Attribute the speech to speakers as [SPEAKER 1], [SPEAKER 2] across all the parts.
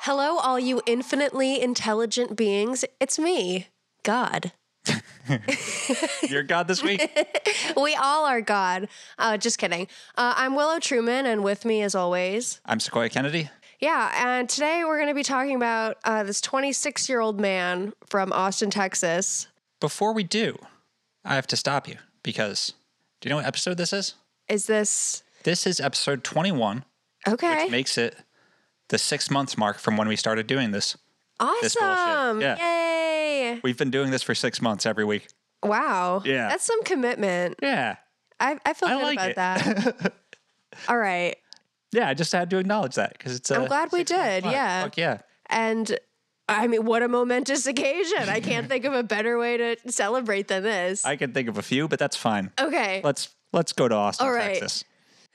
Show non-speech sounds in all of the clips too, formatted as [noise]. [SPEAKER 1] Hello, all you infinitely intelligent beings. It's me, God.
[SPEAKER 2] You're God this week.
[SPEAKER 1] [laughs] We all are God. Uh, just kidding. Uh, I'm Willow Truman, and with me, as always,
[SPEAKER 2] I'm Sequoia Kennedy.
[SPEAKER 1] yeah. And today we're going to be talking about uh, this 26 year old man from Austin, Texas.
[SPEAKER 2] Before we do, I have to stop you because do you know what episode this is?
[SPEAKER 1] Is this
[SPEAKER 2] This is episode 21,
[SPEAKER 1] okay?
[SPEAKER 2] which makes it the six months mark from when we started doing this. this bullshit.
[SPEAKER 1] awesome!
[SPEAKER 2] Yeah.
[SPEAKER 1] Yay!
[SPEAKER 2] We've been doing this for six months every week.
[SPEAKER 1] Wow.
[SPEAKER 2] Yeah.
[SPEAKER 1] That's some commitment.
[SPEAKER 2] Yeah.
[SPEAKER 1] I, I feel
[SPEAKER 2] I
[SPEAKER 1] good about
[SPEAKER 2] like it.
[SPEAKER 1] that.
[SPEAKER 2] [laughs]
[SPEAKER 1] all right.
[SPEAKER 2] Yeah, I just had to acknowledge that because it's.
[SPEAKER 1] I'm
[SPEAKER 2] uh,
[SPEAKER 1] glad we
[SPEAKER 2] six months
[SPEAKER 1] did,
[SPEAKER 2] mark.
[SPEAKER 1] yeah.
[SPEAKER 2] Fuck yeah.
[SPEAKER 1] And I mean, what a momentous [laughs] occasion. I can't think of a better way to celebrate than this.
[SPEAKER 2] I can think of a few, but that's fine.
[SPEAKER 1] okay.
[SPEAKER 2] Let's let's go to Austin,
[SPEAKER 1] All right.
[SPEAKER 2] Texas.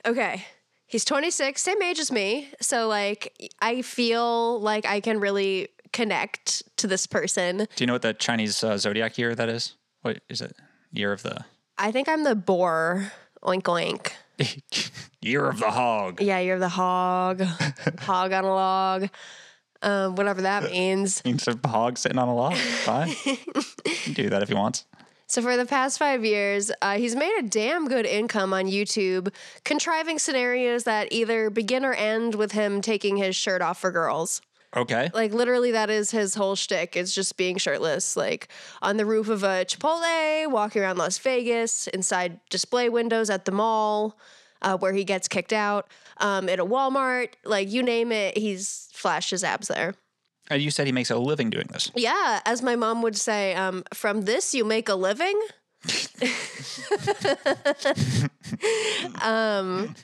[SPEAKER 1] Okay. He's 26, same age as me. So, like, I feel like I can really connect to this person.
[SPEAKER 2] Do you know what the Chinese uh, zodiac year that is? What is it? Year of the
[SPEAKER 1] I think I'm the boar. Oink, oink.
[SPEAKER 2] year of the hog. [laughs]
[SPEAKER 1] Yeah, you're the hog, hog on a log, um, whatever that means.
[SPEAKER 2] means a hog sitting on a log. Fine. You can do that if he wants.
[SPEAKER 1] So for the past five years, uh, he's made a damn good income on YouTube, contriving scenarios that either begin or end with him taking his shirt off for girls.
[SPEAKER 2] Okay.
[SPEAKER 1] Like literally, that is his whole shtick. It's just being shirtless, like on the roof of a Chipotle, walking around Las Vegas, inside display windows at the mall, uh, where he gets kicked out, um, at a Walmart, like you name it, he's flashed his abs there.
[SPEAKER 2] And Uh, you said he makes a living doing this.
[SPEAKER 1] Yeah, as my mom would say, um, from this you make a
[SPEAKER 2] [laughs]
[SPEAKER 1] living. um,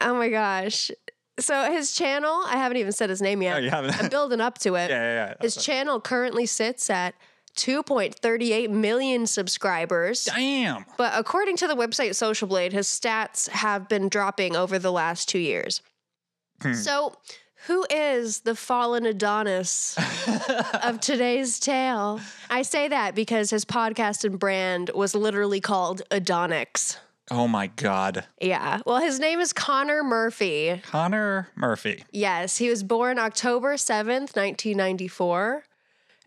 [SPEAKER 1] oh my gosh. So his channel, I haven't even said his name yet.
[SPEAKER 2] Oh, you haven't?
[SPEAKER 1] I'm building up to it.
[SPEAKER 2] [laughs] Yeah, yeah, yeah.
[SPEAKER 1] His channel currently sits at 2.38 million subscribers.
[SPEAKER 2] Damn.
[SPEAKER 1] But according to the website Social Blade, his stats have been dropping over the last two years. So, who is the fallen Adonis of today's tale? I say that because his podcast and brand was literally called Adonix.
[SPEAKER 2] Oh my God.
[SPEAKER 1] Yeah. Well, his name is Connor Murphy.
[SPEAKER 2] Connor Murphy.
[SPEAKER 1] Yes, he was born October 7th, 1994.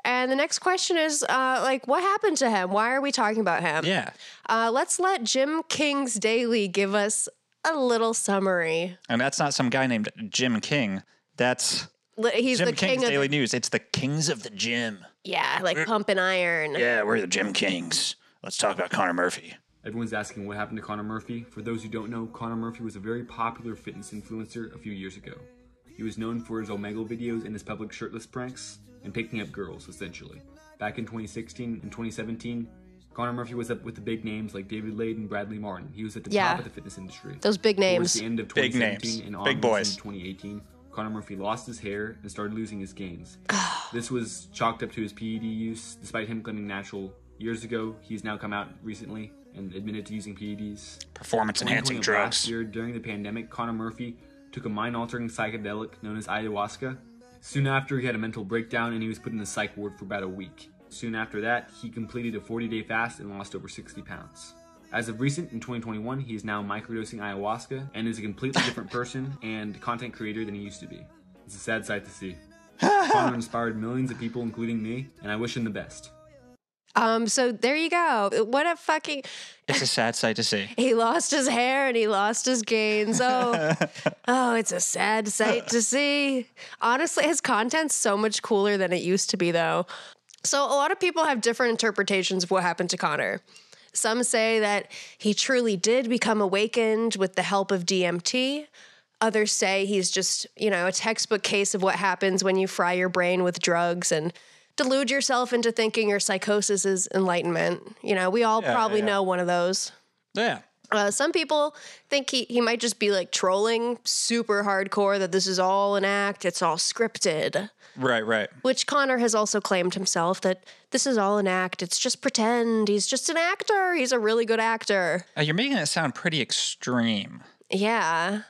[SPEAKER 1] And the next question is uh, like, what happened to him? Why are we talking about him?
[SPEAKER 2] Yeah.
[SPEAKER 1] Uh, let's let Jim King's Daily give us a little summary.
[SPEAKER 2] And that's not some guy named Jim King. That's
[SPEAKER 1] L- He's
[SPEAKER 2] Jim
[SPEAKER 1] the king
[SPEAKER 2] King's
[SPEAKER 1] of
[SPEAKER 2] Daily News. It's the Kings of the Gym.
[SPEAKER 1] yeah, like pump and iron.
[SPEAKER 2] Yeah, we're the Jim Kings. Let's talk about Connor Murphy.
[SPEAKER 3] Everyone's asking what happened to Connor Murphy. For those who don't know, Connor Murphy was a very popular fitness influencer a few years ago. He was known for his Omegle videos and his public shirtless pranks and picking up girls, essentially. Back in 2016 and 2017, Connor Murphy was up with the big names like David Lade and Bradley Martin. He was at the
[SPEAKER 1] Yeah.
[SPEAKER 3] top of the fitness industry.
[SPEAKER 1] Those big
[SPEAKER 3] Towards
[SPEAKER 1] names.
[SPEAKER 3] the end of
[SPEAKER 2] Big
[SPEAKER 3] 2017
[SPEAKER 2] names.
[SPEAKER 3] and
[SPEAKER 2] Big
[SPEAKER 3] onwards
[SPEAKER 2] boys.
[SPEAKER 3] in 2018, Connor Murphy lost his hair and started losing his gains. this was chalked up to his PED use, despite him claiming natural years ago. He's now come out recently and admitted to using E PEDs.
[SPEAKER 2] Performance enhancing
[SPEAKER 3] 2020 of Last
[SPEAKER 2] drugs.
[SPEAKER 3] year, during the pandemic, Connor Murphy took a mind-altering psychedelic known as ayahuasca. Soon after, he had a mental breakdown and he was put in the psych ward for about a week. Soon after that, he completed a 40-day fast and lost over 60 pounds. As of recent, in 2021, he is now microdosing ayahuasca and is a completely different person and content creator than he used to be. It's a sad sight to see. Connor inspired millions of people, including me, and I wish him the best.
[SPEAKER 1] Um, so there you go. What a fucking
[SPEAKER 2] It's a sad sight to see.
[SPEAKER 1] [laughs] he lost his hair and he lost his gains.
[SPEAKER 2] [laughs]
[SPEAKER 1] Oh, oh, it's a sad sight to see. Honestly, his content's so much cooler than it used to be, though. So a lot of people have different interpretations of what happened to Connor. Some say that he truly did become awakened with the help of DMT. Others say he's just, you know, a textbook case of what happens when you fry your brain with drugs and delude yourself into thinking your psychosis is enlightenment. You know, we all probably
[SPEAKER 2] yeah.
[SPEAKER 1] know one of those.
[SPEAKER 2] Yeah.
[SPEAKER 1] Uh, some people think he, he might just be like trolling super hardcore that this is all an act, it's all scripted.
[SPEAKER 2] Right, right.
[SPEAKER 1] Which Connor has also claimed himself that this is all an act, it's just pretend. He's just an actor, he's a really good actor.
[SPEAKER 2] Uh, you're making it sound pretty extreme.
[SPEAKER 1] Yeah.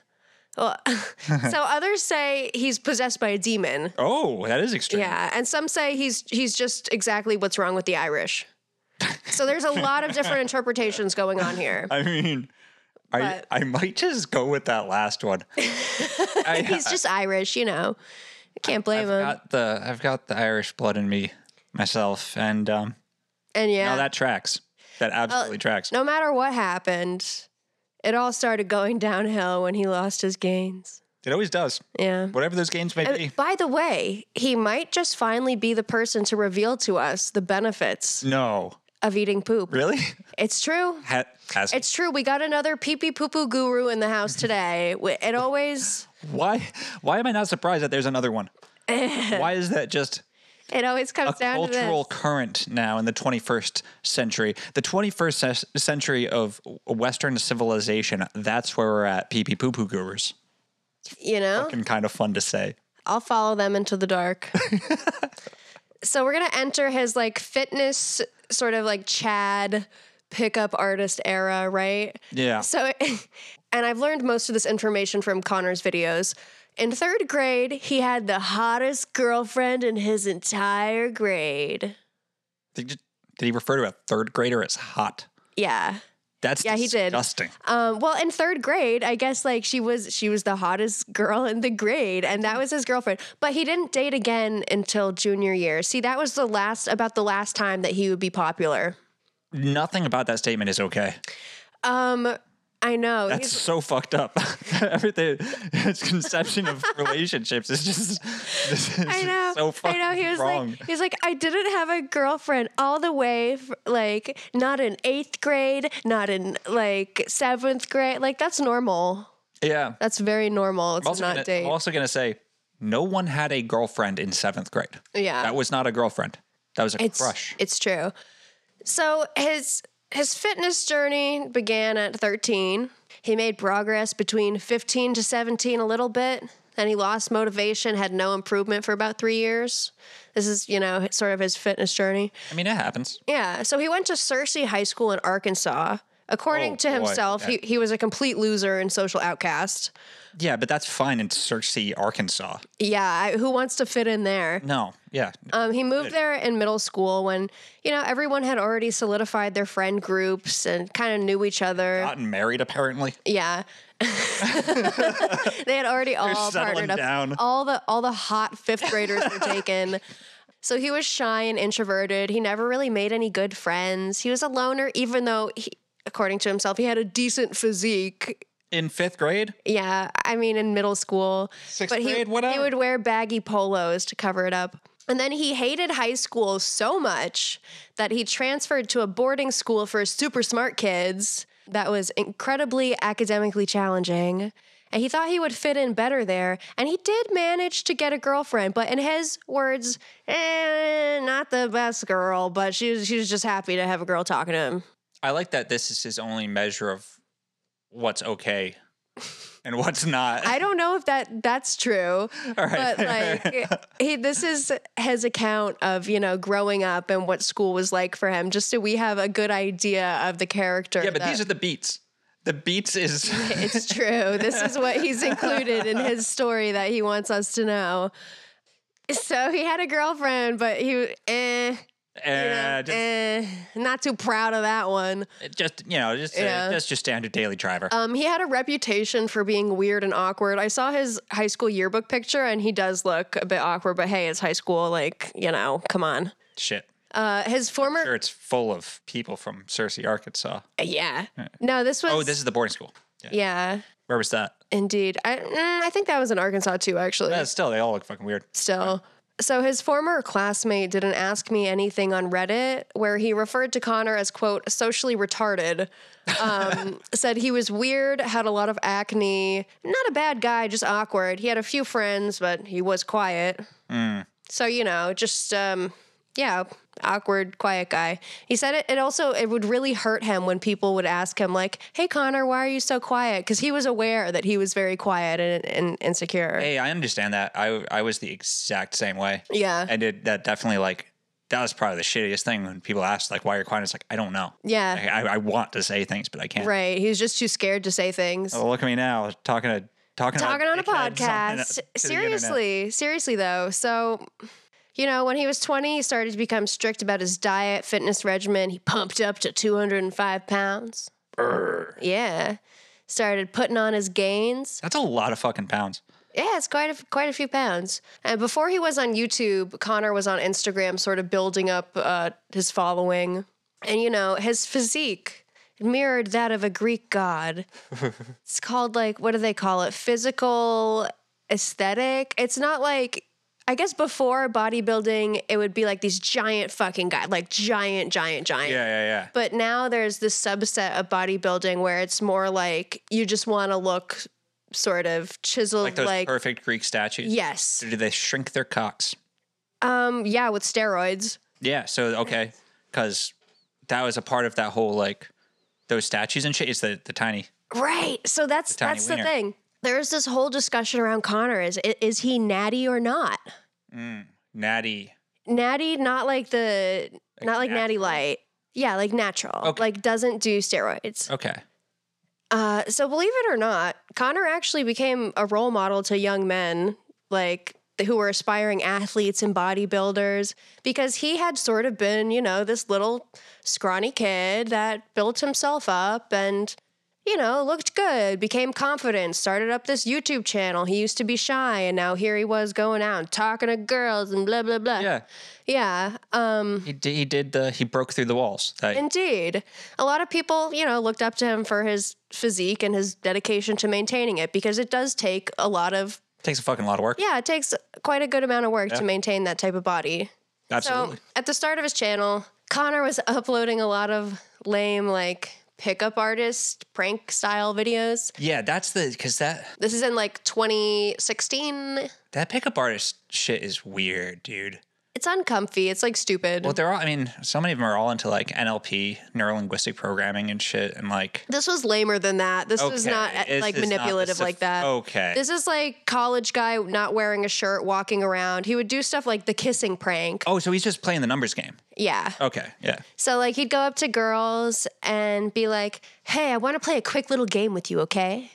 [SPEAKER 1] Well, [laughs] so others say he's possessed by a demon.
[SPEAKER 2] Oh, that is extreme.
[SPEAKER 1] Yeah, and some say he's he's just exactly what's wrong with the Irish. So there's a lot of
[SPEAKER 2] [laughs]
[SPEAKER 1] different interpretations going on here.
[SPEAKER 2] I mean, I
[SPEAKER 1] But-
[SPEAKER 2] I might just go with that last one.
[SPEAKER 1] [laughs]
[SPEAKER 2] I,
[SPEAKER 1] He's just Irish, you know. I can't blame
[SPEAKER 2] I've
[SPEAKER 1] him.
[SPEAKER 2] got the I've got the Irish blood in me myself, and um,
[SPEAKER 1] and yeah, uh,
[SPEAKER 2] now that tracks. That absolutely tracks.
[SPEAKER 1] no matter what happened, it all started going [laughs] downhill when he lost his gains.
[SPEAKER 2] It always does.
[SPEAKER 1] Yeah.
[SPEAKER 2] Whatever those gains may
[SPEAKER 1] And
[SPEAKER 2] be.
[SPEAKER 1] by the way, he might just finally be the person to reveal to us the benefits
[SPEAKER 2] No,
[SPEAKER 1] of eating poop.
[SPEAKER 2] really?
[SPEAKER 1] It's true.
[SPEAKER 2] Ha-
[SPEAKER 1] [laughs]
[SPEAKER 2] has-
[SPEAKER 1] It's true. We got another pee pee poo poo guru in the house
[SPEAKER 2] [laughs]
[SPEAKER 1] today. We- It always
[SPEAKER 2] why? Why am I not surprised that there's
[SPEAKER 1] [laughs]
[SPEAKER 2] another one? why is that just
[SPEAKER 1] it always
[SPEAKER 2] a
[SPEAKER 1] comes down
[SPEAKER 2] cultural
[SPEAKER 1] to this.
[SPEAKER 2] current now in the 21st century. The 21st ce- century of Western civilization. That's where we're at. Pee pee poo poo gurus.
[SPEAKER 1] You know,
[SPEAKER 2] And kind of fun to say.
[SPEAKER 1] I'll follow them into the dark. so we're gonna enter his like fitness sort of like Chad pickup artist era, right?
[SPEAKER 2] Yeah.
[SPEAKER 1] So, [laughs] and I've learned most of this information from Connor's videos. In third grade, he had the hottest girlfriend in his entire grade.
[SPEAKER 2] Did, you- did he refer to a third grader as hot?
[SPEAKER 1] Yeah.
[SPEAKER 2] That's
[SPEAKER 1] Yeah, he did.
[SPEAKER 2] disgusting.
[SPEAKER 1] Um, well, in third grade, I guess like she was she was the hottest girl in the grade, and that was his girlfriend. But he didn't date again until junior year. See, that was the last about the last time that he would be popular.
[SPEAKER 2] Nothing about that statement is okay.
[SPEAKER 1] Um, I know.
[SPEAKER 2] That's
[SPEAKER 1] He's-
[SPEAKER 2] so fucked up. [laughs] Everything, his conception of relationships is just this is
[SPEAKER 1] [laughs] I know.
[SPEAKER 2] so
[SPEAKER 1] I
[SPEAKER 2] fucking
[SPEAKER 1] know. He was
[SPEAKER 2] wrong.
[SPEAKER 1] like, he was like, I didn't have a girlfriend all the way, f- like, not in eighth grade, not in like seventh grade. Like, that's normal.
[SPEAKER 2] yeah.
[SPEAKER 1] That's very normal. It's
[SPEAKER 2] I'm also
[SPEAKER 1] not
[SPEAKER 2] gonna,
[SPEAKER 1] date.
[SPEAKER 2] I'm also gonna say, no one had a girlfriend in seventh grade.
[SPEAKER 1] Yeah.
[SPEAKER 2] that was not a girlfriend. That was a
[SPEAKER 1] It's
[SPEAKER 2] crush.
[SPEAKER 1] it's true. So his his fitness journey began at 13. He made progress between 15 to 17 a little bit. Then he lost motivation, had no improvement for about three years. This is, you know, sort of his fitness journey.
[SPEAKER 2] I mean, it happens.
[SPEAKER 1] Yeah. So he went to Searcy High School in Arkansas. According
[SPEAKER 2] Oh,
[SPEAKER 1] to
[SPEAKER 2] boy.
[SPEAKER 1] himself, he, he was a complete loser and social outcast.
[SPEAKER 2] Yeah, but that's fine in Searcy, Arkansas.
[SPEAKER 1] Yeah. I, who wants to fit in there?
[SPEAKER 2] No, yeah,
[SPEAKER 1] Um, he moved there in middle school when, you know, everyone had already solidified their friend groups and kind of knew each other.
[SPEAKER 2] gotten married apparently.
[SPEAKER 1] Yeah. [laughs] they had
[SPEAKER 2] [laughs]
[SPEAKER 1] already all
[SPEAKER 2] settling
[SPEAKER 1] partnered up.
[SPEAKER 2] down.
[SPEAKER 1] All the all the hot fifth graders were
[SPEAKER 2] [laughs]
[SPEAKER 1] taken. So he was shy and introverted. He never really made any good friends. He was a loner, even though he, according to himself, he had a decent physique.
[SPEAKER 2] In fifth grade,
[SPEAKER 1] Yeah, I mean in middle school.
[SPEAKER 2] Sixth
[SPEAKER 1] but he,
[SPEAKER 2] grade, whatever.
[SPEAKER 1] he would wear baggy polos to cover it up. And then he hated high school so much that he transferred to a boarding school for super smart kids that was incredibly academically challenging. And he thought he would fit in better there. And he did manage to get a girlfriend, but in his words, eh, not the best girl, but she was, she was just happy to have a girl talking to him.
[SPEAKER 2] I like that. This is his only measure of what's okay and what's not.
[SPEAKER 1] I don't know if that that's true, but like he, this is his account of you know growing up and what school was like for him, just so we have a good idea of the character.
[SPEAKER 2] yeah, but
[SPEAKER 1] that-
[SPEAKER 2] these are the beats. The
[SPEAKER 1] [laughs]
[SPEAKER 2] beats is
[SPEAKER 1] it's true. This is what he's included in his story that he wants us to know. So he had a girlfriend, but he eh,
[SPEAKER 2] [laughs] eh, just,
[SPEAKER 1] eh, not too proud of that one.
[SPEAKER 2] just you know just
[SPEAKER 1] Yeah.
[SPEAKER 2] uh, that's just standard daily driver.
[SPEAKER 1] Um, he had a reputation for being weird and awkward. I saw his high school yearbook picture, and he does look a bit awkward. But hey, it's high school. Like you know, come on.
[SPEAKER 2] Shit.
[SPEAKER 1] Uh, his former,
[SPEAKER 2] sure it's full of people from Searcy, Arkansas.
[SPEAKER 1] yeah. No, this was.
[SPEAKER 2] Oh, this is the boarding school. Yeah.
[SPEAKER 1] Yeah,
[SPEAKER 2] Where was that?
[SPEAKER 1] indeed. I mm, I think that was in Arkansas too, actually.
[SPEAKER 2] Yeah, still, they all look fucking weird.
[SPEAKER 1] Still. So his former classmate didn't ask me anything on Reddit, where he referred to Connor as quote socially
[SPEAKER 2] [laughs]
[SPEAKER 1] retarded. Um, said he was weird, had a lot of acne, not a bad guy, just
[SPEAKER 2] mm.
[SPEAKER 1] awkward. He had a few friends, but he was quiet. So you know, just um, yeah, awkward, quiet guy. He said it, it also it would really hurt him when people would ask him like, "Hey Connor, why are you so quiet?" Because he was aware that he was very quiet and, and insecure.
[SPEAKER 2] Hey, I understand that. I I was the exact same way.
[SPEAKER 1] Yeah.
[SPEAKER 2] I did that definitely like that was probably the shittiest thing when people asked like why you're quiet. It's like I don't know.
[SPEAKER 1] Yeah.
[SPEAKER 2] Like, I, I want to say things, but I can't.
[SPEAKER 1] Right. He was just too scared to say things.
[SPEAKER 2] Oh, look at me now talking to talking
[SPEAKER 1] talking on a
[SPEAKER 2] dickheads on-
[SPEAKER 1] podcast.
[SPEAKER 2] to the internet.
[SPEAKER 1] Seriously, seriously though. So, you know, when he was 20, he started to become strict about his diet, fitness regimen. He pumped up to 205 pounds. Yeah. Started putting on his gains.
[SPEAKER 2] That's a lot of
[SPEAKER 1] [laughs]
[SPEAKER 2] fucking pounds.
[SPEAKER 1] Yeah, it's quite a, quite a few pounds. And before he was on YouTube, Connor was on Instagram, sort of building up uh, his following. And you know, his physique mirrored that of a Greek god. it's called like what do they call it? Physical aesthetic. It's not like I guess before bodybuilding, it would be like these giant fucking guys, like giant, giant, giant.
[SPEAKER 2] Yeah, yeah, yeah.
[SPEAKER 1] But now there's this subset of bodybuilding where it's more like you just want to look sort of chiseled,
[SPEAKER 2] Like
[SPEAKER 1] like,
[SPEAKER 2] those perfect Greek statues.
[SPEAKER 1] yes,
[SPEAKER 2] Do they shrink their cocks?
[SPEAKER 1] um, yeah, with steroids.
[SPEAKER 2] Yeah. So okay, because that was a part of that whole like those statues and shit. It's the the tiny.
[SPEAKER 1] Right. So that's
[SPEAKER 2] The tiny
[SPEAKER 1] that's
[SPEAKER 2] wiener.
[SPEAKER 1] the thing. There's this whole discussion around Connor. Is i- is he natty or not?
[SPEAKER 2] mm, natty.
[SPEAKER 1] Natty, not like the, not like natty light. Yeah, like natural.
[SPEAKER 2] Okay.
[SPEAKER 1] Like doesn't do steroids.
[SPEAKER 2] Okay.
[SPEAKER 1] Uh, so believe it or not, Connor actually became a role model to young men like who were aspiring athletes and bodybuilders because he had sort of been, you know, this little scrawny kid that built himself up and you know, looked good, became confident, started up this YouTube channel. He used to be shy and now here he was going out and talking to girls and blah blah blah.
[SPEAKER 2] Yeah.
[SPEAKER 1] Yeah. Um
[SPEAKER 2] He did, he did the he broke through the walls. That,
[SPEAKER 1] Indeed. A lot of people, you know, looked up to him for his physique and his dedication to maintaining it because it does take a lot of,
[SPEAKER 2] takes a fucking lot of work.
[SPEAKER 1] yeah, it takes quite a good amount of work to maintain that type of body.
[SPEAKER 2] Absolutely.
[SPEAKER 1] So at the start of his channel, Connor was [laughs] uploading a lot of lame, like, pickup artist prank style videos.
[SPEAKER 2] yeah, that's the because that
[SPEAKER 1] This is in like 2016.
[SPEAKER 2] that pickup artist shit is weird, dude.
[SPEAKER 1] It's uncomfy. It's like stupid.
[SPEAKER 2] Well, they're all. I mean, so many of them are all into like NLP, neuro linguistic programming, and shit, and like.
[SPEAKER 1] this was lamer than that. This was
[SPEAKER 2] Okay,
[SPEAKER 1] not
[SPEAKER 2] it's-
[SPEAKER 1] like
[SPEAKER 2] it's not the
[SPEAKER 1] manipulative like
[SPEAKER 2] soph-
[SPEAKER 1] that.
[SPEAKER 2] okay.
[SPEAKER 1] This is like college guy not wearing a shirt walking around. He would do stuff like the kissing prank.
[SPEAKER 2] Oh, so he's just playing the numbers game.
[SPEAKER 1] Yeah.
[SPEAKER 2] Okay, yeah.
[SPEAKER 1] So like he'd go up to girls and be like, "Hey, I want to play a quick little game with you, okay?"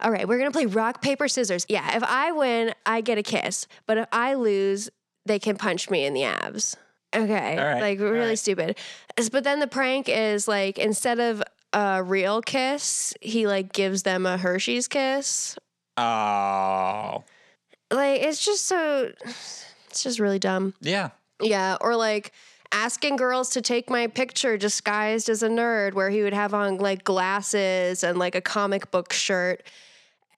[SPEAKER 1] All right, we're going to play rock paper scissors. Yeah, if I win, I get a kiss, but if I lose, they can punch me in the abs. Okay.
[SPEAKER 2] All right,
[SPEAKER 1] Like
[SPEAKER 2] all
[SPEAKER 1] really
[SPEAKER 2] right.
[SPEAKER 1] stupid. S- But then the prank is like instead of a real kiss, he like gives them a Hershey's kiss.
[SPEAKER 2] Oh,
[SPEAKER 1] Like it's just so it's just really dumb.
[SPEAKER 2] yeah.
[SPEAKER 1] Yeah, or like asking girls to take my picture disguised as a nerd, where he would have on like glasses and like a comic book shirt.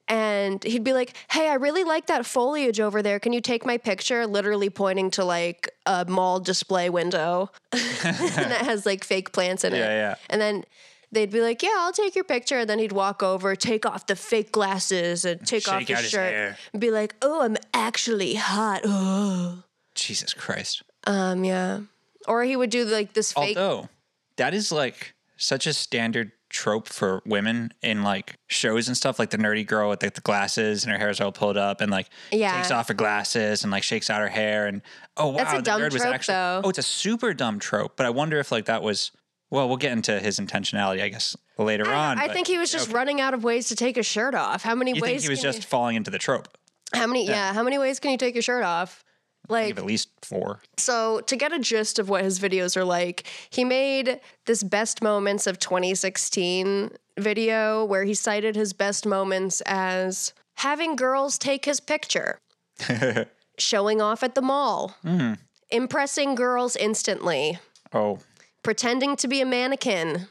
[SPEAKER 1] And he'd be like, "Hey, I really like that foliage over there. Can you take my picture?" Literally pointing to like a mall display window [laughs] that has like fake plants in it.
[SPEAKER 2] Yeah, yeah.
[SPEAKER 1] And then they'd be like, "Yeah, I'll take your picture." And then he'd walk over, take off the fake glasses, and take off
[SPEAKER 2] Shake
[SPEAKER 1] his
[SPEAKER 2] out his
[SPEAKER 1] shirt,
[SPEAKER 2] hair.
[SPEAKER 1] and be like, "Oh, I'm actually hot." [gasps]
[SPEAKER 2] Jesus Christ.
[SPEAKER 1] Um, yeah. Or he would do like this fake.
[SPEAKER 2] Although Oh, that is like such a standard trope for women in like shows and stuff, like the nerdy girl with like the glasses and her hair's all pulled up and like
[SPEAKER 1] Yeah.
[SPEAKER 2] takes off her glasses and like shakes out her hair and oh wow,
[SPEAKER 1] That's a
[SPEAKER 2] the
[SPEAKER 1] dumb
[SPEAKER 2] nerd was
[SPEAKER 1] trope,
[SPEAKER 2] actually
[SPEAKER 1] though.
[SPEAKER 2] oh, it's a super dumb trope. But I wonder if like that was well, we'll get into his intentionality, I guess, later on.
[SPEAKER 1] I
[SPEAKER 2] but
[SPEAKER 1] think he was just running out of ways to take a shirt off. How many
[SPEAKER 2] you
[SPEAKER 1] ways?
[SPEAKER 2] think he was
[SPEAKER 1] can
[SPEAKER 2] just falling into the trope.
[SPEAKER 1] you- how many? Yeah. How many ways can you take your shirt off?
[SPEAKER 2] I
[SPEAKER 1] Like
[SPEAKER 2] think At least four. [laughs]
[SPEAKER 1] so, to get a gist of what his videos are like, he made this best moments of 2016 video where he cited his best moments as having girls take his picture, showing off at the mall, impressing girls instantly.
[SPEAKER 2] Hmm. Oh.
[SPEAKER 1] pretending to be a
[SPEAKER 2] [laughs]
[SPEAKER 1] mannequin,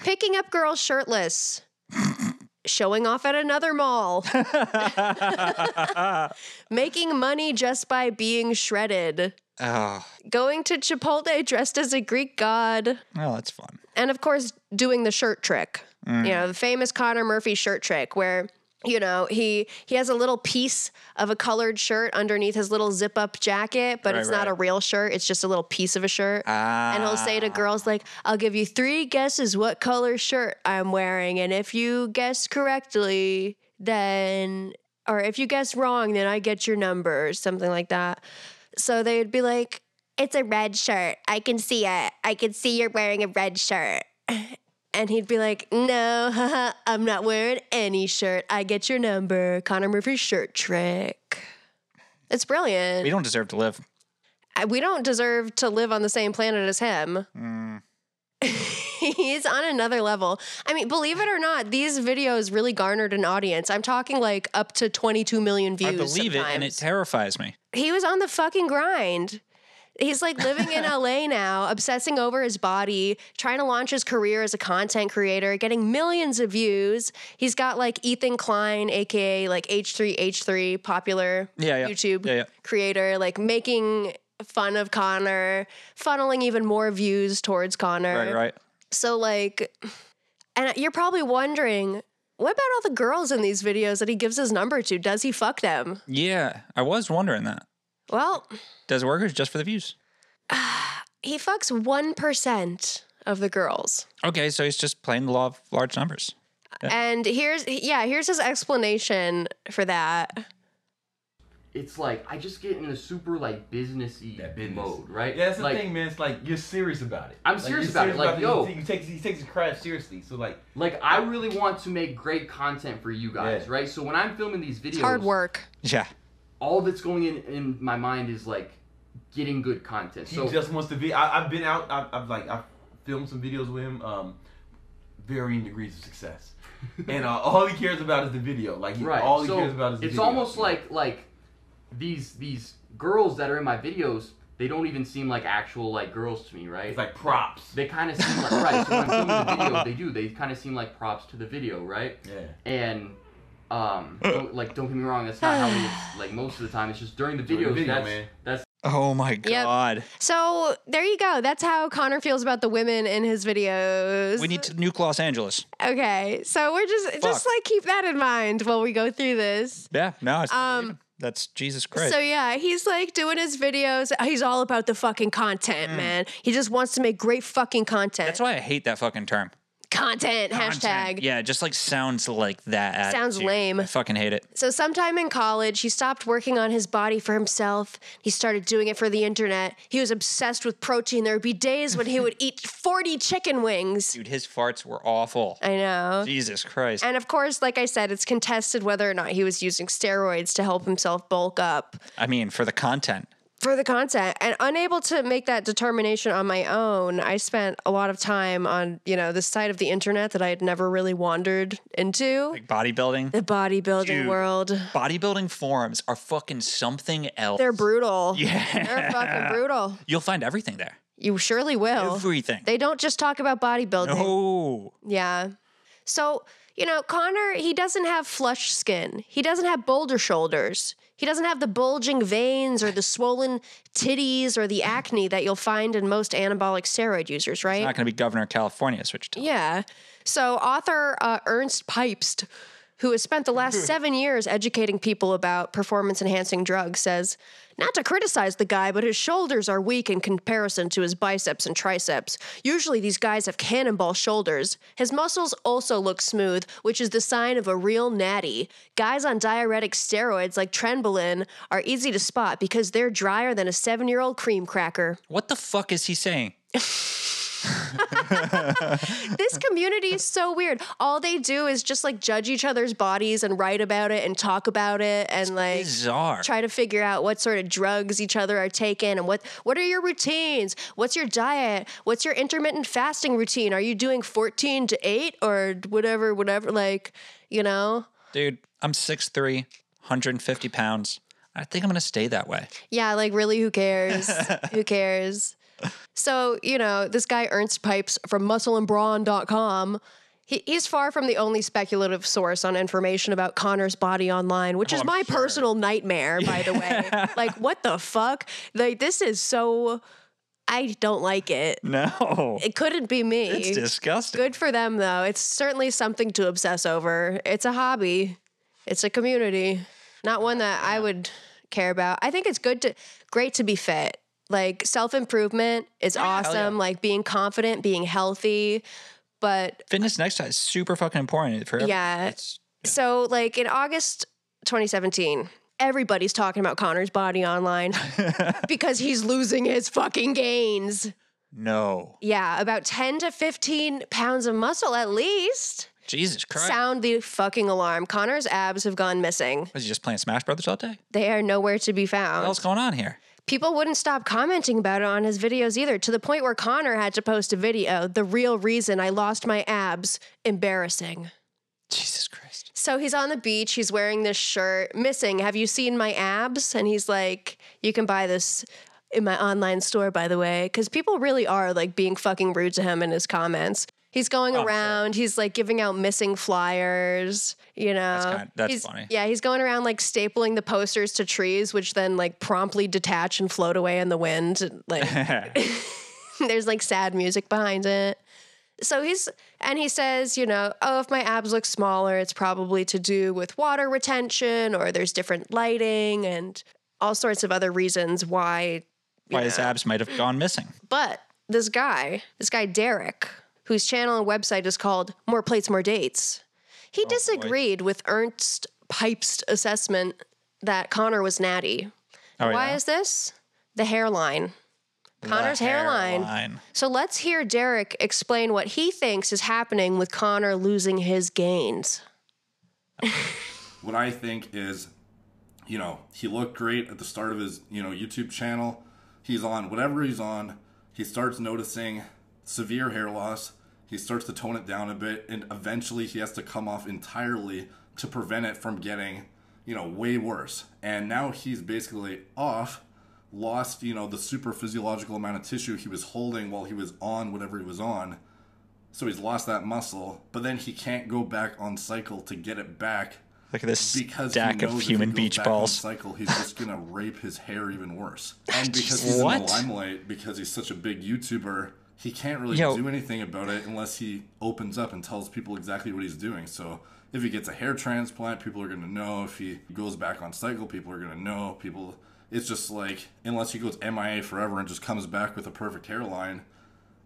[SPEAKER 1] picking up girls shirtless, showing off at another
[SPEAKER 2] [laughs]
[SPEAKER 1] mall, making money just by being shredded,
[SPEAKER 2] Oh.
[SPEAKER 1] going to Chipotle dressed as a Greek god,
[SPEAKER 2] Well, that's fun. Mm.
[SPEAKER 1] and of course, doing the shirt trick. You know, the famous Connor Murphy shirt trick where you know he he has a little piece of a colored shirt underneath his little zip up jacket but
[SPEAKER 2] Right,
[SPEAKER 1] it's not
[SPEAKER 2] right. Ah,
[SPEAKER 1] a real shirt it's just a little piece of a shirt and he'll say to girls like i'll give you three guesses what color shirt i'm wearing and if you guess correctly then or if you guess wrong then i get your number or something like that so they'd be like it's a red shirt i can see it i can see you're wearing a red shirt and he'd be like, No, [laughs] haha, I'm not wearing any shirt. I get your number. Connor Murphy's shirt trick. It's brilliant.
[SPEAKER 2] We don't deserve to live.
[SPEAKER 1] I- we don't deserve to live on the same planet as him.
[SPEAKER 2] Hmm.
[SPEAKER 1] He's on another level. I mean, believe it or not, these videos really garnered an audience. I'm talking like up to 22 million views.
[SPEAKER 2] I believe it, and it
[SPEAKER 1] sometimes.
[SPEAKER 2] terrifies me.
[SPEAKER 1] he was on the fucking grind. He's like living
[SPEAKER 2] [laughs]
[SPEAKER 1] in LA now, obsessing over his body, trying to launch his career as a content creator, getting millions of views. He's got like Ethan Klein, aka like H3H3, popular
[SPEAKER 2] Yeah, yeah.
[SPEAKER 1] YouTube
[SPEAKER 2] Yeah, yeah.
[SPEAKER 1] creator, like making fun of Connor, funneling even more views towards Connor.
[SPEAKER 2] Right, right.
[SPEAKER 1] So like, and you're probably wondering, what about all the girls in these videos that he gives his number to? Does he fuck them?
[SPEAKER 2] Yeah, I was wondering that.
[SPEAKER 1] Well,
[SPEAKER 2] Does it work or is it just for the views?
[SPEAKER 1] he fucks 1% of the girls.
[SPEAKER 2] Okay, so he's just playing the law of large numbers.
[SPEAKER 1] And here's yeah, here's his explanation for that.
[SPEAKER 4] it's like I just get in a super like businessy mode, right?
[SPEAKER 5] Yeah, that's the
[SPEAKER 4] like,
[SPEAKER 5] thing, man. It's like you're serious about it.
[SPEAKER 4] I'm
[SPEAKER 5] Like,
[SPEAKER 4] serious
[SPEAKER 5] you're
[SPEAKER 4] about it, like,
[SPEAKER 5] it.
[SPEAKER 4] yo.
[SPEAKER 5] he, takes he takes his craft seriously. So like,
[SPEAKER 4] Like I really want to make great content for you guys,
[SPEAKER 5] Yeah.
[SPEAKER 4] right? So when I'm filming these videos,
[SPEAKER 1] It's hard work.
[SPEAKER 2] Yeah.
[SPEAKER 4] All that's going in in my mind is like getting good content.
[SPEAKER 5] he
[SPEAKER 4] So
[SPEAKER 5] just wants to be. I, I've been out. I've, I've like I've filmed some videos with him. Um, varying degrees
[SPEAKER 4] [laughs]
[SPEAKER 5] of success, and uh, all he cares about is the video. Like he,
[SPEAKER 4] right,
[SPEAKER 5] all he
[SPEAKER 4] so
[SPEAKER 5] cares about is the
[SPEAKER 4] it's
[SPEAKER 5] video.
[SPEAKER 4] almost like like these these girls that are in my videos, they don't even seem like actual like girls to me, right?
[SPEAKER 5] it's like props.
[SPEAKER 4] they kind of seem like right. So when I'm filming the video, they do. They kind of seem like props to the video, right?
[SPEAKER 5] Yeah.
[SPEAKER 4] And um, don't, like don't get me wrong, that's not how it is. Like most of the time, it's just during the videos.
[SPEAKER 5] During the video,
[SPEAKER 4] that's
[SPEAKER 5] man.
[SPEAKER 4] that's
[SPEAKER 2] Oh my god.
[SPEAKER 1] So there you go. That's how Connor feels about the women in his videos.
[SPEAKER 2] We need to nuke Los Angeles.
[SPEAKER 1] Okay. So we're just just
[SPEAKER 2] Fuck.
[SPEAKER 1] like keep that in mind while we go through this.
[SPEAKER 2] Yeah, no, it's that's Jesus
[SPEAKER 1] Um,
[SPEAKER 2] Christ.
[SPEAKER 1] So yeah, he's like doing his videos. He's all about the fucking content, man. He just wants to make great fucking content.
[SPEAKER 2] Mm. that's why I hate that fucking term.
[SPEAKER 1] content, hashtag.
[SPEAKER 2] Yeah, it just like sounds like that.
[SPEAKER 1] Sounds
[SPEAKER 2] attitude.
[SPEAKER 1] lame.
[SPEAKER 2] I fucking hate it.
[SPEAKER 1] So, sometime in college, he stopped working on his body for himself. He started doing it for the internet. He was obsessed with protein. There would be days when
[SPEAKER 2] [laughs]
[SPEAKER 1] he would eat 40 chicken wings.
[SPEAKER 2] Dude, his farts were awful.
[SPEAKER 1] I know.
[SPEAKER 2] Jesus Christ.
[SPEAKER 1] And of course, like I said, it's contested whether or not he was using steroids to help himself bulk up
[SPEAKER 2] I mean, for the content.
[SPEAKER 1] for the content. And unable to make that determination on my own, I spent a lot of time on, you know, the side of the internet that I had never really wandered into.
[SPEAKER 2] Like bodybuilding.
[SPEAKER 1] the bodybuilding
[SPEAKER 2] Dude.
[SPEAKER 1] world.
[SPEAKER 2] Bodybuilding forums are fucking something else.
[SPEAKER 1] They're brutal.
[SPEAKER 2] Yeah.
[SPEAKER 1] They're fucking brutal.
[SPEAKER 2] You'll find everything there.
[SPEAKER 1] You surely will.
[SPEAKER 2] Everything.
[SPEAKER 1] They don't just talk about bodybuilding.
[SPEAKER 2] oh.
[SPEAKER 1] Yeah. So, you know, Connor, he doesn't have flush skin. He doesn't have boulder shoulders. He doesn't have the bulging veins or the swollen titties or the acne that you'll find in most anabolic steroid users, right?
[SPEAKER 2] Not going to be governor of California, is what you're telling me.
[SPEAKER 1] Yeah. So, author uh, Ernst Pipest, who has spent the last seven years educating people about performance enhancing drugs, says not to criticize the guy, but his shoulders are weak in comparison to his biceps and triceps. Usually, these guys have cannonball shoulders. His muscles also look smooth, which is the sign of a real natty. Guys on diuretic steroids like Trenbolin are easy to spot because they're drier than a seven year old cream cracker.
[SPEAKER 2] What the fuck is he saying?
[SPEAKER 1] this community is so weird. All they do is just like judge each other's bodies and write about it and talk about it and like
[SPEAKER 2] Bizarre.
[SPEAKER 1] try to figure out what sort of drugs each other are taking and what what are your routines? What's your diet? What's your intermittent fasting routine? Are you doing 14 to 8 or whatever whatever like, you know?
[SPEAKER 2] Dude, I'm 6'3, 150 pounds. I think I'm going to stay that way.
[SPEAKER 1] Yeah, like really, who cares? who cares? So, you know, this guy Ernst Pipes from muscleandbrawn.com, he, he's far from the only speculative source on information about Connor's body online, which is my personal nightmare, by the way. Like, what the fuck? Like, this is so, I don't like it.
[SPEAKER 2] No.
[SPEAKER 1] It couldn't be me.
[SPEAKER 2] Oh. It's disgusting.
[SPEAKER 1] Good for them, though. It's certainly something to obsess over. It's a hobby. It's a community, not one that I would care about. I think it's good to great to be fit. Like self improvement is
[SPEAKER 2] Oh,
[SPEAKER 1] awesome. Like being confident, being healthy, but
[SPEAKER 2] Fitness and exercise is super fucking important for every-
[SPEAKER 1] Yeah.
[SPEAKER 2] It's,
[SPEAKER 1] So, like in August 2017, everybody's talking about Connor's body
[SPEAKER 2] [laughs]
[SPEAKER 1] online because he's losing his fucking gains.
[SPEAKER 2] no.
[SPEAKER 1] Yeah, about 10 to 15 pounds of muscle at least.
[SPEAKER 2] Jesus Christ.
[SPEAKER 1] Sound the fucking alarm. Connor's abs have gone missing.
[SPEAKER 2] was he just playing Smash Brothers all day?
[SPEAKER 1] They are nowhere to be found.
[SPEAKER 2] What's going on here?
[SPEAKER 1] People wouldn't stop commenting about it on his videos either, to the point where Connor had to post a video, the real reason I lost my abs. Embarrassing.
[SPEAKER 2] Jesus Christ.
[SPEAKER 1] So he's on the beach. He's wearing this shirt, missing. Have you seen my abs? And he's like, you can buy this in my online store, by the way, because people really are like being fucking rude to him in his comments. He's going
[SPEAKER 2] Oh,
[SPEAKER 1] around. He's like giving out missing flyers. You know,
[SPEAKER 2] kind- that's
[SPEAKER 1] Uh, He's-
[SPEAKER 2] funny.
[SPEAKER 1] Yeah, he's going around like stapling the posters to trees, which then like promptly detach and float away in the wind. [laughs] Like there's like sad music behind it. So he's and he says, you know, oh, if my abs look smaller, it's probably to do with water retention or there's different lighting and all sorts of other reasons why.
[SPEAKER 2] [laughs] Why his abs might have gone missing.
[SPEAKER 1] But this guy, this guy Derek, whose channel and website is called More Plates, More Dates,
[SPEAKER 2] Oh,
[SPEAKER 1] he disagreed with Ernst Pipes' assessment that Connor was natty.
[SPEAKER 2] Oh,
[SPEAKER 1] Why
[SPEAKER 2] yeah?
[SPEAKER 1] is this? The hairline. Connor's
[SPEAKER 2] The
[SPEAKER 1] hairline. So let's hear Derek explain what he thinks is happening with Connor losing his gains.
[SPEAKER 6] what I think is, you know, he looked great at the start of his, you know, YouTube channel. He's on whatever he's on. He starts noticing severe hair loss. He starts to tone it down a bit, and eventually he has to come off entirely to prevent it from getting, you know, way worse. And now he's basically off, lost, you know, the super physiological amount of tissue he was holding while he was on whatever he was on. So he's lost that muscle, but then he can't go back on cycle to get it back
[SPEAKER 2] Look at this
[SPEAKER 6] because
[SPEAKER 2] stack
[SPEAKER 6] he knows
[SPEAKER 2] of
[SPEAKER 6] if he
[SPEAKER 2] human
[SPEAKER 6] goes
[SPEAKER 2] beach
[SPEAKER 6] back on
[SPEAKER 2] balls.
[SPEAKER 6] Cycle, he's just gonna
[SPEAKER 2] [laughs]
[SPEAKER 6] rape his hair even worse. And because he's in the
[SPEAKER 2] What?
[SPEAKER 6] limelight, because he's such a big YouTuber, he can't really
[SPEAKER 2] Yo.
[SPEAKER 6] do anything about it unless he opens up and tells people exactly what he's doing. So if he gets a hair transplant, people are gonna know. If he goes back on cycle, people are gonna know. People, it's just like unless he goes MIA forever and just comes back with a perfect hairline.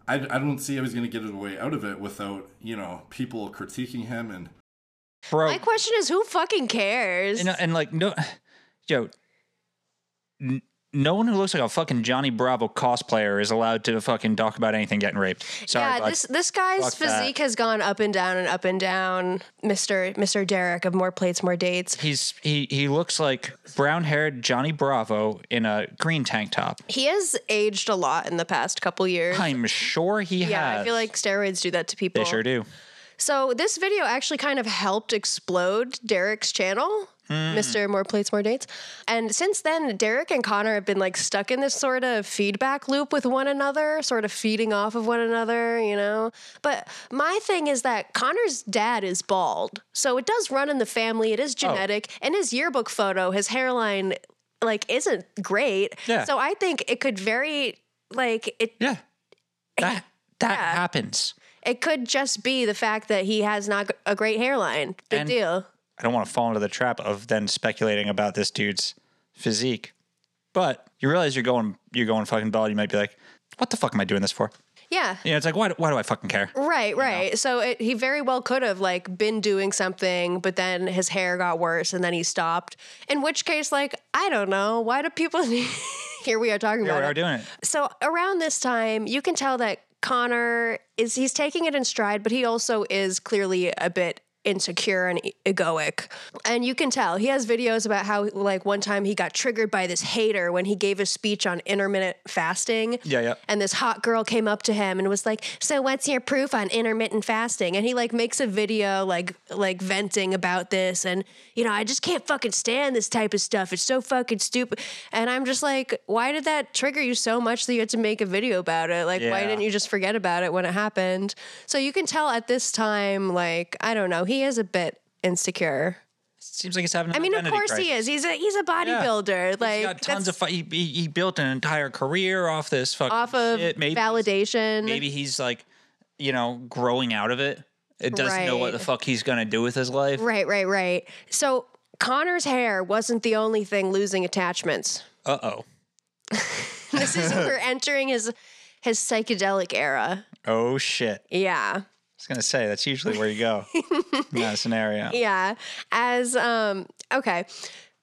[SPEAKER 6] I, I don't see how he's going to get a way out of it without, you know, people critiquing him and
[SPEAKER 2] Bro,
[SPEAKER 1] My question is who fucking cares?
[SPEAKER 2] and, and like no, yo, n- no one who looks like a fucking Johnny Bravo cosplayer is allowed to fucking talk about anything getting raped. Sorry,
[SPEAKER 1] yeah,
[SPEAKER 2] bud.
[SPEAKER 1] this this guy's
[SPEAKER 2] Fuck that.
[SPEAKER 1] physique has gone up and down and up and down. Mr. Mr. Derek of More Plates, More Dates.
[SPEAKER 2] he's he he looks like brown-haired Johnny Bravo in a green tank top.
[SPEAKER 1] He has aged a lot in the past couple years.
[SPEAKER 2] I'm sure he
[SPEAKER 1] yeah,
[SPEAKER 2] has.
[SPEAKER 1] I feel like steroids do that to people.
[SPEAKER 2] they sure do.
[SPEAKER 1] So this video actually kind of helped explode Derek's channel,
[SPEAKER 2] Hmm.
[SPEAKER 1] Mr. More Plates, More Dates. And since then, Derek and Connor have been like stuck in this sort of feedback loop with one another, sort of feeding off of one another, you know? But my thing is that Connor's dad is bald. So it does run in the family, it is
[SPEAKER 2] Oh.
[SPEAKER 1] genetic. And his yearbook photo, his hairline, like, isn't great.
[SPEAKER 2] Yeah.
[SPEAKER 1] So I think it could very, like, it
[SPEAKER 2] Yeah, that that
[SPEAKER 1] Yeah.
[SPEAKER 2] happens.
[SPEAKER 1] it could just be the fact that he has not g- a great hairline. Big
[SPEAKER 2] And-
[SPEAKER 1] deal.
[SPEAKER 2] I don't want to fall into the trap of then speculating about this dude's physique. But you realize you're going you're going fucking bald. You might be like, what the fuck am I doing this for?
[SPEAKER 1] Yeah.
[SPEAKER 2] You know, it's like why do- why do I fucking care?
[SPEAKER 1] Right, right. So it, he very well could have like been doing something, but then his hair got worse, and then he stopped. In which case, like I don't know, why do people? [laughs] need- Here we are talking
[SPEAKER 2] Here
[SPEAKER 1] about
[SPEAKER 2] we
[SPEAKER 1] it.
[SPEAKER 2] are doing it.
[SPEAKER 1] So around this time, you can tell that Connor is he's taking it in stride, but he also is clearly a bit insecure and e- egoic. And you can tell he has videos about how like one time he got triggered by this hater when he gave a speech on intermittent fasting.
[SPEAKER 2] Yeah, yeah.
[SPEAKER 1] And this hot girl came up to him and was like, "So what's your proof on intermittent fasting?" And he like makes a video like like venting about this and you know, I just can't fucking stand this type of stuff. It's so fucking stupid. And I'm just like, "Why did that trigger you so much that you had to make a video about it? Like, why
[SPEAKER 2] Yeah.
[SPEAKER 1] didn't you just forget about it when it happened?" So you can tell at this time like, I don't know, he is a bit insecure.
[SPEAKER 2] Seems like he's having. An
[SPEAKER 1] I mean, of
[SPEAKER 2] identity
[SPEAKER 1] course
[SPEAKER 2] crisis.
[SPEAKER 1] he is. He's a he's a bodybuilder. Like
[SPEAKER 2] He's got tons
[SPEAKER 1] that's
[SPEAKER 2] of. Fu- he, he he built an entire career off this fucking
[SPEAKER 1] off of
[SPEAKER 2] shit. Maybe
[SPEAKER 1] validation.
[SPEAKER 2] maybe he's like, you know, growing out of it. It doesn't know what the
[SPEAKER 1] Right.
[SPEAKER 2] fuck he's gonna do with his life.
[SPEAKER 1] Right, right, right. So Connor's hair wasn't the only thing losing attachments. [laughs]
[SPEAKER 2] Uh oh.
[SPEAKER 1] This is we're entering his his psychedelic era.
[SPEAKER 2] Oh shit. I
[SPEAKER 1] Yeah. [laughs]
[SPEAKER 2] was gonna say that's usually where you go in that scenario.
[SPEAKER 1] [laughs] Yeah. As um okay.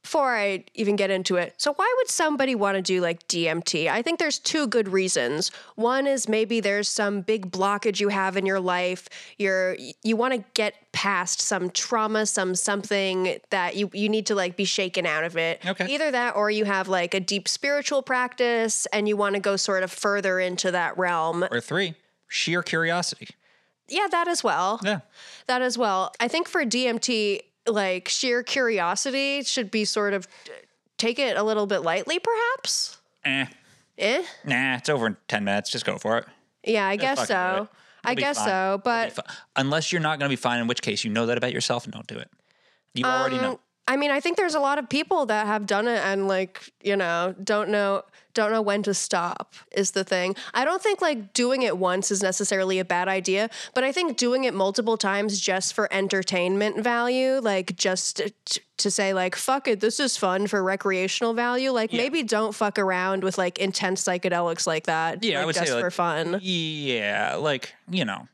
[SPEAKER 1] Before I even get into it, so why would somebody want to do like DMT? I think there's two good reasons. One is maybe there's some big blockage you have in your life. You're you want to get past some trauma, some something that you you need to like be shaken out of it.
[SPEAKER 2] Okay.
[SPEAKER 1] Either that or you have like a deep spiritual practice and you want to go sort of further into that realm.
[SPEAKER 2] Or three, sheer curiosity.
[SPEAKER 1] Yeah, that as well
[SPEAKER 2] Yeah.
[SPEAKER 1] that as well. I think for DMT, like sheer curiosity should be sort of uh, take it a little bit lightly, perhaps.
[SPEAKER 2] Eh.
[SPEAKER 1] Eh?
[SPEAKER 2] Nah, it's over in ten minutes. Just go for it.
[SPEAKER 1] Yeah, I guess
[SPEAKER 2] fucking
[SPEAKER 1] so.
[SPEAKER 2] do it.
[SPEAKER 1] I
[SPEAKER 2] It'll be
[SPEAKER 1] guess
[SPEAKER 2] fine.
[SPEAKER 1] so, but
[SPEAKER 2] If- unless you're not going to be fine, in which case you know that about yourself and don't do it. You already know.
[SPEAKER 1] Um, I mean, I think there's a lot of people that have done it and like, you know, don't know don't know when to stop is the thing. I don't think like doing it once is necessarily a bad idea, but I think doing it multiple times just for entertainment value, like just t- to say like fuck it, this is fun for recreational value, like maybe don't fuck around with like intense psychedelics like that.
[SPEAKER 2] Yeah, I
[SPEAKER 1] like,
[SPEAKER 2] would say,
[SPEAKER 1] just
[SPEAKER 2] like,
[SPEAKER 1] for fun.
[SPEAKER 2] Yeah, like you know,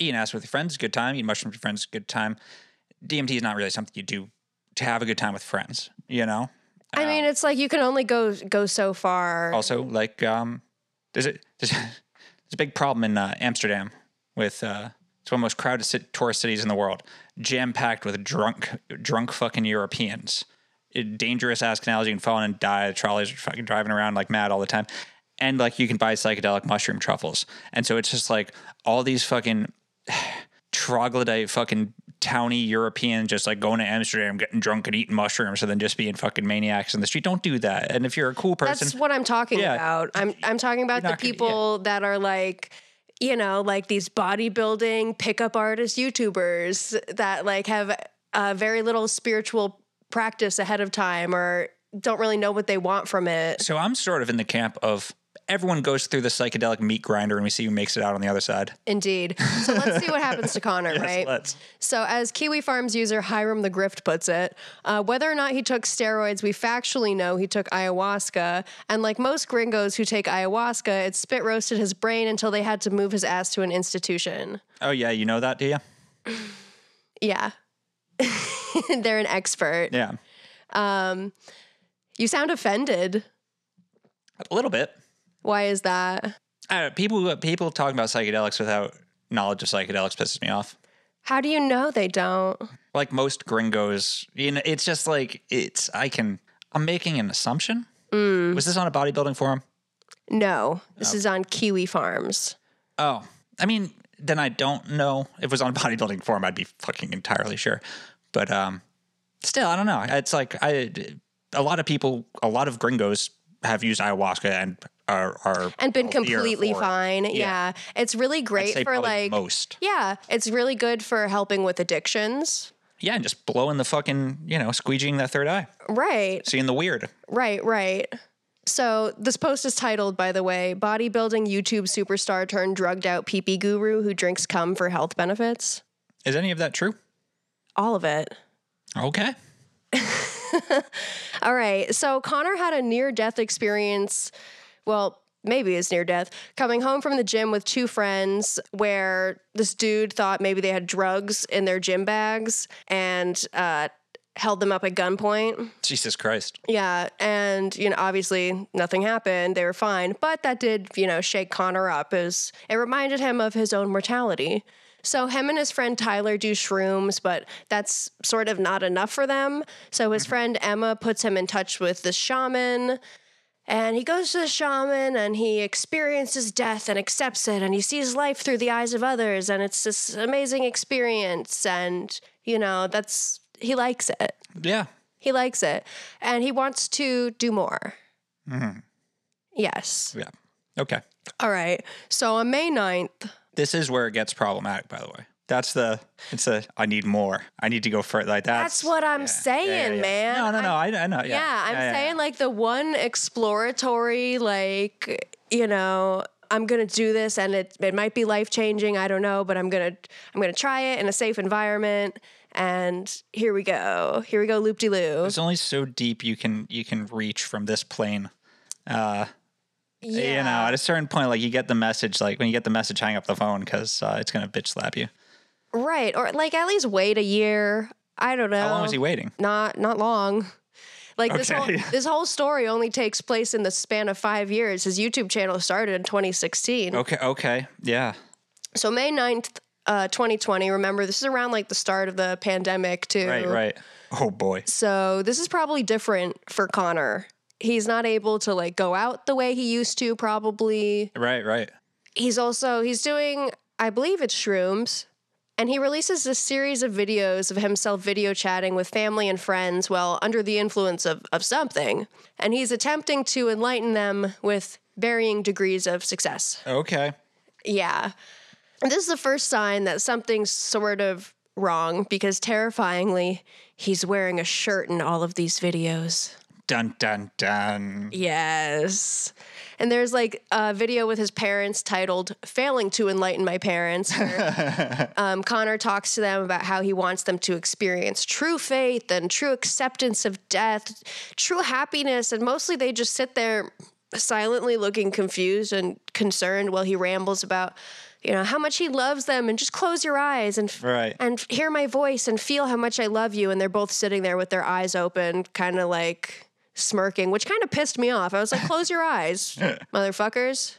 [SPEAKER 2] eating ass with your friends, good time. Eating mushrooms with your friends, good time. DMT is not really something you do to have a good time with friends. You know.
[SPEAKER 1] I mean, it's like you can only go go so far.
[SPEAKER 2] Also, like, um, there's a there's, there's a big problem in uh, Amsterdam with uh, it's one of the most crowded cit- tourist cities in the world, jam packed with drunk drunk fucking Europeans. Uh, Dangerous ass canals you can fall in and die. The trolleys are fucking driving around like mad all the time, and like you can buy psychedelic mushroom truffles, and so it's just like all these fucking [sighs] troglodyte fucking towny European just like going to Amsterdam, getting drunk and eating mushrooms, and then just being fucking maniacs in the street. Don't do that. And if you're a cool person,
[SPEAKER 1] That's what I'm talking
[SPEAKER 2] Yeah.
[SPEAKER 1] about. I'm I'm talking about the
[SPEAKER 2] not gonna- yeah.
[SPEAKER 1] people that are like you know, like these bodybuilding pickup artist YouTubers that like have uh, very little spiritual practice ahead of time or don't really know what they want from it.
[SPEAKER 2] So I'm sort of in the camp of everyone goes through the psychedelic meat grinder and we see who makes it out on the other side.
[SPEAKER 1] Indeed. So let's see what happens to
[SPEAKER 2] [laughs]
[SPEAKER 1] Connor, right?
[SPEAKER 2] let's.
[SPEAKER 1] So, as Kiwi Farms user Hiram the Grift puts it, uh, whether or not he took steroids, we factually know he took ayahuasca. And like most gringos who take ayahuasca, it spit roasted his brain until they had to move his ass to an institution.
[SPEAKER 2] Oh yeah, you know that, do you?
[SPEAKER 1] Yeah. [laughs] They're an expert. Um,
[SPEAKER 2] Yeah.
[SPEAKER 1] You sound offended.
[SPEAKER 2] A little bit.
[SPEAKER 1] Why is that?
[SPEAKER 2] I don't know, people uh, people talking about psychedelics without knowledge of psychedelics pisses me off.
[SPEAKER 1] How do you know they don't?
[SPEAKER 2] Like most gringos, you know, it's just like it's I can I'm making an assumption. Was this on a bodybuilding forum?
[SPEAKER 1] No, this is on Kiwi Farms.
[SPEAKER 2] Oh, I mean, then I don't know. If it was on a bodybuilding forum, I'd be fucking entirely sure. But um, still, I don't know. It's like I, a lot of people, a lot of gringos have used ayahuasca and are are
[SPEAKER 1] And been
[SPEAKER 2] healthier
[SPEAKER 1] completely
[SPEAKER 2] for it.
[SPEAKER 1] fine. Yeah. It's really
[SPEAKER 2] I'd
[SPEAKER 1] great
[SPEAKER 2] say
[SPEAKER 1] for
[SPEAKER 2] probably
[SPEAKER 1] like.
[SPEAKER 2] most.
[SPEAKER 1] Yeah, it's really good for helping with addictions.
[SPEAKER 2] Yeah, and just blowing the fucking you know squeegeeing that third eye,
[SPEAKER 1] Right,
[SPEAKER 2] seeing the weird.
[SPEAKER 1] right, right. So this post is titled, by the way, "Bodybuilding YouTube Superstar Turned Drugged Out Pee Pee Guru Who Drinks Cum for Health Benefits."
[SPEAKER 2] Is any of that true?
[SPEAKER 1] All of it.
[SPEAKER 2] Okay.
[SPEAKER 1] All right. So Connor had a near death experience. Well, maybe it's near death. Coming home from the gym with two friends, where this dude thought maybe they had drugs in their gym bags and uh, held them up at gunpoint.
[SPEAKER 2] Jesus Christ.
[SPEAKER 1] Yeah, and you know, obviously nothing happened. They were fine, but that did, you know, shake Connor up. Is it reminded him of his own mortality. So him and his friend Tyler do shrooms, but that's sort of not enough for them. So his friend Emma puts him in touch with this shaman. And he goes to the shaman and he experiences death and accepts it and he sees life through the eyes of others and it's this amazing experience and you know that's he likes it.
[SPEAKER 2] Yeah.
[SPEAKER 1] He likes it and he wants to do more. Yes.
[SPEAKER 2] Yeah. Mm-hmm. Okay.
[SPEAKER 1] All right. So on May 9th,
[SPEAKER 2] This is where it gets problematic, by the way. That's the. It's a. I need more. I need to go further. Like that's.
[SPEAKER 1] that's what I'm saying,
[SPEAKER 2] Yeah, yeah, yeah.
[SPEAKER 1] man.
[SPEAKER 2] No, no,
[SPEAKER 1] I'm-
[SPEAKER 2] no. I, I know. Yeah,
[SPEAKER 1] yeah, I'm
[SPEAKER 2] yeah,
[SPEAKER 1] saying like the one exploratory, like, you know, I'm gonna do this and it, it might be life changing, I don't know, but I'm gonna I'm gonna try it in a safe environment And here we go. Here we go, loop de loo.
[SPEAKER 2] It's only so deep you can you can reach from this plane. uh, You know, at a certain point, like you get the message, like when you get the message, hang up the phone because uh, it's gonna bitch slap you.
[SPEAKER 1] Right. Or like at least wait a year. I don't know.
[SPEAKER 2] How long was he waiting?
[SPEAKER 1] Not not long. Like this whole
[SPEAKER 2] Okay. [laughs]
[SPEAKER 1] this whole story only takes place in the span of five years. His YouTube channel started in 2016.
[SPEAKER 2] Okay, okay, yeah.
[SPEAKER 1] So May 9th, uh, 2020. Remember, this is around like the start of the pandemic too.
[SPEAKER 2] Right, right. Oh boy.
[SPEAKER 1] So this is probably different for Connor. He's not able to like go out the way he used to. Probably
[SPEAKER 2] Right, right.
[SPEAKER 1] he's also he's doing i believe it's shrooms and he releases a series of videos of himself video chatting with family and friends while under the influence of, of something and he's attempting to enlighten them with varying degrees of success
[SPEAKER 2] Okay.
[SPEAKER 1] yeah and this is the first sign that something's sort of wrong because terrifyingly he's wearing a shirt in all of these videos
[SPEAKER 2] Dun dun dun.
[SPEAKER 1] Yes. And there's like a video with his parents titled Failing to Enlighten My Parents. where, um, Connor talks to them about how he wants them to experience true faith and true acceptance of death, true happiness. And mostly they just sit there silently looking confused and concerned while he rambles about. You know how much he loves them, and just close your eyes and f-
[SPEAKER 2] Right.
[SPEAKER 1] and f- hear my voice and feel how much I love you. And they're both sitting there with their eyes open, kind of like smirking, which kind of pissed me off. I was like, close your
[SPEAKER 2] [laughs]
[SPEAKER 1] eyes, motherfuckers.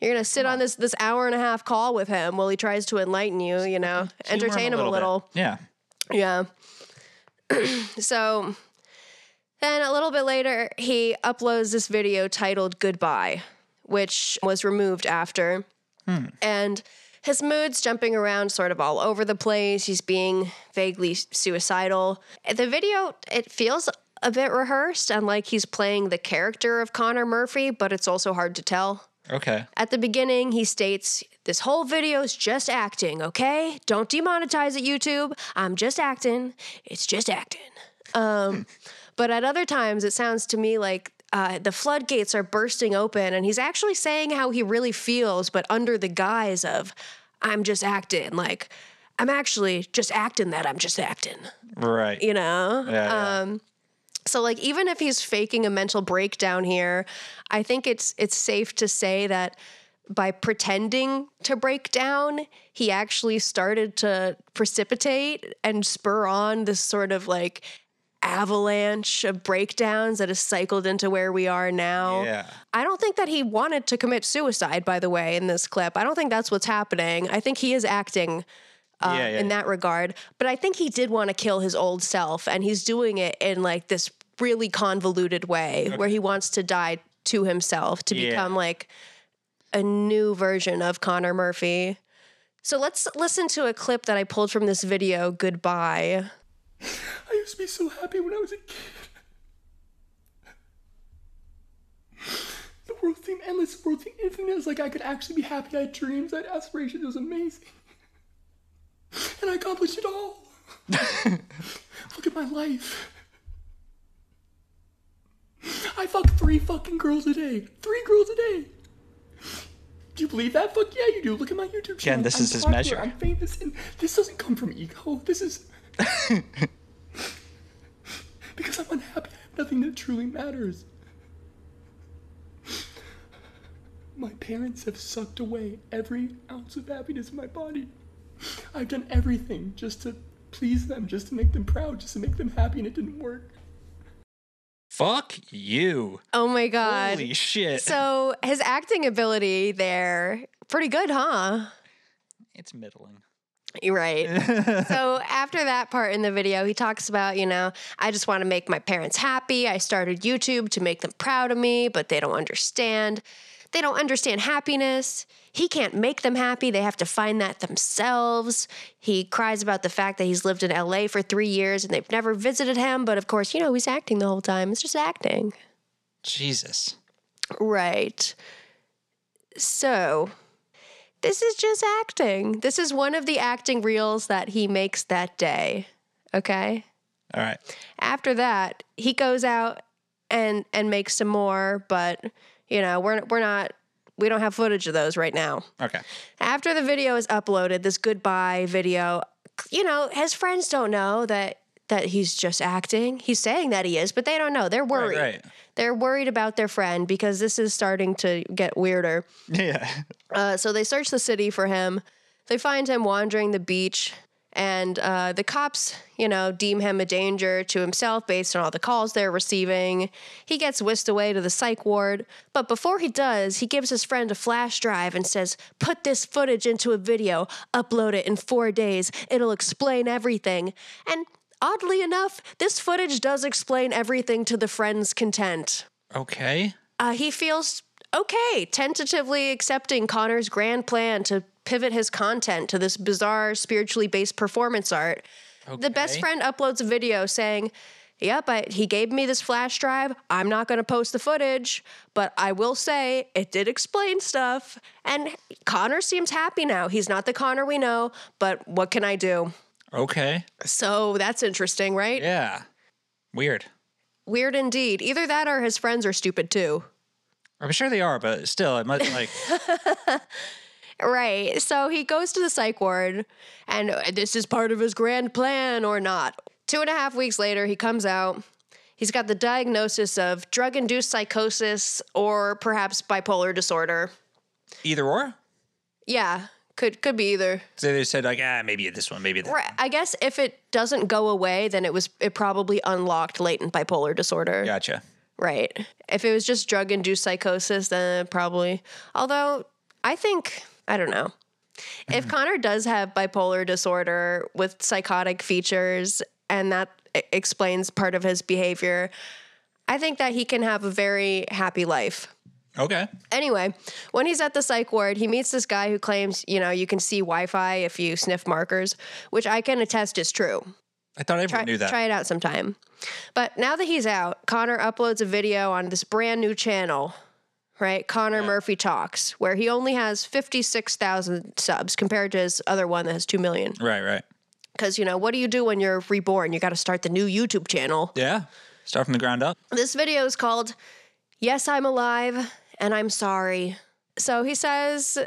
[SPEAKER 1] You're gonna sit on this this hour and a half call with him while he tries to enlighten you, you know,
[SPEAKER 2] Humor him
[SPEAKER 1] entertain him a
[SPEAKER 2] bit.
[SPEAKER 1] little.
[SPEAKER 2] Yeah.
[SPEAKER 1] Yeah. [clears throat] so then a little bit later, he uploads this video titled Goodbye, which was removed after.
[SPEAKER 2] Hmm.
[SPEAKER 1] And his mood's jumping around sort of all over the place. He's being vaguely suicidal. The video, it feels a bit rehearsed and like he's playing the character of Connor Murphy, but it's also hard to tell.
[SPEAKER 2] Okay.
[SPEAKER 1] At the beginning, he states, This whole video is just acting, okay? Don't demonetize it, YouTube. I'm just acting. It's just acting. Um, but at other times, it sounds to me like uh, the floodgates are bursting open, and he's actually saying how he really feels, but under the guise of, I'm just acting. Like, I'm actually just acting that I'm just acting,
[SPEAKER 2] Right.
[SPEAKER 1] you know?
[SPEAKER 2] yeah.
[SPEAKER 1] Um, so like even if he's faking a mental breakdown here, I think it's it's safe to say that by pretending to break down, he actually started to precipitate and spur on this sort of like avalanche of breakdowns that has cycled into where we are now.
[SPEAKER 2] Yeah.
[SPEAKER 1] I don't think that he wanted to commit suicide by the way in this clip. I don't think that's what's happening. I think he is acting uh,
[SPEAKER 2] Yeah, yeah,
[SPEAKER 1] in that regard. But I think he did want to kill his old self, and he's doing it in like this really convoluted way where he wants to die to himself to
[SPEAKER 2] Yeah.
[SPEAKER 1] become like a new version of Connor Murphy. So let's listen to a clip that I pulled from this video, Goodbye.
[SPEAKER 5] I used to be so happy when I was a kid. The world seemed endless, the world seemed infinite. It was like I could actually be happy. I had dreams, I had aspirations. It was amazing. And I accomplished
[SPEAKER 2] [laughs]
[SPEAKER 5] it all. Look at my life. I fuck three fucking girls a day. Three girls a day. Do you believe that? Fuck yeah, you do. Look at my YouTube channel.
[SPEAKER 2] this
[SPEAKER 5] I'm
[SPEAKER 2] is his
[SPEAKER 5] popular,
[SPEAKER 2] measure.
[SPEAKER 5] I'm famous, and this doesn't come from ego.
[SPEAKER 2] [laughs]
[SPEAKER 5] This is because I'm unhappy. I have nothing that truly matters. My parents have sucked away every ounce of happiness in my body. I've done everything just to please them, just to make them proud, just to make them happy, and it didn't work.
[SPEAKER 2] Fuck you.
[SPEAKER 1] Oh my God.
[SPEAKER 2] Holy shit.
[SPEAKER 1] so his acting ability there, pretty good, huh?
[SPEAKER 2] [laughs] it's middling.
[SPEAKER 1] You're right. [laughs] so after that part in the video, he talks about, you know, I just want to make my parents happy. I started YouTube to make them proud of me, but they don't understand. They don't understand happiness. He can't make them happy. They have to find that themselves. He cries about the fact that he's lived in LA for three years and they've never visited him. But of course, you know, he's acting the whole time. It's just acting.
[SPEAKER 2] [laughs] Jesus.
[SPEAKER 1] Right. So, this is just acting. This is one of the acting reels that he makes that day. Okay?
[SPEAKER 2] All right.
[SPEAKER 1] After that, he goes out and and makes some more, but you know, we're we're not we don't have footage of those right now.
[SPEAKER 2] Okay.
[SPEAKER 1] After the video is uploaded, this goodbye video, you know, his friends don't know that that he's just acting. He's saying that he is, but they don't know. They're worried.
[SPEAKER 2] right.
[SPEAKER 1] They're worried about their friend because this is starting to get weirder.
[SPEAKER 2] Yeah.
[SPEAKER 1] Uh, so they search the city for him. They find him wandering the beach, and uh, the cops, you know, deem him a danger to himself based on all the calls they're receiving. He gets whisked away to the psych ward, but before he does, he gives his friend a flash drive and says, Put this footage into a video, upload it in four days, it'll explain everything. And oddly enough, this footage does explain everything to the friend's content
[SPEAKER 2] [laughs] Okay.
[SPEAKER 1] uh, he feels okay, tentatively accepting Connor's grand plan to pivot his content to this bizarre, spiritually based performance art. The best
[SPEAKER 2] Okay.
[SPEAKER 1] friend uploads a video saying, Yep, I, he gave me this flash drive. I'm not going to post the footage, but I will say it did explain stuff. And Connor seems happy now. He's not the Connor we know, but what can I do?
[SPEAKER 2] Okay.
[SPEAKER 1] So that's interesting, right?
[SPEAKER 2] Yeah. Weird.
[SPEAKER 1] Weird indeed. Either that or his friends are stupid too.
[SPEAKER 2] I'm sure they are, but still, it
[SPEAKER 1] [laughs]
[SPEAKER 2] must like
[SPEAKER 1] Right. So he goes to the psych ward, and uh, this is part of his grand plan or not. Two and a half weeks later, he comes out. He's got the diagnosis of drug induced psychosis or perhaps bipolar disorder.
[SPEAKER 2] either or.
[SPEAKER 1] Yeah, could could be either.
[SPEAKER 2] So they said like, ah, maybe this one, maybe that.
[SPEAKER 1] Right. I guess if it doesn't go away, then it was it probably unlocked latent bipolar disorder.
[SPEAKER 2] Gotcha.
[SPEAKER 1] Right. If it was just drug induced psychosis, then probably. Although, I think, I don't know.
[SPEAKER 2] [laughs]
[SPEAKER 1] If Connor does have bipolar disorder with psychotic features and that e- explains part of his behavior, I think that he can have a very happy life.
[SPEAKER 2] Okay.
[SPEAKER 1] Anyway, when he's at the psych ward, he meets this guy who claims, you know, you can see Wi Fi if you sniff markers, which I can attest is true
[SPEAKER 2] I thought
[SPEAKER 1] try,
[SPEAKER 2] everyone knew that.
[SPEAKER 1] try it out sometime. But now that he's out, Connor uploads a video on this brand new channel, right? Connor Murphy Talks, where he only has 56,000 subs compared to his other one that has 2 million.
[SPEAKER 2] Right. Right.
[SPEAKER 1] Because, you know, what do you do when you're reborn? You got to start the new YouTube channel.
[SPEAKER 2] Yeah. Start from the ground up.
[SPEAKER 1] This video is called Yes, I'm Alive and I'm Sorry. So he says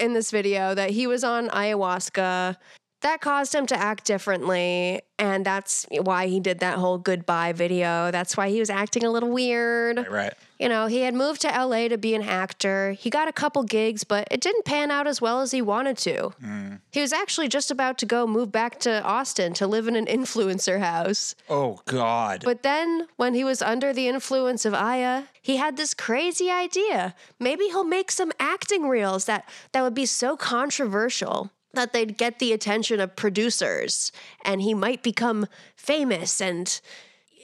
[SPEAKER 1] in this video that he was on ayahuasca. That caused him to act differently. And that's why he did that whole goodbye video. That's why he was acting a little weird.
[SPEAKER 2] Right. Right.
[SPEAKER 1] You know, he had moved to LA to be an actor. He got a couple gigs, but it didn't pan out as well as he wanted to.
[SPEAKER 2] Mm.
[SPEAKER 1] He was actually just about to go move back to Austin to live in an influencer house.
[SPEAKER 2] Oh God.
[SPEAKER 1] But then, when he was under the influence of Aya, he had this crazy idea. Maybe he'll make some acting reels that that would be so controversial that they'd get the attention of producers and he might become famous and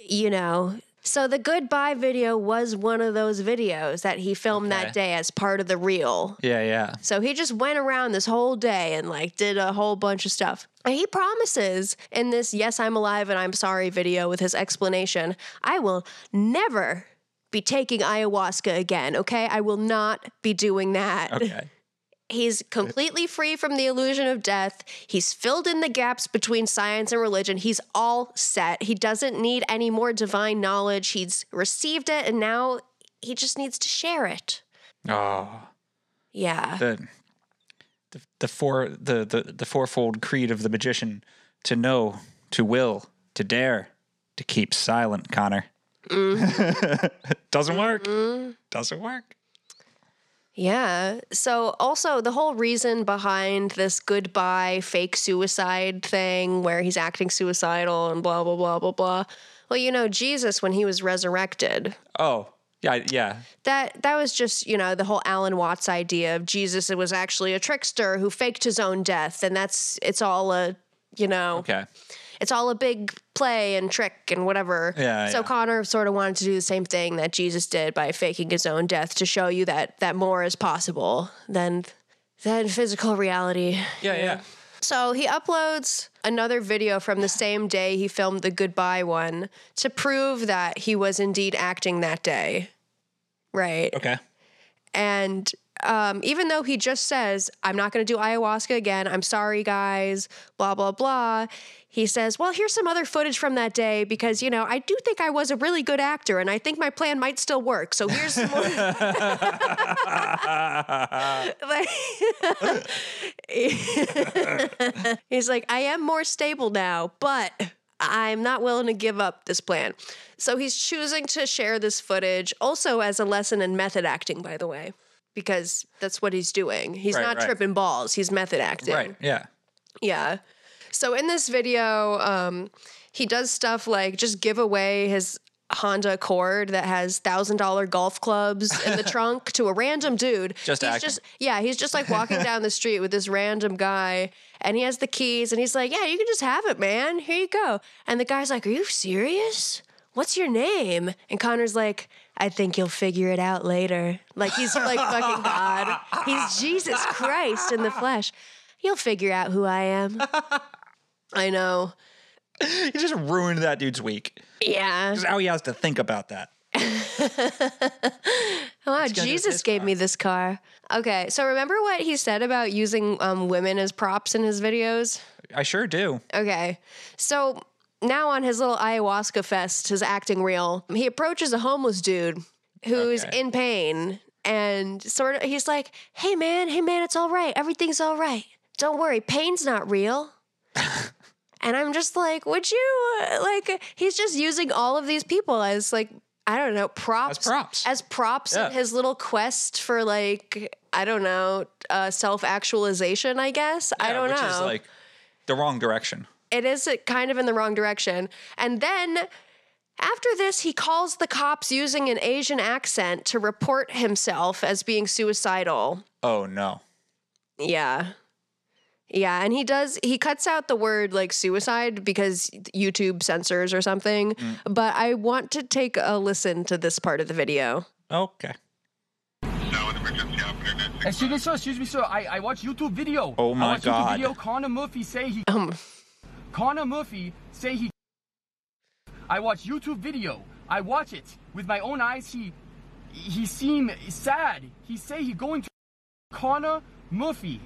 [SPEAKER 1] you know. So the goodbye video was one of those videos that he filmed that day as part of the reel.
[SPEAKER 2] yeah. Yeah.
[SPEAKER 1] So he just went around this whole day and like did a whole bunch of stuff. And he promises in this Yes, I'm Alive and I'm Sorry video with his explanation I will never be taking ayahuasca again, okay? I will not be doing that.
[SPEAKER 2] Okay.
[SPEAKER 1] [laughs] He's completely free from the illusion of death. He's filled in the gaps between science and religion. He's all set. He doesn't need any more divine knowledge. He's received it and now he just needs to share it.
[SPEAKER 2] Oh.
[SPEAKER 1] Yeah.
[SPEAKER 2] The. The, the four the, the the fourfold creed of the magician to know to will to dare to keep silent connor
[SPEAKER 1] Mm-hmm.
[SPEAKER 2] [laughs] doesn't work doesn't work
[SPEAKER 1] Yeah. So, also, the whole reason behind this goodbye fake suicide thing where he's acting suicidal and blah, blah, blah, blah, blah. Well, you know, Jesus, when he was resurrected,
[SPEAKER 2] oh yeah I- yeah
[SPEAKER 1] that, that was just, you know, the whole Alan Watts idea of Jesus it was actually a trickster who faked his own death. And that's, it's all a, you know,
[SPEAKER 2] okay
[SPEAKER 1] it's all a big play and trick and whatever.
[SPEAKER 2] Yeah,
[SPEAKER 1] So
[SPEAKER 2] yeah.
[SPEAKER 1] Connor sort of wanted to do the same thing that Jesus did by faking his own death to show you that that more is possible than than physical reality.
[SPEAKER 2] yeah yeah
[SPEAKER 1] So he uploads another video from the same day he filmed the goodbye one to prove that he was indeed acting that day. Right. [laughs]
[SPEAKER 2] okay
[SPEAKER 1] And um, even though he just says, I'm not going to do ayahuasca again, I'm sorry, guys, blah, blah, blah, he says, Well, here's some other footage from that day because, you know, I do think I was a really good actor and I think my plan might still work. So here's [laughs] some more. like, He's like, I am more stable now, but I'm not willing to give up this plan. So he's choosing to share this footage also as a lesson in method acting, by the way, because that's what he's doing. He's
[SPEAKER 2] Right,
[SPEAKER 1] not
[SPEAKER 2] right.
[SPEAKER 1] tripping balls, he's method acting.
[SPEAKER 2] [laughs] Right. Yeah.
[SPEAKER 1] Yeah. So in this video, um, he does stuff like just give away his Honda Accord that has thousand dollar golf clubs in
[SPEAKER 2] [laughs]
[SPEAKER 1] the trunk to a random dude.
[SPEAKER 2] Just
[SPEAKER 1] he's
[SPEAKER 2] acting.
[SPEAKER 1] just yeah, he's just like walking down the street with this random guy, and he has the keys, and he's like, "Yeah, you can just have it, man. Here you go." And the guy's like, "Are you serious? What's your name?" And Connor's like. I think you'll figure it out later. Like he's like fucking God. He's Jesus Christ in the flesh. You'll figure out who I am. I know.
[SPEAKER 2] [laughs] He just ruined that dude's week.
[SPEAKER 1] Yeah.
[SPEAKER 2] Just how he has to think about that.
[SPEAKER 1] Wow,
[SPEAKER 2] gonna do with
[SPEAKER 1] Oh, Jesus
[SPEAKER 2] his
[SPEAKER 1] gave me this car. Okay, so remember what he said about using um, women as props in his videos?
[SPEAKER 2] I sure do.
[SPEAKER 1] Okay, so now on his little ayahuasca fest, his acting reel, he approaches a homeless dude who's
[SPEAKER 2] Okay.
[SPEAKER 1] in pain and sort of he's like, hey man, hey man, it's all right. Everything's all right. Don't worry, pain's not
[SPEAKER 2] [laughs]
[SPEAKER 1] real. And I'm just like, would you uh, like? He's just using all of these people as like, I don't know, props,
[SPEAKER 2] props.
[SPEAKER 1] as props
[SPEAKER 2] Yeah.
[SPEAKER 1] in his little quest for like, I don't know, uh, self actualization. I guess I
[SPEAKER 2] Yeah,
[SPEAKER 1] don't
[SPEAKER 2] which
[SPEAKER 1] know.
[SPEAKER 2] is like the wrong direction.
[SPEAKER 1] it is uh, kind of in the wrong direction. And then after this, he calls the cops using an Asian accent to report himself as being suicidal.
[SPEAKER 2] Oh no.
[SPEAKER 1] Yeah. Yeah, and he does he cuts out the word like suicide because YouTube censors or something. But I want to take a listen to this part of the video.
[SPEAKER 2] Okay.
[SPEAKER 4] Excuse me, sir. Excuse me, sir. I, I watched YouTube video.
[SPEAKER 2] Oh my
[SPEAKER 4] I watched
[SPEAKER 2] God.
[SPEAKER 4] YouTube video. Connor Murphy say he.
[SPEAKER 1] Um.
[SPEAKER 4] Connor Murphy say he. I watch YouTube video. I watch it with my own eyes. He, he seem sad. He say he going to. Connor Murphy.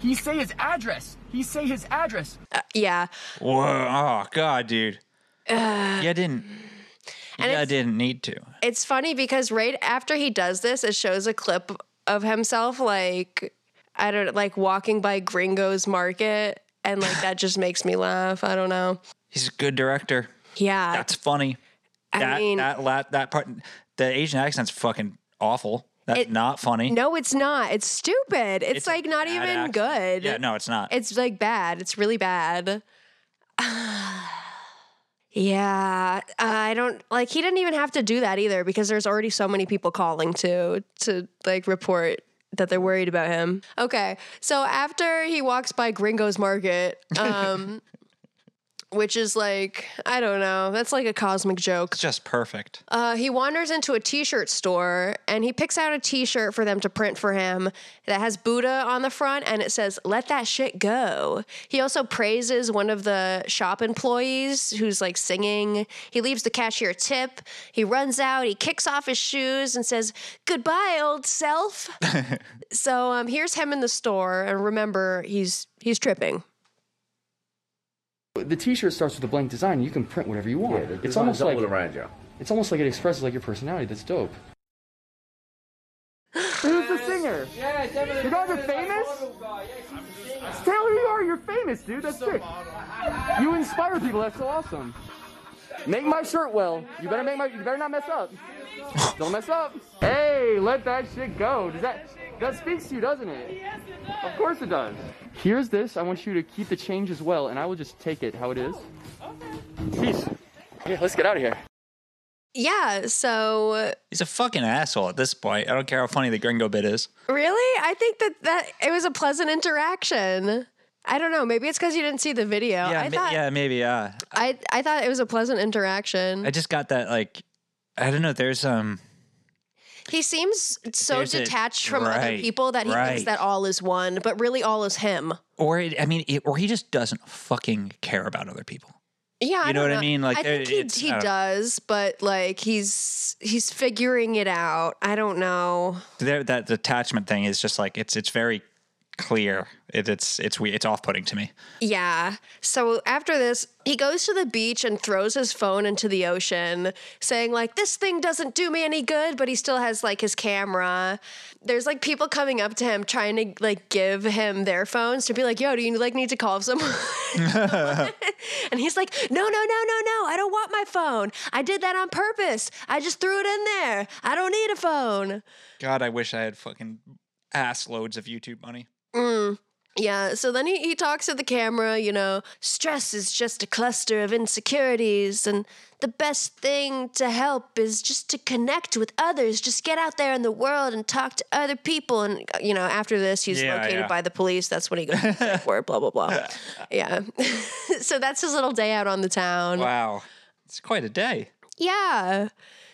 [SPEAKER 4] He say his address. He say his address.
[SPEAKER 1] Uh, yeah.
[SPEAKER 2] Whoa. Oh god, dude. yeah, didn't. Yeah,
[SPEAKER 1] Uh, it's-
[SPEAKER 2] didn't need to.
[SPEAKER 1] It's funny because right after he does this, it shows a clip of himself like I don't like walking by Gringo's Market and like that just makes me laugh. I don't know.
[SPEAKER 2] He's a good director.
[SPEAKER 1] Yeah.
[SPEAKER 2] That's funny.
[SPEAKER 1] I
[SPEAKER 2] that
[SPEAKER 1] mean-
[SPEAKER 2] that la- that part the Asian accent's fucking awful. That's
[SPEAKER 1] It-
[SPEAKER 2] not funny.
[SPEAKER 1] no, it's not. It's stupid. It's,
[SPEAKER 2] a
[SPEAKER 1] like not
[SPEAKER 2] bad
[SPEAKER 1] even
[SPEAKER 2] accent.
[SPEAKER 1] good.
[SPEAKER 2] Yeah, no, it's not.
[SPEAKER 1] It's like bad. It's really bad. [sighs] yeah, I don't like. He didn't even have to do that either because there's already so many people calling to to like report that they're worried about him. Okay, so after he walks by Gringo's
[SPEAKER 2] [laughs]
[SPEAKER 1] Market, um, which is like I don't know, that's like a cosmic joke.
[SPEAKER 2] it's just perfect.
[SPEAKER 1] Uh, he wanders into a t-shirt store and he picks out a t-shirt for them to print for him that has Buddha on the front and it says "Let that shit go." He also praises one of the shop employees who's like singing. He leaves the cashier a tip. He runs out. He kicks off his shoes and says "Goodbye, old self." so um, here's him in the store, and remember, he's he's tripping.
[SPEAKER 4] The T-shirt starts with a blank design. You can print whatever you want. it's almost like around you. It's almost like it expresses like your personality. That's dope.
[SPEAKER 7] Who's the singer? Yeah, you guys are famous? Tell who you are, you're famous, dude. That's sick.
[SPEAKER 4] You inspire people. That's so awesome.
[SPEAKER 7] Make my shirt well. You better make my you better not mess up. Don't mess up. Hey, let that shit go. Does that that speaks to you, doesn't it? Of course it does.
[SPEAKER 4] Here's this. I want you to keep the change as well, and I will just take it how it is. Peace. Yeah, let's get out of here.
[SPEAKER 1] Yeah. So
[SPEAKER 2] He's a fucking asshole at this point. I don't care how funny the gringo bit is.
[SPEAKER 1] Really? I think that that it was a pleasant interaction. I don't know. Maybe it's because you didn't see the video.
[SPEAKER 2] yeah,
[SPEAKER 1] I
[SPEAKER 2] ma-
[SPEAKER 1] thought
[SPEAKER 2] yeah, maybe. Yeah,
[SPEAKER 1] I, I thought it was a pleasant interaction.
[SPEAKER 2] I just got that like, I don't know. There's um,
[SPEAKER 1] he seems so
[SPEAKER 2] There's a-
[SPEAKER 1] detached from other
[SPEAKER 2] right,
[SPEAKER 1] people that he thinks
[SPEAKER 2] right.
[SPEAKER 1] that all is one, but really all is him.
[SPEAKER 2] or it, I mean, it, or he just doesn't fucking care about other people.
[SPEAKER 1] Yeah, I
[SPEAKER 2] You know
[SPEAKER 1] don't
[SPEAKER 2] what I mean? Like,
[SPEAKER 1] I
[SPEAKER 2] there-
[SPEAKER 1] think he,
[SPEAKER 2] it's-
[SPEAKER 1] he
[SPEAKER 2] I don't-
[SPEAKER 1] does, but like he's he's figuring it out. I don't know.
[SPEAKER 2] There, that detachment thing is just like it's it's very clear. It, it's it's we it's off putting
[SPEAKER 1] [laughs]
[SPEAKER 2] to me.
[SPEAKER 1] Yeah. So after this, he goes to the beach and throws his phone into the ocean, saying, like, this thing doesn't do me any good, but he still has like his camera. There's like people coming up to him trying to like give him their phones to be like, yo, do you like need to call someone? [laughs] and he's like, no, no, no, no, no. I don't want my phone. I did that on purpose. I just threw it in there. I don't need a phone.
[SPEAKER 2] God, I wish I had fucking ass loads of YouTube money.
[SPEAKER 1] Mm, Yeah, so then he, he talks to the camera, you know, stress is just a cluster of insecurities, and the best thing to help is just to connect with others. Just get out there in the world and talk to other people. And, uh, you know, after this, he's
[SPEAKER 2] Yeah,
[SPEAKER 1] located
[SPEAKER 2] yeah.
[SPEAKER 1] by the police. That's when he goes to the word, blah, blah, blah. Yeah. [laughs] so that's his little day out on the town.
[SPEAKER 2] [laughs] Wow, it's quite a day.
[SPEAKER 1] Yeah.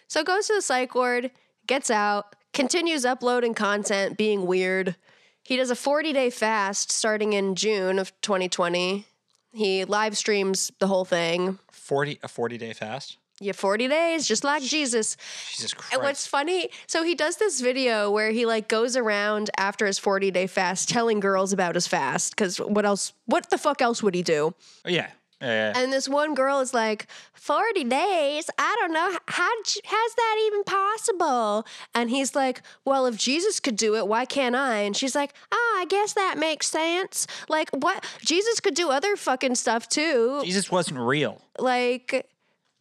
[SPEAKER 1] So goes to the psych ward, gets out, continues uploading content, being weird. He does a 40 day fast starting in June of 2020. He live streams the whole thing.
[SPEAKER 2] Forty a forty day fast.
[SPEAKER 1] Yeah, 40 days, just like Jesus.
[SPEAKER 2] Jesus Christ.
[SPEAKER 1] And what's funny, so he does this video where he like goes around after his 40 day fast telling girls about his fast. Cause what else, what the fuck else would he do?
[SPEAKER 2] Oh, yeah. Yeah, yeah, yeah.
[SPEAKER 1] And this one girl is like, 40 days? I don't know. How, how's that even possible? And he's like, Well, if Jesus could do it, why can't I? And she's like, Oh, I guess that makes sense. Like, what? Jesus could do other fucking stuff too.
[SPEAKER 2] Jesus wasn't real.
[SPEAKER 1] Like,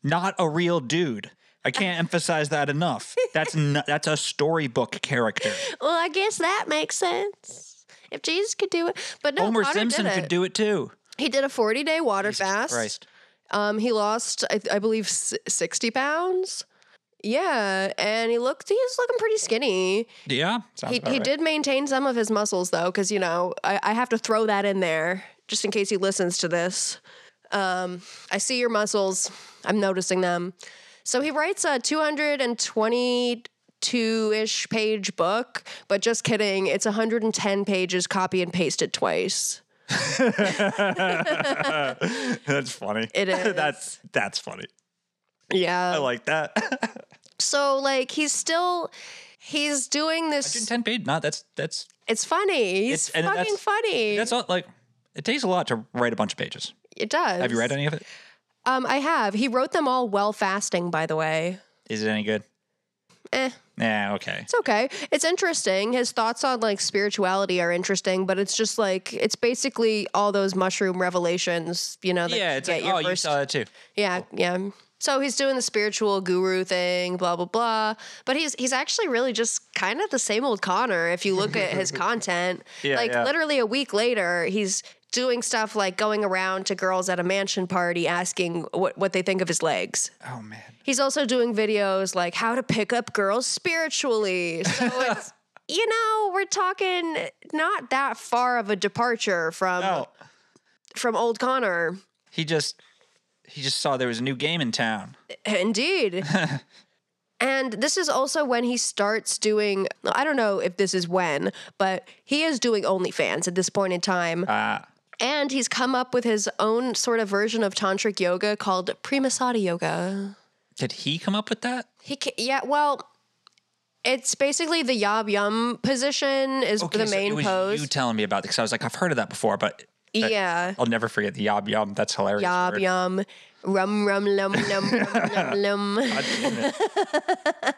[SPEAKER 2] Not a real dude. I can't emphasize that enough. That's n- that's a storybook character.
[SPEAKER 1] well, I guess that makes sense. If Jesus could do it. But [laughs] no,
[SPEAKER 2] Homer
[SPEAKER 1] Connor
[SPEAKER 2] Simpson
[SPEAKER 1] did it.
[SPEAKER 2] could do it too.
[SPEAKER 1] He did a 40 day water fast.
[SPEAKER 2] Christ.
[SPEAKER 1] Um, he lost, I, I believe, s- 60 pounds. Yeah, and he looked, he was looking pretty skinny.
[SPEAKER 2] Yeah. sounds
[SPEAKER 1] He,
[SPEAKER 2] about
[SPEAKER 1] he
[SPEAKER 2] right.
[SPEAKER 1] did maintain some of his muscles though, because you know I, I have to throw that in there just in case he listens to this. Um, I see your muscles. I'm noticing them. So he writes a 222 ish page book, but just kidding. It's 110 pages, copy and pasted twice.
[SPEAKER 2] [laughs] That's funny.
[SPEAKER 1] [laughs] It is. Uh,
[SPEAKER 2] [laughs] that's that's funny.
[SPEAKER 1] Yeah.
[SPEAKER 2] I like [laughs] that.
[SPEAKER 1] so like he's still he's doing this.
[SPEAKER 2] Ten page. No, that's that's
[SPEAKER 1] It's funny. He's
[SPEAKER 2] It's- and
[SPEAKER 1] fucking
[SPEAKER 2] that's-
[SPEAKER 1] funny.
[SPEAKER 2] that's all, like it takes a lot to write a bunch of pages.
[SPEAKER 1] it does.
[SPEAKER 2] Have you read any of it?
[SPEAKER 1] Um, I have. He wrote them all while fasting, by the way.
[SPEAKER 2] Is it any good?
[SPEAKER 1] Eh.
[SPEAKER 2] Yeah. Okay.
[SPEAKER 1] It's okay. It's interesting. His thoughts on like spirituality are interesting, but it's just like it's basically all those mushroom revelations, you know. That
[SPEAKER 2] yeah.
[SPEAKER 1] you
[SPEAKER 2] It's
[SPEAKER 1] get
[SPEAKER 2] like
[SPEAKER 1] your
[SPEAKER 2] oh, you
[SPEAKER 1] first-
[SPEAKER 2] saw that too.
[SPEAKER 1] yeah, yeah. So he's doing the spiritual guru thing, blah blah blah. But he's he's actually really just kind of the same old Connor if you look at
[SPEAKER 2] [laughs]
[SPEAKER 1] his content.
[SPEAKER 2] Yeah,
[SPEAKER 1] like
[SPEAKER 2] yeah.
[SPEAKER 1] literally a week later, he's doing stuff like going around to girls at a mansion party asking what, what they think of his legs.
[SPEAKER 2] Oh man.
[SPEAKER 1] He's also doing videos like how to pick up girls spiritually.
[SPEAKER 2] [laughs]
[SPEAKER 1] So it's, you know, we're talking not that far of a departure from
[SPEAKER 2] Oh,
[SPEAKER 1] from old Connor.
[SPEAKER 2] he just he just saw there was a new game in town.
[SPEAKER 1] [laughs] Indeed. and this is also when he starts doing I don't know if this is when, but he is doing OnlyFans at this point in time.
[SPEAKER 2] Ah.
[SPEAKER 1] and he's come up with his own sort of version of tantric yoga called Primasada yoga.
[SPEAKER 2] Did he come up with that?
[SPEAKER 1] He ca yeah, well, it's basically the yob yum position is the
[SPEAKER 2] so
[SPEAKER 1] main
[SPEAKER 2] it was
[SPEAKER 1] pose.
[SPEAKER 2] You telling me about it because I was like, I've heard of that before, but that-
[SPEAKER 1] yeah,
[SPEAKER 2] I'll never forget the yob yum. That's hilarious.
[SPEAKER 1] yob
[SPEAKER 2] word.
[SPEAKER 1] yum, rum rum lum lum
[SPEAKER 2] [laughs]
[SPEAKER 1] rum lum lum.
[SPEAKER 2] God damn it.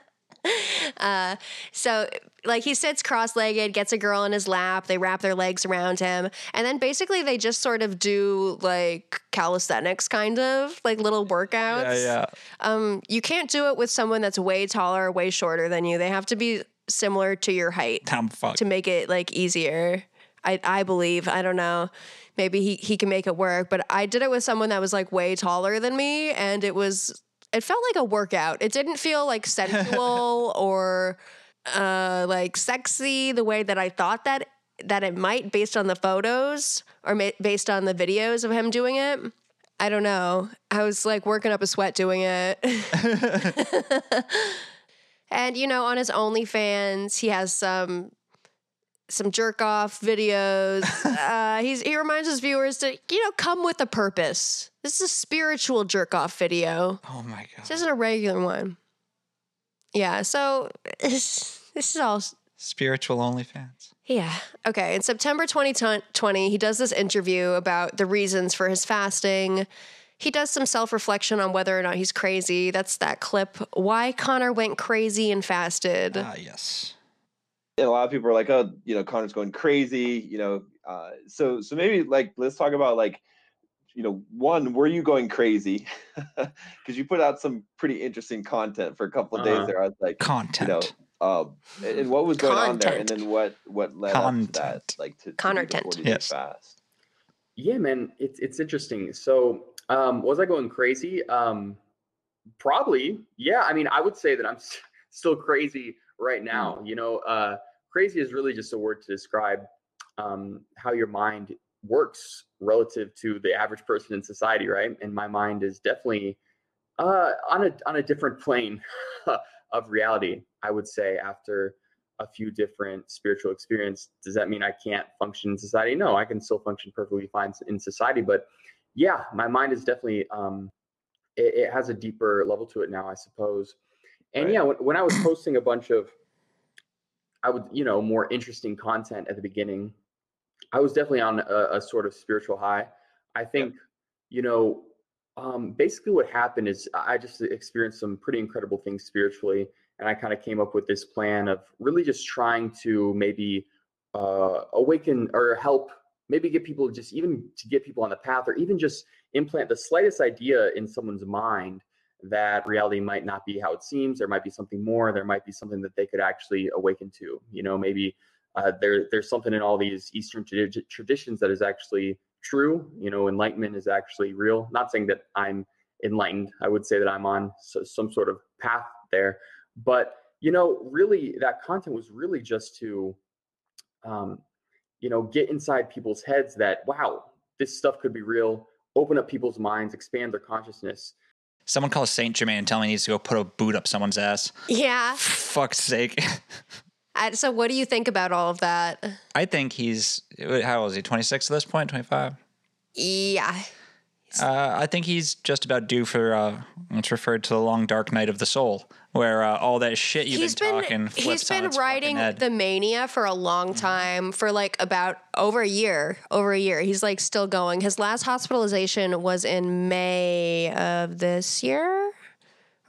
[SPEAKER 1] Uh, So like he sits cross-legged, gets a girl in his lap, they wrap their legs around him, and then basically they just sort of do like calisthenics kind of, like little workouts.
[SPEAKER 2] yeah, yeah.
[SPEAKER 1] Um you can't do it with someone that's way taller, way shorter than you. They have to be similar to your height.
[SPEAKER 2] I'm fucked.
[SPEAKER 1] to make it like easier. I I believe. I don't know. Maybe he he can make it work, but I did it with someone that was like way taller than me and it was it felt like a workout. It didn't feel like sensual or uh like sexy the way that I thought that that it might based on the photos or ma- based on the videos of him doing it. I don't know. I was like working up a sweat doing
[SPEAKER 2] [laughs]
[SPEAKER 1] it. And you know, on his OnlyFans, he has some some jerk off
[SPEAKER 2] [laughs]
[SPEAKER 1] videos. uh, he's he reminds his viewers to you know come with a purpose. This is a spiritual jerk off video.
[SPEAKER 2] Oh my
[SPEAKER 1] [laughs]
[SPEAKER 2] god.
[SPEAKER 1] This isn't a regular one. Yeah. So this is all
[SPEAKER 2] Spiritual OnlyFans.
[SPEAKER 1] Yeah. Okay. In September 2020, he does this interview about the reasons for his fasting. He does some self reflection on whether or not he's crazy. That's that clip. Why Connor went crazy and fasted.
[SPEAKER 2] Ah, yes.
[SPEAKER 8] and a lot of people are like, oh, you know, Connor's going crazy, you know. Uh, so so maybe like let's talk about like, you know, one, were you going crazy? [laughs] Because you put out some pretty interesting content for a couple of days
[SPEAKER 2] Uh-huh.
[SPEAKER 8] there. I was like, you know,
[SPEAKER 2] Content.
[SPEAKER 8] um, and and what was going on there, and then what what led up to
[SPEAKER 2] Content.
[SPEAKER 8] that, like to, to
[SPEAKER 1] Connor
[SPEAKER 8] do the
[SPEAKER 1] tent.
[SPEAKER 8] 40-day
[SPEAKER 2] Yes.
[SPEAKER 8] fast.
[SPEAKER 9] Yeah, man, it's it's interesting. So, um, was I going crazy? Um, probably. Yeah, I mean, I would say that I'm s- still crazy right now. You know, uh, crazy is really just a word to describe um, how your mind works relative to the average person in society, right? And my mind is definitely uh, on a on a different plane [laughs] of reality. I would say after a few different spiritual experience does that mean i can't function in society no i can still function perfectly fine s- in society but yeah my mind is definitely um it, it has a deeper level to it now i suppose and yeah when, when i was posting a bunch of i would you know more interesting content at the beginning i was definitely on a, a sort of spiritual high i think you know um basically what happened is i I just experienced some pretty incredible things spiritually and I kind of came up with this plan of really just trying to maybe uh, awaken or help, maybe get people just even to get people on the path, or even just implant the slightest idea in someone's mind that reality might not be how it seems. There might be something more. There might be something that they could actually awaken to. You know, maybe uh, there there's something in all these Eastern tradi- traditions that is actually true. You know, enlightenment is actually real. Not saying that I'm enlightened. I would say that I'm on so, some sort of path there, but you know, really, that content was really just to, um, you know, get inside people's heads that wow, this stuff could be real. Open up people's minds, expand their consciousness,
[SPEAKER 2] Someone calls Saint Germain and tell me he needs to go put a boot up someone's ass.
[SPEAKER 1] Yeah.
[SPEAKER 2] Fuck's sake. [laughs]
[SPEAKER 1] I- So, what do you think about all of that?
[SPEAKER 2] I think he's how old is he? Twenty six at this point. Twenty five.
[SPEAKER 1] Yeah.
[SPEAKER 2] Uh, I think he's just about due for uh, what's referred to the long dark night of the soul, where uh, all that shit you've
[SPEAKER 1] He's
[SPEAKER 2] been,
[SPEAKER 1] been
[SPEAKER 2] talking flips
[SPEAKER 1] he's
[SPEAKER 2] on
[SPEAKER 1] been
[SPEAKER 2] its fucking
[SPEAKER 1] riding
[SPEAKER 2] head. Mm-hmm.
[SPEAKER 1] the mania for a long time for like about over a year over a year he's like still going his last hospitalization was in May of this year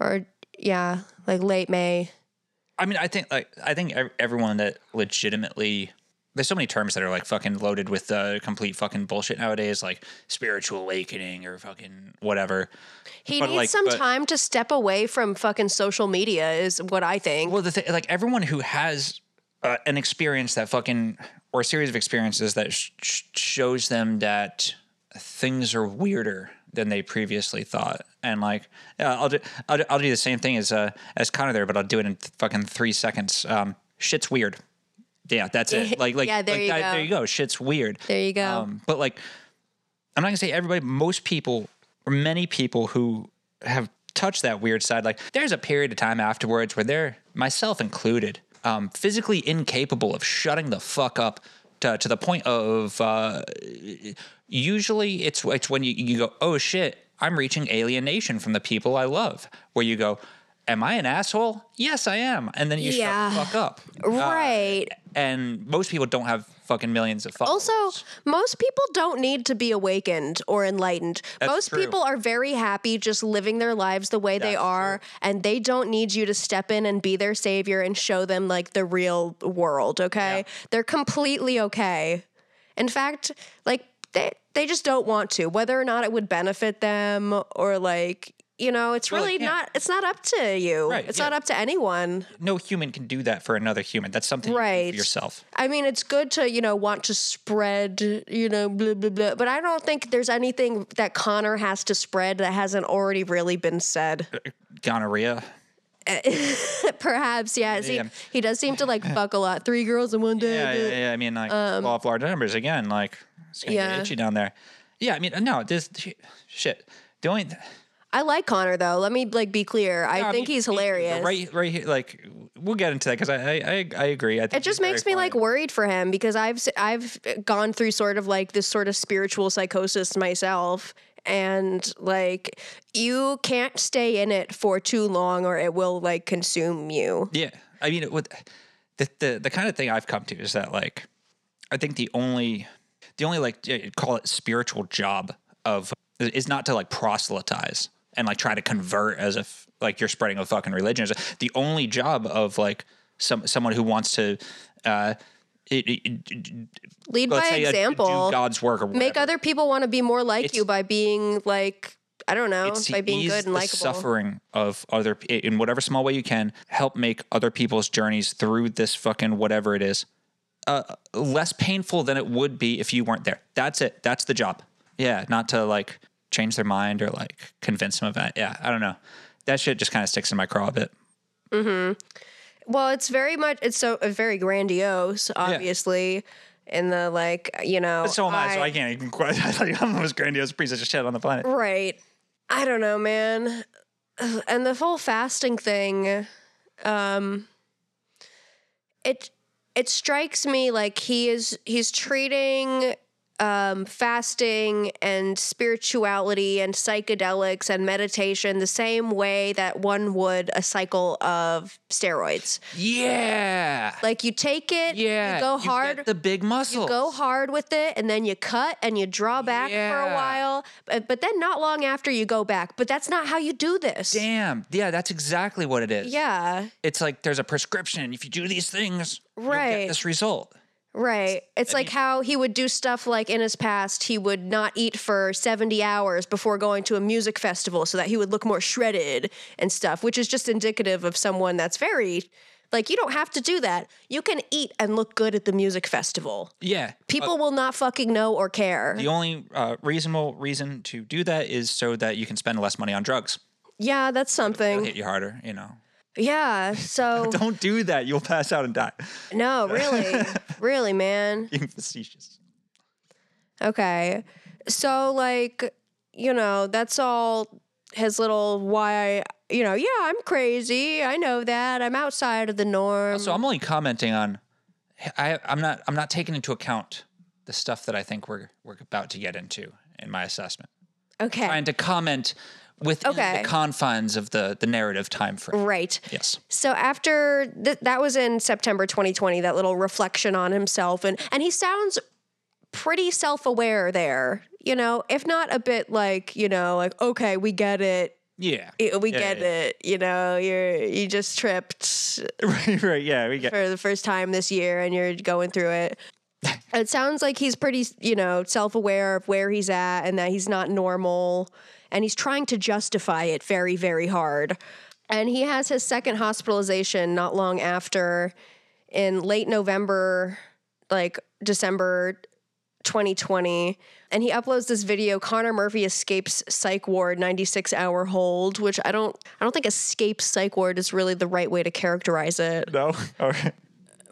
[SPEAKER 1] or yeah like late May
[SPEAKER 2] I mean, I think like I think ev- everyone that legitimately there's so many terms that are like fucking loaded with uh, complete fucking bullshit nowadays, like spiritual awakening or fucking whatever.
[SPEAKER 1] he
[SPEAKER 2] But,
[SPEAKER 1] needs
[SPEAKER 2] like,
[SPEAKER 1] some
[SPEAKER 2] but-
[SPEAKER 1] time to step away from fucking social media is what I think
[SPEAKER 2] Well, the thing, like everyone who has uh, an experience that fucking or a series of experiences that sh- sh- shows them that things are weirder than they previously thought, and like uh, I'll do I'll, do- I'll do the same thing as uh, as Connor there, but I'll do it in fucking three seconds. Um, shit's weird. Yeah,
[SPEAKER 1] [laughs]
[SPEAKER 2] that's it. Like like
[SPEAKER 1] Yeah, there
[SPEAKER 2] like
[SPEAKER 1] you
[SPEAKER 2] that-
[SPEAKER 1] go.
[SPEAKER 2] there you go. Shit's weird.
[SPEAKER 1] there you go
[SPEAKER 2] Um, but like, I'm not gonna say everybody. Most people, or many people who have touched that weird side, like there's a period of time afterwards where they're, myself included, um, physically incapable of shutting the fuck up to, to the point of uh, usually it's it's when you, you go, oh shit, I'm reaching alienation from the people I love, where you go. Am I an asshole? Yes, I am. And then you
[SPEAKER 1] Yeah.
[SPEAKER 2] shut the fuck up. Uh,
[SPEAKER 1] right
[SPEAKER 2] and most people don't have fucking millions of followers.
[SPEAKER 1] Also, most people don't need to be awakened or enlightened.
[SPEAKER 2] That's
[SPEAKER 1] most
[SPEAKER 2] true.
[SPEAKER 1] people are very happy just living their lives the way they
[SPEAKER 2] That's
[SPEAKER 1] are, and they don't need you to step in and be their savior and show them like the real world, okay? They're completely okay. In fact, like they they just don't want to, whether or not it would benefit them or like you know, it's
[SPEAKER 2] Well, they
[SPEAKER 1] really
[SPEAKER 2] can't.
[SPEAKER 1] not. It's not up to you.
[SPEAKER 2] Right,
[SPEAKER 1] it's
[SPEAKER 2] yeah.
[SPEAKER 1] not up to anyone.
[SPEAKER 2] no human can do that for another human. That's something you do for
[SPEAKER 1] Right.
[SPEAKER 2] yourself.
[SPEAKER 1] I mean, it's good to, you know, want to spread, you know, blah, blah, blah. But I don't think there's anything that Connor has to spread that hasn't already really been said.
[SPEAKER 2] Gonorrhea. Uh,
[SPEAKER 1] [laughs] Perhaps, yeah. See,
[SPEAKER 2] Yeah.
[SPEAKER 1] He does seem to like fuck a lot. Three girls in one day.
[SPEAKER 2] Yeah, yeah, yeah. I mean, like law of large numbers again. Like it's
[SPEAKER 1] Um,
[SPEAKER 2] gonna
[SPEAKER 1] Yeah.
[SPEAKER 2] get itchy down there. Yeah, I mean, no, this shit. The only
[SPEAKER 1] I like Connor though. Let me like be clear. I
[SPEAKER 2] I
[SPEAKER 1] think
[SPEAKER 2] mean,
[SPEAKER 1] he's hilarious.
[SPEAKER 2] right, right here. Like we'll get into that because I, I, I, I agree. I think
[SPEAKER 1] It just
[SPEAKER 2] he's very
[SPEAKER 1] makes me like
[SPEAKER 2] funny.
[SPEAKER 1] worried for him because I've s- I've gone through sort of like this sort of spiritual psychosis myself and like you can't stay in it for too long or it will like consume you.
[SPEAKER 2] Yeah, I mean, it would. the, the the kind of thing I've come to is that like I think the only the only like yeah, you'd call it spiritual job of is not to like proselytize and like try to convert as if like you're spreading a fucking religion. The only job of like some someone who wants to uh, it- it- it-
[SPEAKER 1] Lead
[SPEAKER 2] let's
[SPEAKER 1] by
[SPEAKER 2] say, uh,
[SPEAKER 1] example.
[SPEAKER 2] do God's work or
[SPEAKER 1] Make
[SPEAKER 2] whatever.
[SPEAKER 1] other people want to be more like
[SPEAKER 2] It's-
[SPEAKER 1] you by being like I don't know,
[SPEAKER 2] it's to
[SPEAKER 1] by being
[SPEAKER 2] ease
[SPEAKER 1] good and
[SPEAKER 2] the
[SPEAKER 1] likable.
[SPEAKER 2] suffering of other in whatever small way you can help make other people's journeys through this fucking whatever it is uh, less painful than it would be if you weren't there that's it that's the job yeah not to like change their mind or like convince them of that yeah i don't know that shit just kind of sticks in my craw a bit
[SPEAKER 1] hmm Well, it's very much it's so it's very grandiose, obviously, in the like you know.
[SPEAKER 2] But so am I, so i can't even [laughs] quite i thought i'm the most grandiose piece of shit on the planet
[SPEAKER 1] Right. I don't know, man. [sighs] And the whole fasting thing, um, it it strikes me like he is he's treating um, fasting and spirituality and psychedelics and meditation the same way that one would a cycle of steroids.
[SPEAKER 2] yeah
[SPEAKER 1] Like you take it,
[SPEAKER 2] Yeah,
[SPEAKER 1] you go
[SPEAKER 2] you get
[SPEAKER 1] hard,
[SPEAKER 2] the big
[SPEAKER 1] You
[SPEAKER 2] muscles.
[SPEAKER 1] go hard with it, and then you cut and you draw back for a
[SPEAKER 2] Yeah.
[SPEAKER 1] while. uh, But, but then not long after you go back. But that's not how you do this.
[SPEAKER 2] damn yeah that's exactly what it is
[SPEAKER 1] Yeah, it's
[SPEAKER 2] it's like there's a prescription if you do these things you'll
[SPEAKER 1] Right.
[SPEAKER 2] get this result
[SPEAKER 1] right. It's like how he would do stuff like in his past, he would not eat for seventy hours before going to a music festival so that he would look more shredded and stuff, which is just indicative of someone that's very. Like, you don't have to do that. You can eat and look good at the music festival.
[SPEAKER 2] yeah
[SPEAKER 1] People will not fucking know or care.
[SPEAKER 2] Uh, The only uh, reasonable reason to do that is so that you can spend less money on drugs.
[SPEAKER 1] Yeah, that's
[SPEAKER 2] It'll
[SPEAKER 1] something.
[SPEAKER 2] hit you harder, you know. [laughs]
[SPEAKER 1] Yeah, so
[SPEAKER 2] Don't do that. You'll pass out and die. [laughs]
[SPEAKER 1] no, really, really, man.
[SPEAKER 2] Being facetious.
[SPEAKER 1] Okay, so like, you know, that's all his little why. You know, yeah, I'm crazy. I know that. I'm outside of the norm.
[SPEAKER 2] Oh, So I'm only commenting on. I, I'm not. I'm not taking into account the stuff that I think we're we're about to get into in my assessment.
[SPEAKER 1] okay,
[SPEAKER 2] Trying to comment within
[SPEAKER 1] Okay. Mm.
[SPEAKER 2] the confines of the the narrative time frame.
[SPEAKER 1] right.
[SPEAKER 2] Yes.
[SPEAKER 1] So after th- that was in September 2020, that little reflection on himself, and and he sounds pretty self-aware there. You know, if not a bit like you know, like okay, we get it.
[SPEAKER 2] Yeah.
[SPEAKER 1] Y- we
[SPEAKER 2] Yeah,
[SPEAKER 1] get
[SPEAKER 2] yeah, yeah.
[SPEAKER 1] it. You know, you're you just tripped
[SPEAKER 2] [laughs] right. [laughs] Right. Yeah. We get.
[SPEAKER 1] for the first time this year, and you're going through it. it sounds like he's pretty, you know, self-aware of where he's at, and that he's not normal, and he's trying to justify it very, very hard. And he has his second hospitalization not long after, in late November, like December 2020 and he uploads this video connor murphy escapes psych ward 96 hour hold which i don't i don't think escape psych ward is really the right way to characterize it
[SPEAKER 2] no [laughs] okay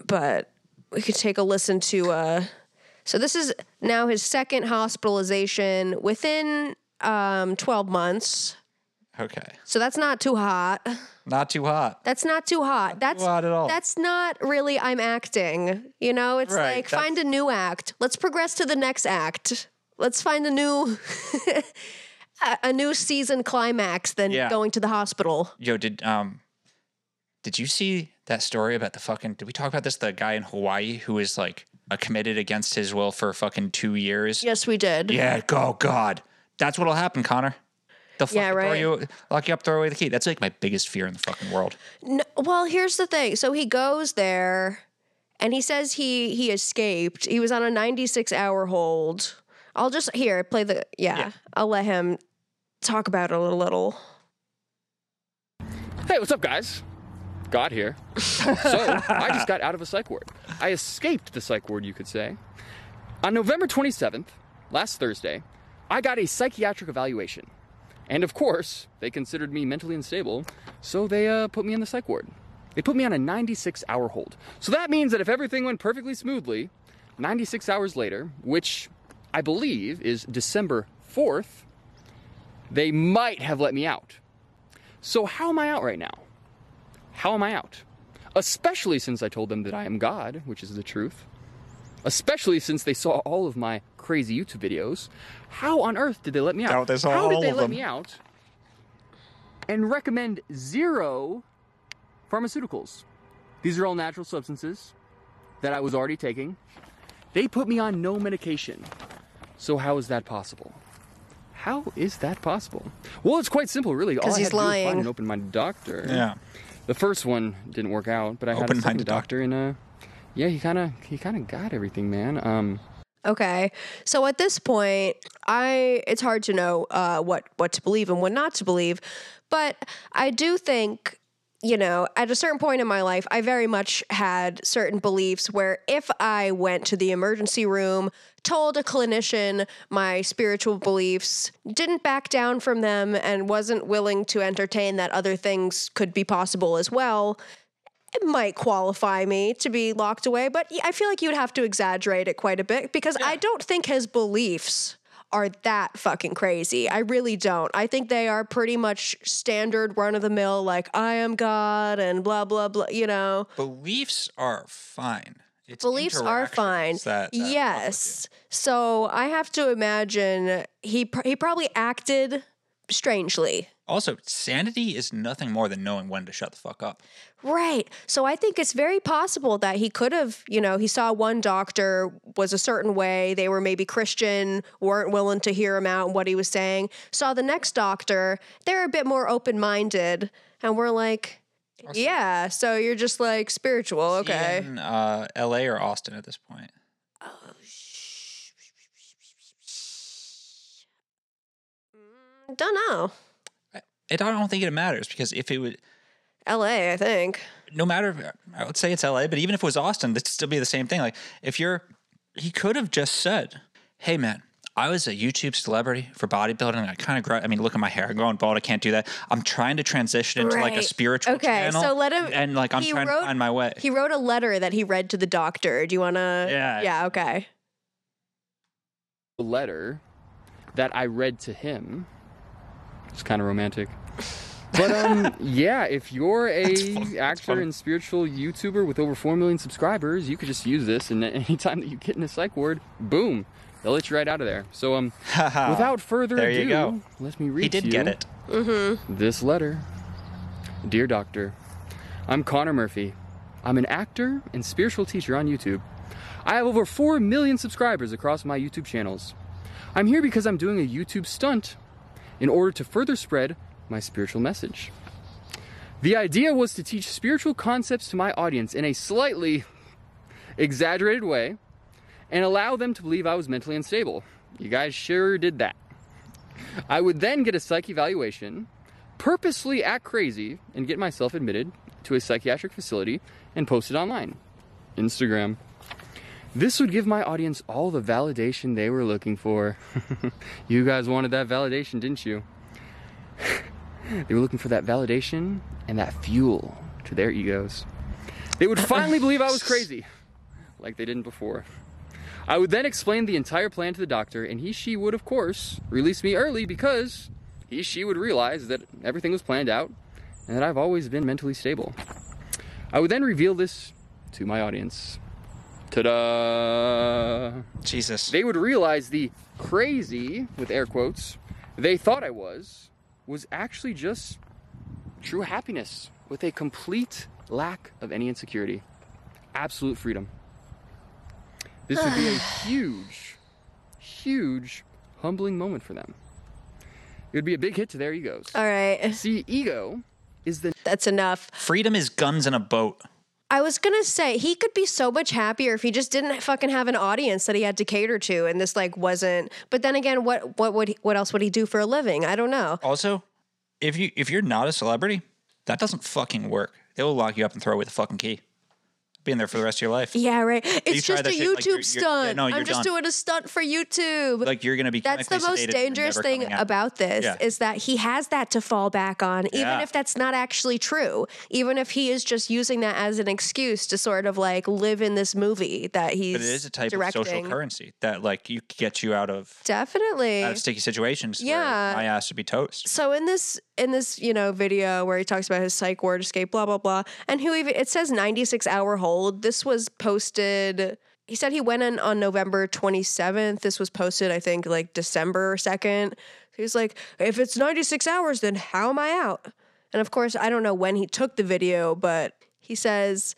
[SPEAKER 1] but we could take a listen to uh so this is now his second hospitalization within um 12 months
[SPEAKER 2] Okay.
[SPEAKER 1] so that's not too hot
[SPEAKER 2] Not too hot.
[SPEAKER 1] that's not too hot. That's
[SPEAKER 2] hot at all.
[SPEAKER 1] That's not really I'm acting. You know, it's
[SPEAKER 2] Right,
[SPEAKER 1] like
[SPEAKER 2] that's-
[SPEAKER 1] find a new act. Let's progress to the next act. Let's find a new [laughs] a, a new season climax than
[SPEAKER 2] Yeah.
[SPEAKER 1] going to the hospital.
[SPEAKER 2] Yo, did um, did you see that story about the fucking? Did we talk about this? The guy in Hawaii who is like uh, committed against his will for fucking two years.
[SPEAKER 1] Yes, we did.
[SPEAKER 2] Yeah. Go God. That's what'll happen, Connor. They'll fucking
[SPEAKER 1] Yeah,
[SPEAKER 2] throw
[SPEAKER 1] right.
[SPEAKER 2] you, lock you up, throw away the key. That's like my biggest fear in the fucking world.
[SPEAKER 1] No, well, here's the thing. So he goes there and he says he he escaped. He was on a 96 hour hold. I'll just here play the yeah. I'll let him talk about it a little.
[SPEAKER 9] Hey, what's up, guys? God here. so, I just got out of a psych ward. I escaped the psych ward, you could say. On November 27th, last Thursday, I got a psychiatric evaluation. And of course, they considered me mentally unstable, so they uh, put me in the psych ward. They put me on a 96 hour hold. So that means that if everything went perfectly smoothly, 96 hours later, which I believe is December 4th, they might have let me out. So, how am I out right now? How am I out? Especially since I told them that I am God, which is the truth. Especially since they saw all of my crazy YouTube videos. How on earth did they let me out?
[SPEAKER 2] Doubt they saw
[SPEAKER 9] how
[SPEAKER 2] all
[SPEAKER 9] did they
[SPEAKER 2] of
[SPEAKER 9] let
[SPEAKER 2] them.
[SPEAKER 9] me out and recommend zero pharmaceuticals? These are all natural substances that I was already taking. They put me on no medication. So how is that possible? How is that possible? Well, it's quite simple, really. All
[SPEAKER 1] 'Cause
[SPEAKER 9] I
[SPEAKER 1] he's
[SPEAKER 9] had to do was
[SPEAKER 1] lying.
[SPEAKER 9] find an open-minded doctor.
[SPEAKER 2] Yeah.
[SPEAKER 9] The first one didn't work out, but I had a
[SPEAKER 2] Open-minded
[SPEAKER 9] second doctor, and uh, yeah, he kind of he kind of got everything, man. Um,
[SPEAKER 1] Okay. So at this point, I it's hard to know uh, what what to believe and what not to believe, but I do think you know at a certain point in my life i very much had certain beliefs where if i went to the emergency room told a clinician my spiritual beliefs didn't back down from them and wasn't willing to entertain that other things could be possible as well it might qualify me to be locked away, but I feel like you'd have to exaggerate it quite a bit because I don't think his beliefs are that fucking crazy. I really don't. I think they are pretty much standard run of the mill, like I am God and blah, blah, blah, you know.
[SPEAKER 2] Beliefs are fine. It's
[SPEAKER 1] Beliefs are fine.
[SPEAKER 2] interactions that- that fuck with
[SPEAKER 1] yes. So I have to imagine he, pr- he probably acted strangely.
[SPEAKER 2] Also, sanity is nothing more than knowing when to shut the fuck up.
[SPEAKER 1] Right. So I think it's very possible that he could have, you know, he saw one doctor was a certain way. They were maybe Christian, weren't willing to hear him out and what he was saying. Saw the next doctor, they're a bit more open minded. And we're like, yeah. So you're just like spiritual. Okay.
[SPEAKER 2] In uh, L.A. or Austin at this point.
[SPEAKER 1] Don't know.
[SPEAKER 2] It, I don't think it matters because if it would,
[SPEAKER 1] LA, I think.
[SPEAKER 2] no matter, if- I would say it's L.A. But even if it was Austin, that'd still be the same thing. Like if you're, he could have just said, "Hey, man." I was a YouTube celebrity for bodybuilding. I kind of grow. I mean, look at my hair. I'm going bald. I can't do that. I'm trying to transition into like a
[SPEAKER 1] Right.
[SPEAKER 2] spiritual
[SPEAKER 1] okay,
[SPEAKER 2] channel.
[SPEAKER 1] so let him.
[SPEAKER 2] And like I'm
[SPEAKER 1] he
[SPEAKER 2] trying
[SPEAKER 1] wrote-
[SPEAKER 2] to find my way.
[SPEAKER 1] He wrote a letter that he read to the doctor. Do you want to?
[SPEAKER 9] Yeah.
[SPEAKER 1] Yeah. Okay.
[SPEAKER 9] the letter that I read to him. It's kind of romantic.
[SPEAKER 2] [laughs]
[SPEAKER 9] But um, yeah, if you're a actor and spiritual YouTuber with over four million subscribers, you could just use this, and [laughs] anytime that you get in a psych ward, boom, they'll let you right out of there.
[SPEAKER 2] [laughs]
[SPEAKER 9] So um, without further
[SPEAKER 2] There
[SPEAKER 9] ado,
[SPEAKER 2] you go.
[SPEAKER 9] let me read.
[SPEAKER 2] He did
[SPEAKER 9] you
[SPEAKER 2] get it.
[SPEAKER 1] Mm-hmm.
[SPEAKER 9] This letter. Dear Doctor, I'm Connor Murphy. I'm an actor and spiritual teacher on YouTube. I have over 4 million subscribers across my YouTube channels. I'm here because I'm doing a YouTube stunt in order to further spread my spiritual message. The idea was to teach spiritual concepts to my audience in a slightly exaggerated way and allow them to believe I was mentally unstable. You guys sure did that. I would then get a psych evaluation, purposely act crazy, and get myself admitted to a psychiatric facility and post it online. Instagram. This would give my audience all the validation they were looking for. you guys wanted that validation, didn't you? they were looking for that validation and that fuel to their egos. They would finally believe I was crazy, like they didn't before. I would then explain the entire plan to the doctor, and he she would, of course, release me early because he she would realize that everything was planned out and that I've always been mentally stable. I would then reveal this to my audience. Ta da!
[SPEAKER 2] Jesus.
[SPEAKER 9] They would realize the crazy, with air quotes, they thought I was, was actually just true happiness with a complete lack of any insecurity. Absolute freedom. This would be a huge, huge, humbling moment for them. It would be a big hit to their egos.
[SPEAKER 1] All right.
[SPEAKER 9] See, ego is the.
[SPEAKER 1] That's enough.
[SPEAKER 2] Freedom is guns in a boat.
[SPEAKER 1] I was gonna say he could be so much happier if he just didn't fucking have an audience that he had to cater to, and this like wasn't. But then again, what what would he, what else would he do for a living? I don't know.
[SPEAKER 2] Also, if you if you're not a celebrity, that doesn't fucking work. They will lock you up and throw away the fucking key. Be in there for the rest of your life.
[SPEAKER 1] Yeah, right.
[SPEAKER 2] You
[SPEAKER 1] It's
[SPEAKER 2] try
[SPEAKER 1] just a
[SPEAKER 2] that shit,
[SPEAKER 1] YouTube
[SPEAKER 2] like, you're- you're- yeah,
[SPEAKER 1] stunt.
[SPEAKER 2] no,
[SPEAKER 1] I'm
[SPEAKER 2] you're
[SPEAKER 1] just
[SPEAKER 2] done.
[SPEAKER 1] doing a stunt for YouTube.
[SPEAKER 2] Like you're gonna be.
[SPEAKER 1] that's the
[SPEAKER 2] chemically sedated
[SPEAKER 1] most
[SPEAKER 2] and
[SPEAKER 1] dangerous
[SPEAKER 2] never
[SPEAKER 1] thing
[SPEAKER 2] coming out.
[SPEAKER 1] about this
[SPEAKER 2] Yeah.
[SPEAKER 1] is that he has that to fall back on, even
[SPEAKER 2] Yeah.
[SPEAKER 1] if that's not actually true. Even if he is just using that as an excuse to sort of like live in this movie that he's
[SPEAKER 2] But it is a type
[SPEAKER 1] directing.
[SPEAKER 2] of social currency that like you gets you out of
[SPEAKER 1] Definitely.
[SPEAKER 2] out of sticky situations.
[SPEAKER 1] Yeah.
[SPEAKER 2] where my ass would be toast.
[SPEAKER 1] So in this in this you know video where he talks about his psych ward escape, blah blah blah, and who even it says ninety six hour hold. This was posted. He said he went in on November twenty seventh. This was posted, I think, like December second. He was like, if it's ninety six hours, then how am I out? And of course, I don't know when he took the video, but he says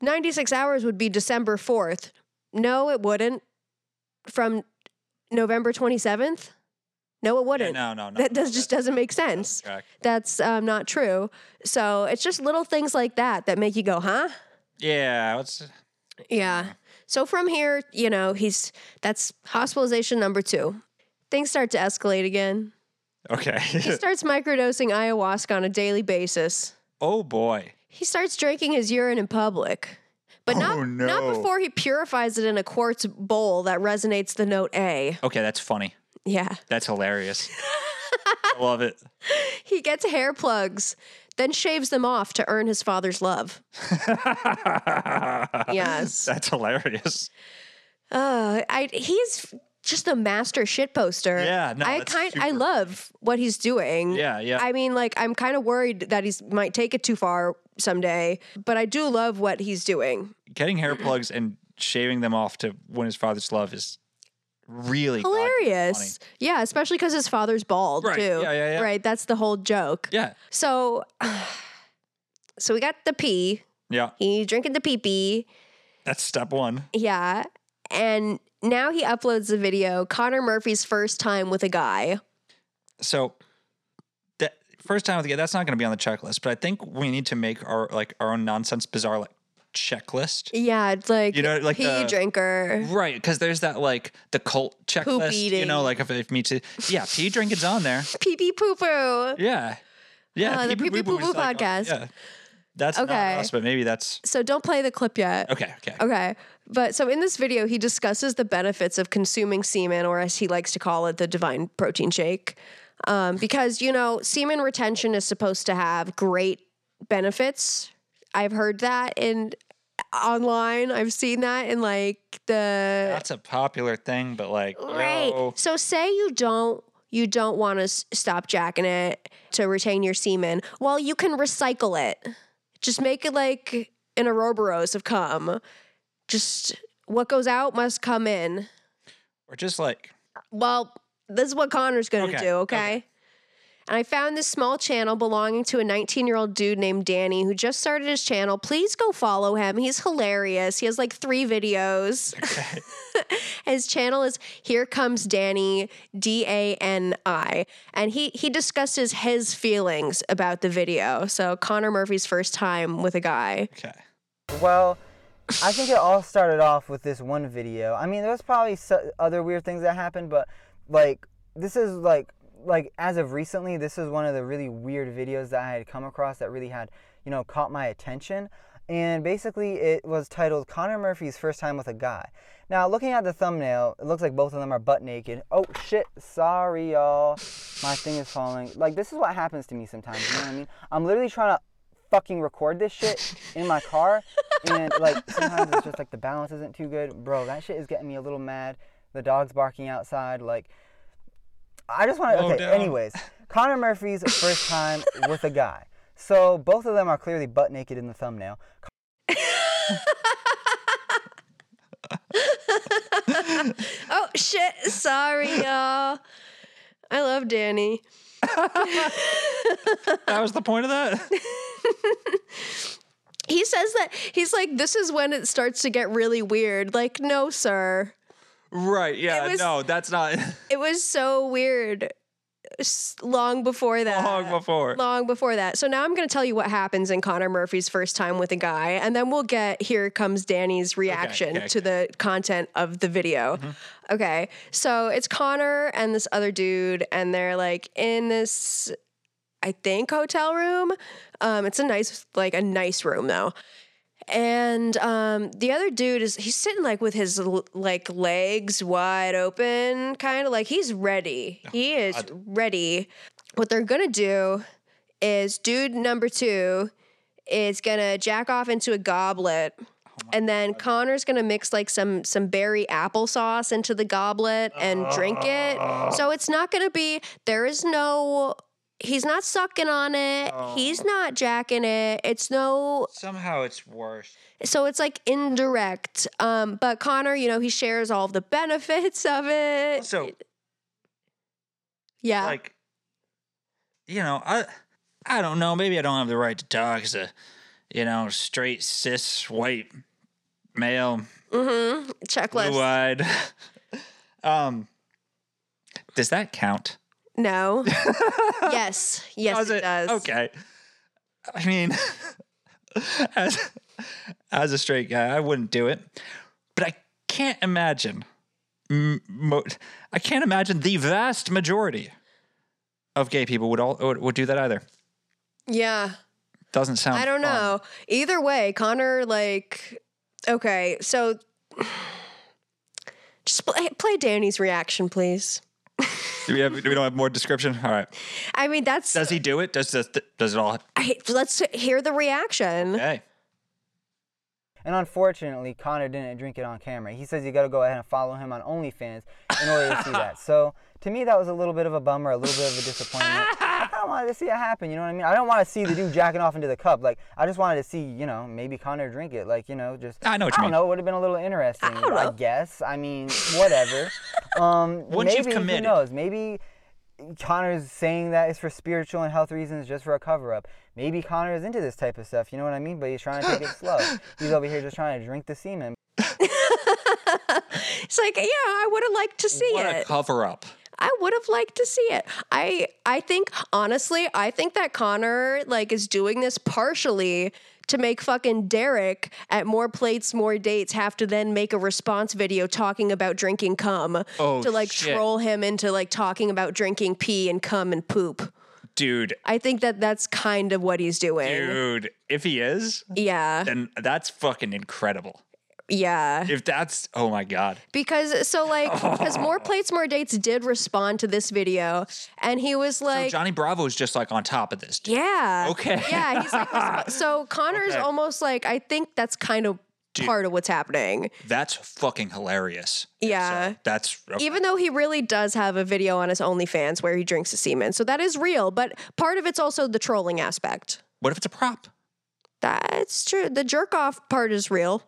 [SPEAKER 1] 96 hours would be December 4th. No, it wouldn't. From November 27th? No, it wouldn't.
[SPEAKER 2] no, no, no,
[SPEAKER 1] That does, just doesn't
[SPEAKER 2] [laughs]
[SPEAKER 1] make sense.
[SPEAKER 2] correct.
[SPEAKER 1] That's um, not true. So it's just little things like that that make you go, huh?
[SPEAKER 2] Yeah, what's Mm-hmm.
[SPEAKER 1] Yeah. So from here, you know, he's that's hospitalization number two. Things start to escalate
[SPEAKER 2] [laughs]
[SPEAKER 1] again. He
[SPEAKER 2] okay?
[SPEAKER 1] starts microdosing ayahuasca on a daily basis.
[SPEAKER 2] oh boy,
[SPEAKER 1] He starts drinking his urine in public, but not
[SPEAKER 2] Oh,
[SPEAKER 1] not
[SPEAKER 2] no.
[SPEAKER 1] before he purifies it in a quartz bowl that resonates the note A.
[SPEAKER 2] okay, that's funny.
[SPEAKER 1] Yeah. [laughs]
[SPEAKER 2] That's hilarious. I love it. [laughs]
[SPEAKER 1] He gets hair plugs, then shaves them off to earn his father's love. Yes.
[SPEAKER 2] that's hilarious.
[SPEAKER 1] Uh, I he's just a master shit poster.
[SPEAKER 2] Yeah, no,
[SPEAKER 1] I
[SPEAKER 2] that's
[SPEAKER 1] kind I
[SPEAKER 2] super-
[SPEAKER 1] love what he's doing.
[SPEAKER 2] Yeah, yeah.
[SPEAKER 1] I mean, like I'm kind of worried that he's might take it too far someday, but I do love what he's doing.
[SPEAKER 2] Getting hair plugs and shaving them off to win his father's love is really goddamn
[SPEAKER 1] Hilarious. Yeah, especially because his father's bald
[SPEAKER 2] Right,
[SPEAKER 1] too.
[SPEAKER 2] yeah, yeah, yeah.
[SPEAKER 1] Right. That's the whole joke.
[SPEAKER 2] Yeah.
[SPEAKER 1] So, [sighs] so we got the pee.
[SPEAKER 2] funny. Yeah,
[SPEAKER 1] He drinking the pee pee.
[SPEAKER 2] that's step one.
[SPEAKER 1] Yeah. And now he uploads the video, Connor Murphy's first time with a guy.
[SPEAKER 2] so that first time with the guy, that's not going to be on the checklist but i think we need to make our like our own nonsense bizarre like checklist
[SPEAKER 1] Yeah, it's like
[SPEAKER 2] You know, like
[SPEAKER 1] pee
[SPEAKER 2] the-
[SPEAKER 1] drinker.
[SPEAKER 2] right because there's that like the cult checklist you
[SPEAKER 1] eating.
[SPEAKER 2] know like if, if me too yeah pee drinking's
[SPEAKER 1] [laughs]
[SPEAKER 2] on there
[SPEAKER 1] Pee pee poo poo.
[SPEAKER 2] yeah yeah
[SPEAKER 1] Oh, the
[SPEAKER 2] pee-pee
[SPEAKER 1] Pee Pee
[SPEAKER 2] poo-poo
[SPEAKER 1] Poo
[SPEAKER 2] is,
[SPEAKER 1] Poo podcast.
[SPEAKER 2] yeah that's
[SPEAKER 1] Okay.
[SPEAKER 2] not us but maybe that's
[SPEAKER 1] So don't play the clip yet.
[SPEAKER 2] okay okay
[SPEAKER 1] Okay. But so in this video, he discusses the benefits of consuming semen, or as he likes to call it, the divine protein shake. Um, because, you know, semen retention is supposed to have great benefits. I've heard that in online. I've seen that in like the
[SPEAKER 2] that's a popular thing but like
[SPEAKER 1] Right.
[SPEAKER 2] yo,
[SPEAKER 1] So say you don't you don't want to s- stop jacking it to retain your semen. Well, you can recycle it. Just make it like an Ouroboros of cum. Just what goes out must come in.
[SPEAKER 2] or just
[SPEAKER 1] [laughs]
[SPEAKER 2] like
[SPEAKER 1] Well, this is what Connor's going to
[SPEAKER 2] Okay,
[SPEAKER 1] do, okay? And I found this small channel belonging to a 19 year old dude named Danny who just started his channel. Please go follow him. He's hilarious. He has like three videos. [laughs] his channel is Here Comes Danny, D A N I. And he, he discusses his feelings about the video. So, Connor Murphy's first time with a guy.
[SPEAKER 2] okay
[SPEAKER 10] Well, I think it all started off with this one video. I mean, there was probably so- other weird things that happened, but like this is like like as of recently, this is one of the really weird videos that I had come across that really had you know caught my attention. And basically, it was titled Connor Murphy's First Time with a Guy. Now, looking at the thumbnail, it looks like both of them are butt naked. Oh shit, sorry y'all. My thing is falling. Like, this is what happens to me sometimes, you know what I mean? I'm literally trying to fucking record this shit in my car and like sometimes it's just like the balance isn't too good bro that shit is getting me a little mad the dog's barking outside like i just want to
[SPEAKER 11] Slow
[SPEAKER 10] okay
[SPEAKER 11] down.
[SPEAKER 10] anyways connor murphy's first time with a guy so both of them are clearly butt naked in the thumbnail
[SPEAKER 1] Oh, shit. Sorry, y'all. I love
[SPEAKER 2] [laughs]
[SPEAKER 1] Danny.
[SPEAKER 2] that was the point of that [laughs]
[SPEAKER 1] He says that he's like, this is when it starts to get really weird. Like, no, sir.
[SPEAKER 2] right yeah
[SPEAKER 1] was-
[SPEAKER 2] no
[SPEAKER 1] [laughs]
[SPEAKER 2] that's not
[SPEAKER 1] It was so weird s- long before that.
[SPEAKER 2] [laughs] long before
[SPEAKER 1] Long before that. So now I'm going to tell you what happens in Connor Murphy's first time with a guy, and then we'll get here comes Danny's reaction
[SPEAKER 12] okay,
[SPEAKER 1] to the content of the video. Okay. So it's Connor and this other dude, and they're like in this, I think, hotel room. Um, it's a nice, like a nice room though. And um, the other dude is he's sitting like with his l- like legs wide open, kind of like he's ready. he is ready. What they're gonna do is dude number two is gonna jack off into a goblet.
[SPEAKER 2] Oh
[SPEAKER 1] and then Connor's gonna mix like some some berry applesauce into the goblet and drink it.
[SPEAKER 2] Ah.
[SPEAKER 1] So it's not gonna be there is no he's not sucking on it.
[SPEAKER 2] Oh.
[SPEAKER 1] He's not jacking it. It's no
[SPEAKER 2] somehow it's worse
[SPEAKER 1] so it's like indirect. Um, but Connor, you know, he shares all of the benefits of it.
[SPEAKER 2] so
[SPEAKER 1] yeah.
[SPEAKER 2] like you know i i don't know maybe i don't have the right to talk as a you know, straight cis white male,
[SPEAKER 1] Mm-hmm. Checklist.
[SPEAKER 2] blue eyed. [laughs] um, does that count? [laughs]
[SPEAKER 1] No. yes. Yes, it, does.
[SPEAKER 2] Okay. I mean, [laughs] as, as a straight guy, I wouldn't do it, but I can't imagine. m- Mo- I can't imagine the vast majority of gay people would all would, would do that either.
[SPEAKER 1] Yeah.
[SPEAKER 2] Doesn't sound.
[SPEAKER 1] I don't know. Either way, Connor, like, okay, so [sighs] just play, play Danny's reaction, please.
[SPEAKER 2] Do we have? Do we don't have more description? All right.
[SPEAKER 1] I mean, that's.
[SPEAKER 2] Does he do it? Does does, does it all?
[SPEAKER 1] I, let's hear the reaction.
[SPEAKER 2] Okay.
[SPEAKER 10] And unfortunately, Connor didn't drink it on camera. He says you got to go ahead and follow him on OnlyFans in order to see
[SPEAKER 2] [laughs]
[SPEAKER 10] that. So to me, that was a little bit of a bummer, a little bit of a disappointment. I kind of wanted to see it happen. You know what I mean? I don't want to see the dude jacking off into the cup. Like I just wanted to see, you know, maybe Connor drink it. Like you know, just
[SPEAKER 2] I know what
[SPEAKER 10] I
[SPEAKER 2] you mean.
[SPEAKER 10] don't know. Would have been a little interesting. I, guess. I mean, whatever. um,
[SPEAKER 2] [laughs] Once you've
[SPEAKER 10] maybe,
[SPEAKER 2] committed.
[SPEAKER 10] who knows? Maybe Connor's saying that it's for spiritual and health reasons, just for a cover up. Maybe Connor is into this type of stuff, you know what I mean? But he's trying to take it slow. He's over here just trying to drink the semen.
[SPEAKER 1] It's like, yeah, I would have liked to see
[SPEAKER 2] What a
[SPEAKER 1] it.
[SPEAKER 2] cover up.
[SPEAKER 1] I would have liked to see it. I I think honestly, I think that Connor like is doing this partially to make fucking Derek at more plates, more dates have to then make a response video talking about drinking cum
[SPEAKER 2] Oh,
[SPEAKER 1] to like
[SPEAKER 2] shit.
[SPEAKER 1] troll him into like talking about drinking pee and cum and poop.
[SPEAKER 2] Dude,
[SPEAKER 1] I think that that's kind of what he's doing.
[SPEAKER 2] dude, if he is,
[SPEAKER 1] Yeah.
[SPEAKER 2] then that's fucking incredible.
[SPEAKER 1] Yeah.
[SPEAKER 2] If that's oh my god.
[SPEAKER 1] Because so like because
[SPEAKER 2] [laughs]
[SPEAKER 1] more plates, more dates did respond to this video, and he was
[SPEAKER 2] So
[SPEAKER 1] like,
[SPEAKER 2] Johnny Bravo's just like on top of this. Dude.
[SPEAKER 1] Yeah.
[SPEAKER 2] Okay.
[SPEAKER 1] Yeah. He's like, resp-
[SPEAKER 2] [laughs]
[SPEAKER 1] so Connor's
[SPEAKER 2] Okay.
[SPEAKER 1] almost like, I think that's kind of part of what's happening.
[SPEAKER 2] That's fucking hilarious.
[SPEAKER 1] Yeah.
[SPEAKER 2] That's okay.
[SPEAKER 1] Even though he really does have a video on his OnlyFans where he drinks a semen. So that is real, but part of it's also the trolling aspect.
[SPEAKER 2] What if it's a prop?
[SPEAKER 1] That's true. The jerk off part is real.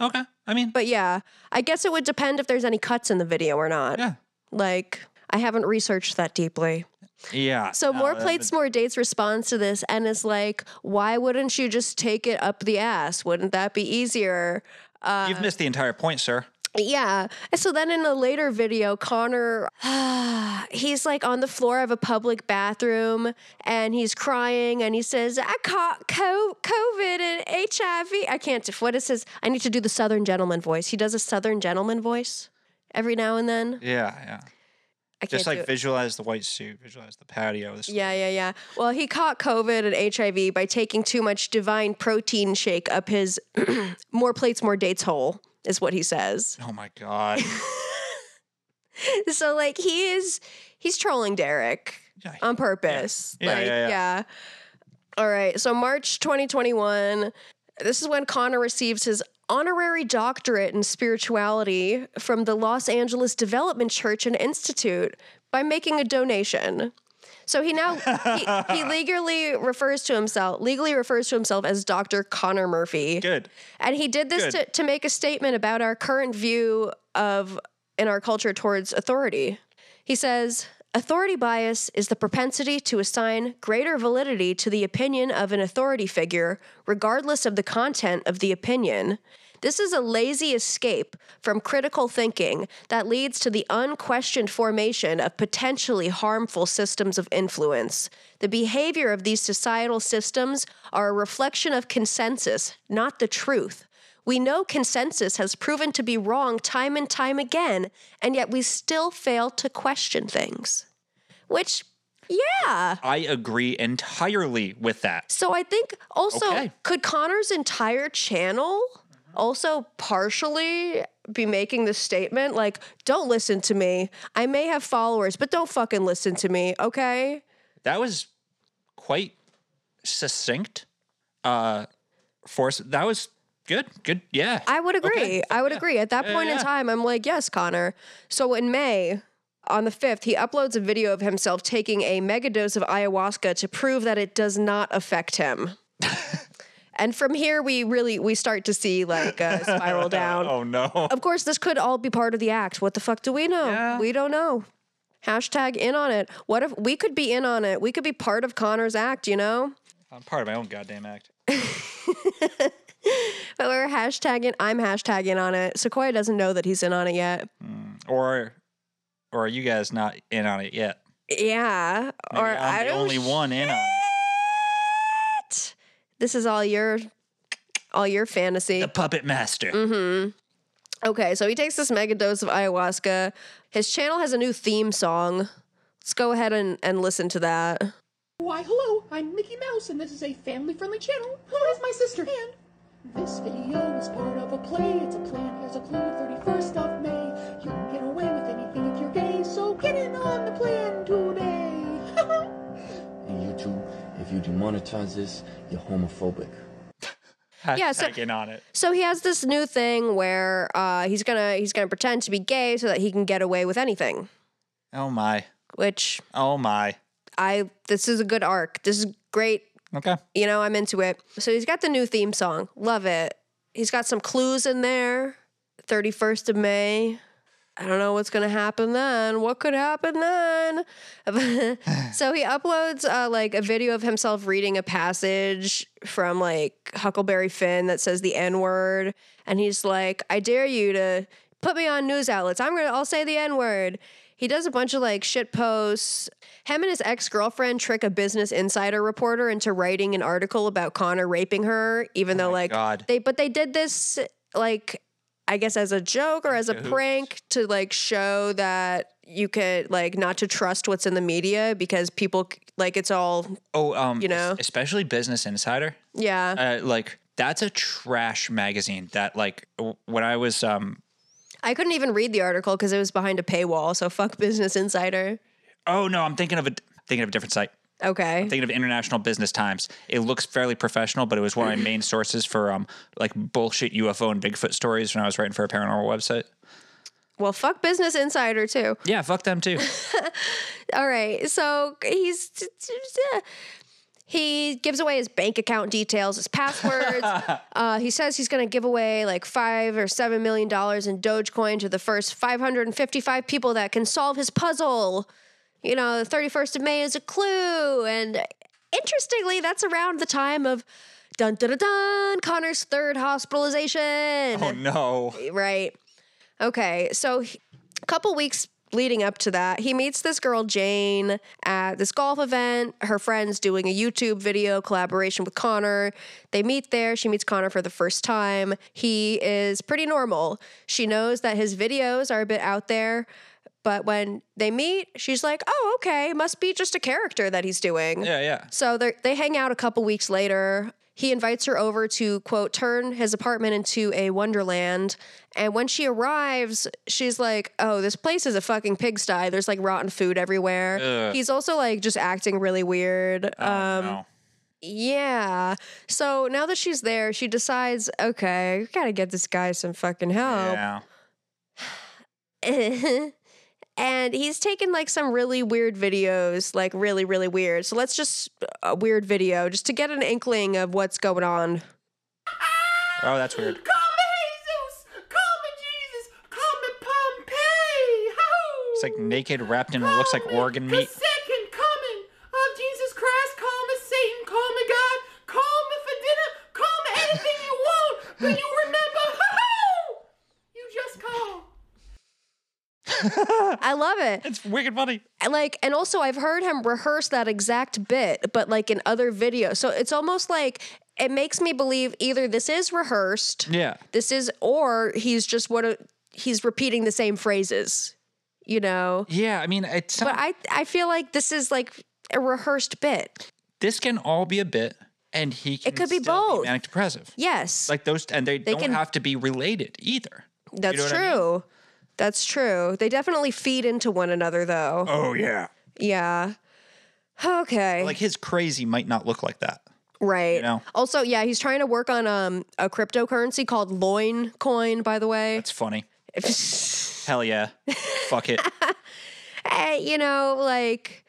[SPEAKER 2] Okay. I mean,
[SPEAKER 1] but yeah, I guess it would depend if there's any cuts in the video or not.
[SPEAKER 2] Yeah.
[SPEAKER 1] Like, I haven't researched that deeply.
[SPEAKER 2] yeah.
[SPEAKER 1] So more
[SPEAKER 2] No, that-
[SPEAKER 1] plates, more dates responds to this and is like, why wouldn't you just take it up the ass? Wouldn't that be easier? Uh,
[SPEAKER 2] You've missed the entire point, sir.
[SPEAKER 1] yeah. And so then in a later video, Connor, [sighs] he's like on the floor of a public bathroom and he's crying and he says, I caught co- COVID and HIV. I can't, what is his? I need to do the Southern gentleman voice. He does a Southern gentleman voice every now and then.
[SPEAKER 2] Yeah, yeah.
[SPEAKER 1] I
[SPEAKER 2] Just
[SPEAKER 1] can't
[SPEAKER 2] like
[SPEAKER 1] do it.
[SPEAKER 2] visualize the white suit, visualize the patio. This
[SPEAKER 1] Yeah, yeah, yeah. Well, he caught COVID and HIV by taking too much divine protein shake up his [clears throat] more plates, more dates hole, is what he says.
[SPEAKER 2] Oh my god.
[SPEAKER 1] [laughs] So, like, he is, he's trolling Derek on purpose.
[SPEAKER 2] Yeah,
[SPEAKER 1] like,
[SPEAKER 2] yeah, yeah.
[SPEAKER 1] All right. So, March 2021, this is when Connor receives his honorary doctorate in spirituality from the Los Angeles Development Church and Institute by making a donation. So he now he,
[SPEAKER 2] [laughs]
[SPEAKER 1] he legally refers to himself legally refers to himself as Dr. Connor Murphy.
[SPEAKER 2] Good.
[SPEAKER 1] And he did this to,
[SPEAKER 2] Good.
[SPEAKER 1] to make a statement about our current view of in our culture towards authority. He says, authority bias is the propensity to assign greater validity to the opinion of an authority figure, regardless of the content of the opinion. This is a lazy escape from critical thinking that leads to the unquestioned formation of potentially harmful systems of influence. The behavior of these societal systems are a reflection of consensus, not the truth. We know consensus has proven to be wrong time and time again, and yet we still fail to question things. Which, [laughs] yeah.
[SPEAKER 2] I agree entirely with that.
[SPEAKER 1] So I think also,
[SPEAKER 2] Okay.
[SPEAKER 1] could Connor's entire channel also partially be making this statement like, don't listen to me. I may have followers, but don't fucking listen to me, okay?
[SPEAKER 2] That was quite succinct. Uh force that was good. Good. Yeah.
[SPEAKER 1] I would agree.
[SPEAKER 2] Okay.
[SPEAKER 1] I would agree. At that
[SPEAKER 2] Yeah,
[SPEAKER 1] point in
[SPEAKER 2] yeah.
[SPEAKER 1] time, I'm like, yes, Connor. So in May, on the 5th, he uploads a video of himself taking a mega dose of ayahuasca to prove that it does not affect
[SPEAKER 2] [laughs]
[SPEAKER 1] him. and from here, we really we start to see like [laughs] a
[SPEAKER 2] [laughs]
[SPEAKER 1] spiral down.
[SPEAKER 2] oh no.
[SPEAKER 1] Of course, this could all be part of the act. What the fuck do we know? We don't know. Hashtag in on it. What if we could be in on it? We could be part of Connor's act, you know?
[SPEAKER 2] I'm part of my own goddamn act.
[SPEAKER 1] But we're hashtagging. I'm hashtagging on it. Sequoia doesn't know that he's in on it yet.
[SPEAKER 2] or or are you guys not in on it yet?
[SPEAKER 1] Yeah.
[SPEAKER 2] Maybe
[SPEAKER 1] or
[SPEAKER 2] I'm
[SPEAKER 1] I
[SPEAKER 2] the
[SPEAKER 1] don't.
[SPEAKER 2] only one in on it.
[SPEAKER 1] shit. This is all your, all your fantasy.
[SPEAKER 2] The puppet master.
[SPEAKER 1] Mm-hmm. Okay, so he takes this mega dose of ayahuasca. His channel has a new theme song. Let's go ahead and, and listen to that.
[SPEAKER 11] Why, hello, I'm Mickey Mouse, and this is a family friendly channel. Who is my sister? And this video is part of a play. It's a plan, here's a clue 31st of May. You can get away with anything if you're gay, so get in on the plan today.
[SPEAKER 12] And you too, if you demonetize this, you're homophobic.
[SPEAKER 1] Yeah, so- Hashtag
[SPEAKER 2] in on it.
[SPEAKER 1] So he has this new thing where uh, he's gonna he's gonna pretend to be gay so that he can get away with anything.
[SPEAKER 2] Oh my.
[SPEAKER 1] Which
[SPEAKER 2] Oh my.
[SPEAKER 1] I this is a good arc. This is great.
[SPEAKER 2] Okay.
[SPEAKER 1] You know, I'm into it. So he's got the new theme song. Love it. He's got some clues in there. 31st of May. I don't know what's going to happen then. What could happen then? [laughs] so he uploads uh, like a video of himself reading a passage from like Huckleberry Finn that says the N word. And he's like, I dare you to put me on news outlets. I'm going to, I'll say the N word. He does a bunch of like shit posts. Him and his ex girlfriend trick a Business Insider reporter into writing an article about Connor raping her, even though like
[SPEAKER 2] God.
[SPEAKER 1] they, but they did this like, I guess as a joke or as a
[SPEAKER 2] Cahoots.
[SPEAKER 1] prank to like show that you could like not to trust what's in the media because people c- like it's all
[SPEAKER 2] Oh, um,
[SPEAKER 1] You know?
[SPEAKER 2] es- especially Business Insider.
[SPEAKER 1] yeah.
[SPEAKER 2] Uh, like that's a trash magazine. That like w- when I was um,
[SPEAKER 1] I couldn't even read the article because it was behind a paywall. So fuck Business Insider.
[SPEAKER 2] oh no, I'm thinking of a thinking of a different site.
[SPEAKER 1] Okay.
[SPEAKER 2] I'm thinking of International Business Times. It looks fairly professional, but it was one of my main sources for um, like bullshit UFO and Bigfoot stories when I was writing for a paranormal website.
[SPEAKER 1] Well, fuck Business Insider too.
[SPEAKER 2] Yeah, fuck them too.
[SPEAKER 1] All right. So he's he gives away his bank account details, his
[SPEAKER 2] [laughs]
[SPEAKER 1] passwords. uh, he says he's going to give away like five or seven million dollars in Dogecoin to the first 555 people that can solve his puzzle. You know, the 31st of May is a clue. And interestingly, that's around the time of dun dun dun dun Connor's third hospitalization.
[SPEAKER 2] oh no.
[SPEAKER 1] Right. Okay. So, he- a couple weeks leading up to that, he meets this girl, Jane, at this golf event. Her friend's doing a YouTube video collaboration with Connor. They meet there. She meets Connor for the first time. He is pretty normal. She knows that his videos are a bit out there. But when they meet, she's like, oh, okay, must be just a character that he's doing.
[SPEAKER 2] Yeah, yeah.
[SPEAKER 1] So they they hang out a couple weeks later. He invites her over to quote turn his apartment into a wonderland. And when she arrives, she's like, "Oh, this place is a fucking pigsty. There's like rotten food everywhere."
[SPEAKER 2] Ugh. Oh,
[SPEAKER 1] He's also like just acting really weird. um yeah. So now that she's there, she decides, "Okay, we got to get this guy some fucking help."
[SPEAKER 2] [laughs] Yeah.
[SPEAKER 1] [laughs] and he's taken like some really weird videos, like really, really weird. So let's just a weird video just to get an inkling of what's going on.
[SPEAKER 2] Oh, that's weird.
[SPEAKER 11] Call me Jesus! Call me Jesus! Call me Pompeii! Ho!
[SPEAKER 2] It's like naked wrapped in what looks like organ meat.
[SPEAKER 11] The second coming of Jesus Christ. Call me Satan. Call me God. Call me for dinner. Call me anything you want. But you remember, ho! You just call.
[SPEAKER 2] [laughs]
[SPEAKER 1] I love it.
[SPEAKER 2] It's wicked funny.
[SPEAKER 1] Like, and also I've heard him rehearse that exact bit, but like in other videos. So it's almost like it makes me believe either this is rehearsed,
[SPEAKER 2] Yeah.
[SPEAKER 1] this is, or he's just what a, he's repeating the same phrases, you know?
[SPEAKER 2] Yeah, I mean, it's
[SPEAKER 1] but I I feel like this is like a rehearsed bit.
[SPEAKER 2] This can all be a bit, and he can
[SPEAKER 1] It could be
[SPEAKER 2] still
[SPEAKER 1] both.
[SPEAKER 2] manic depressive.
[SPEAKER 1] Yes,
[SPEAKER 2] Like those, and they, don't
[SPEAKER 1] can-
[SPEAKER 2] have to be related either.
[SPEAKER 1] that's
[SPEAKER 2] know what I mean?
[SPEAKER 1] true. That's true. They definitely feed into one another, though.
[SPEAKER 2] Oh yeah.
[SPEAKER 1] Yeah. Okay.
[SPEAKER 2] Like his crazy might not look like that.
[SPEAKER 1] right.
[SPEAKER 2] you know.
[SPEAKER 1] Also, yeah, he's trying to work on um a cryptocurrency called Loin Coin. By the way, [laughs]
[SPEAKER 2] It's funny. Hell yeah. Fuck it.
[SPEAKER 1] Eh, you know, like,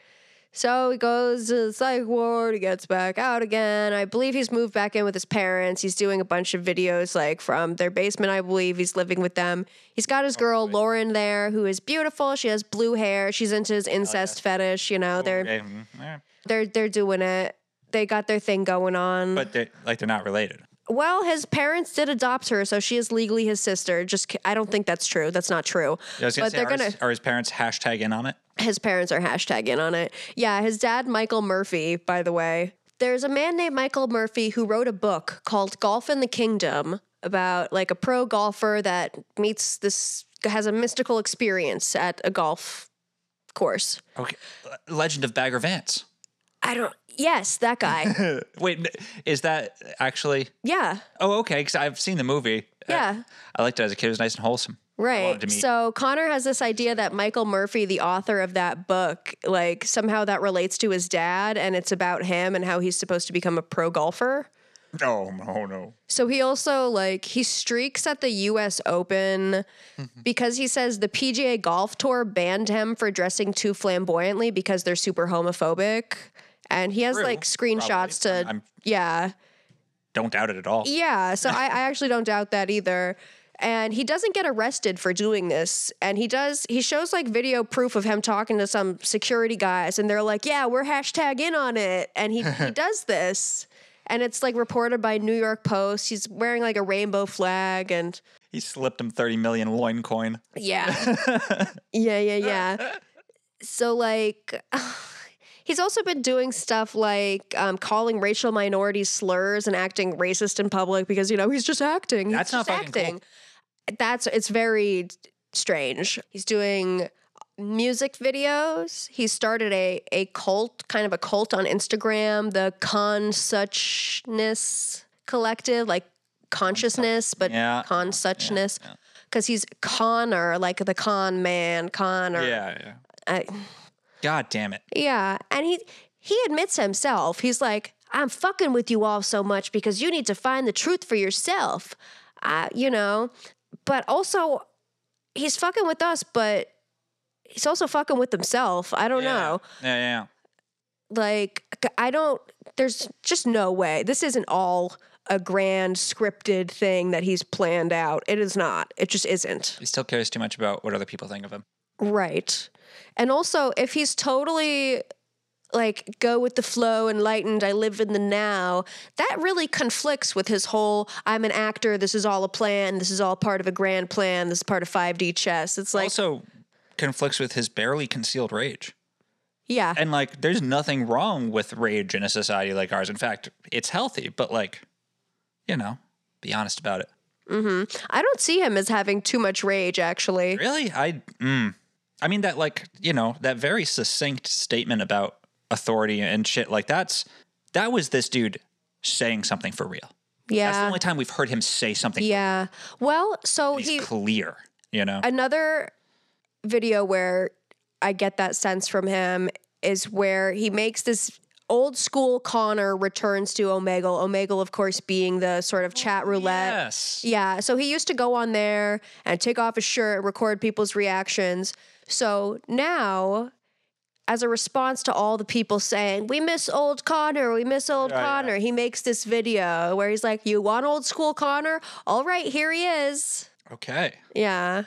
[SPEAKER 1] so he goes to the psych ward, he gets back out again. I believe he's moved back in with his parents. He's doing a bunch of videos, like, from their basement, I believe. He's living with them. He's got
[SPEAKER 2] Oh,
[SPEAKER 1] his girl, Lauren, there, who is beautiful. She has
[SPEAKER 2] Oh,
[SPEAKER 1] blue hair. She's into his incest fetish, you know. They're
[SPEAKER 2] Okay, mm, yeah.
[SPEAKER 1] they're they're doing it. they got their thing going on.
[SPEAKER 2] But they like they're not related.
[SPEAKER 1] well, his parents did adopt her, so she is legally his sister. Just ki- I don't think that's true. That's not true.
[SPEAKER 2] I was gonna
[SPEAKER 1] but
[SPEAKER 2] say,
[SPEAKER 1] they're
[SPEAKER 2] are,
[SPEAKER 1] gonna
[SPEAKER 2] his, are his parents hashtag in on it?
[SPEAKER 1] His parents are hashtag in on it. Yeah, his dad, Michael Murphy, by the way. There's a man named Michael Murphy who wrote a book called Golf in the Kingdom about like a pro golfer that meets this, has a mystical experience at a golf course.
[SPEAKER 2] Okay, Legend of Bagger Vance.
[SPEAKER 1] I don't, yes, that guy.
[SPEAKER 2] [laughs] Wait, n- is that actually?
[SPEAKER 1] yeah,
[SPEAKER 2] Oh, okay. Because I've seen the movie.
[SPEAKER 1] yeah.
[SPEAKER 2] I liked it as a kid. It was nice and wholesome.
[SPEAKER 1] Right.
[SPEAKER 2] to meet-
[SPEAKER 1] So Connor has this idea that Michael Murphy, the author of that book, like somehow that relates to his dad and it's about him and how he's supposed to become a pro golfer.
[SPEAKER 2] No, no, no.
[SPEAKER 1] So he also like he streaks at the US Open
[SPEAKER 2] Mm-hmm.
[SPEAKER 1] because he says the PGA Golf Tour banned him for dressing too flamboyantly because they're super homophobic. And he has
[SPEAKER 2] True,
[SPEAKER 1] like screenshots to
[SPEAKER 2] I'm-
[SPEAKER 1] yeah.
[SPEAKER 2] Don't doubt it at all.
[SPEAKER 1] Yeah, so I, I actually don't doubt that either. And he doesn't get arrested for doing this. And he does, he shows like video proof of him talking to some security guys, and they're like, yeah, we're hashtag in on it. And he, he does this. And it's like reported by New York Post. He's wearing like a rainbow flag and
[SPEAKER 2] [laughs] He slipped him thirty million loin coin.
[SPEAKER 1] yeah.
[SPEAKER 2] [laughs]
[SPEAKER 1] yeah, yeah, yeah. So like [sighs] he's also been doing stuff like um, calling racial minorities slurs and acting racist in public because you know he's just acting. He's
[SPEAKER 2] That's not
[SPEAKER 1] just
[SPEAKER 2] fucking cool.
[SPEAKER 1] acting. That's it's very strange. He's doing music videos. He started a a cult, kind of a cult on Instagram, the con suchness collective, like consciousness, but
[SPEAKER 2] Yeah.
[SPEAKER 1] con suchness. Because he's Connor, like the con man, Connor.
[SPEAKER 2] Yeah, yeah.
[SPEAKER 1] I,
[SPEAKER 2] God damn it.
[SPEAKER 1] yeah, and he he admits himself. He's like, "I'm fucking with you all so much because you need to find the truth for yourself." I, you know, but also he's fucking with us, but he's also fucking with himself. I don't know.
[SPEAKER 2] Yeah, yeah.
[SPEAKER 1] Like I don't there's just no way. This isn't all a grand scripted thing that he's planned out. It is not. It just isn't.
[SPEAKER 2] He still cares too much about what other people think of him.
[SPEAKER 1] Right. And also, if he's totally like go with the flow, enlightened, I live in the now, that really conflicts with his whole I'm an actor, this is all a plan, this is all part of a grand plan, this is part of 5D chess. It's like,
[SPEAKER 2] also conflicts with his barely concealed rage.
[SPEAKER 1] yeah,
[SPEAKER 2] [laughs] And like, there's nothing wrong with rage in a society like ours. In fact, it's healthy. But like, you know, be honest about it.
[SPEAKER 1] hmm I don't see him as having too much rage, actually.
[SPEAKER 2] Really, I. Mm, I mean that like you know that very succinct statement about authority and shit like that's that was this dude saying something for real. That's the
[SPEAKER 1] Yeah.
[SPEAKER 2] only time we've heard him say something
[SPEAKER 1] Yeah. Well, so he.
[SPEAKER 2] clear. You know.
[SPEAKER 1] Another video where I get that sense from him is where he makes this old school Connor returns to Omegle. Omegle, of course, being the sort of
[SPEAKER 13] Oh,
[SPEAKER 1] chat roulette.
[SPEAKER 2] Yes.
[SPEAKER 1] Yeah. So he used to go on there and take off his shirt, record people's reactions. So now as a response to all the people saying, We miss old Connor, we miss old
[SPEAKER 13] Yeah, yeah.
[SPEAKER 1] Connor. He makes this video where he's like, You want old school Connor? All right, here he is.
[SPEAKER 2] Okay.
[SPEAKER 1] Yeah.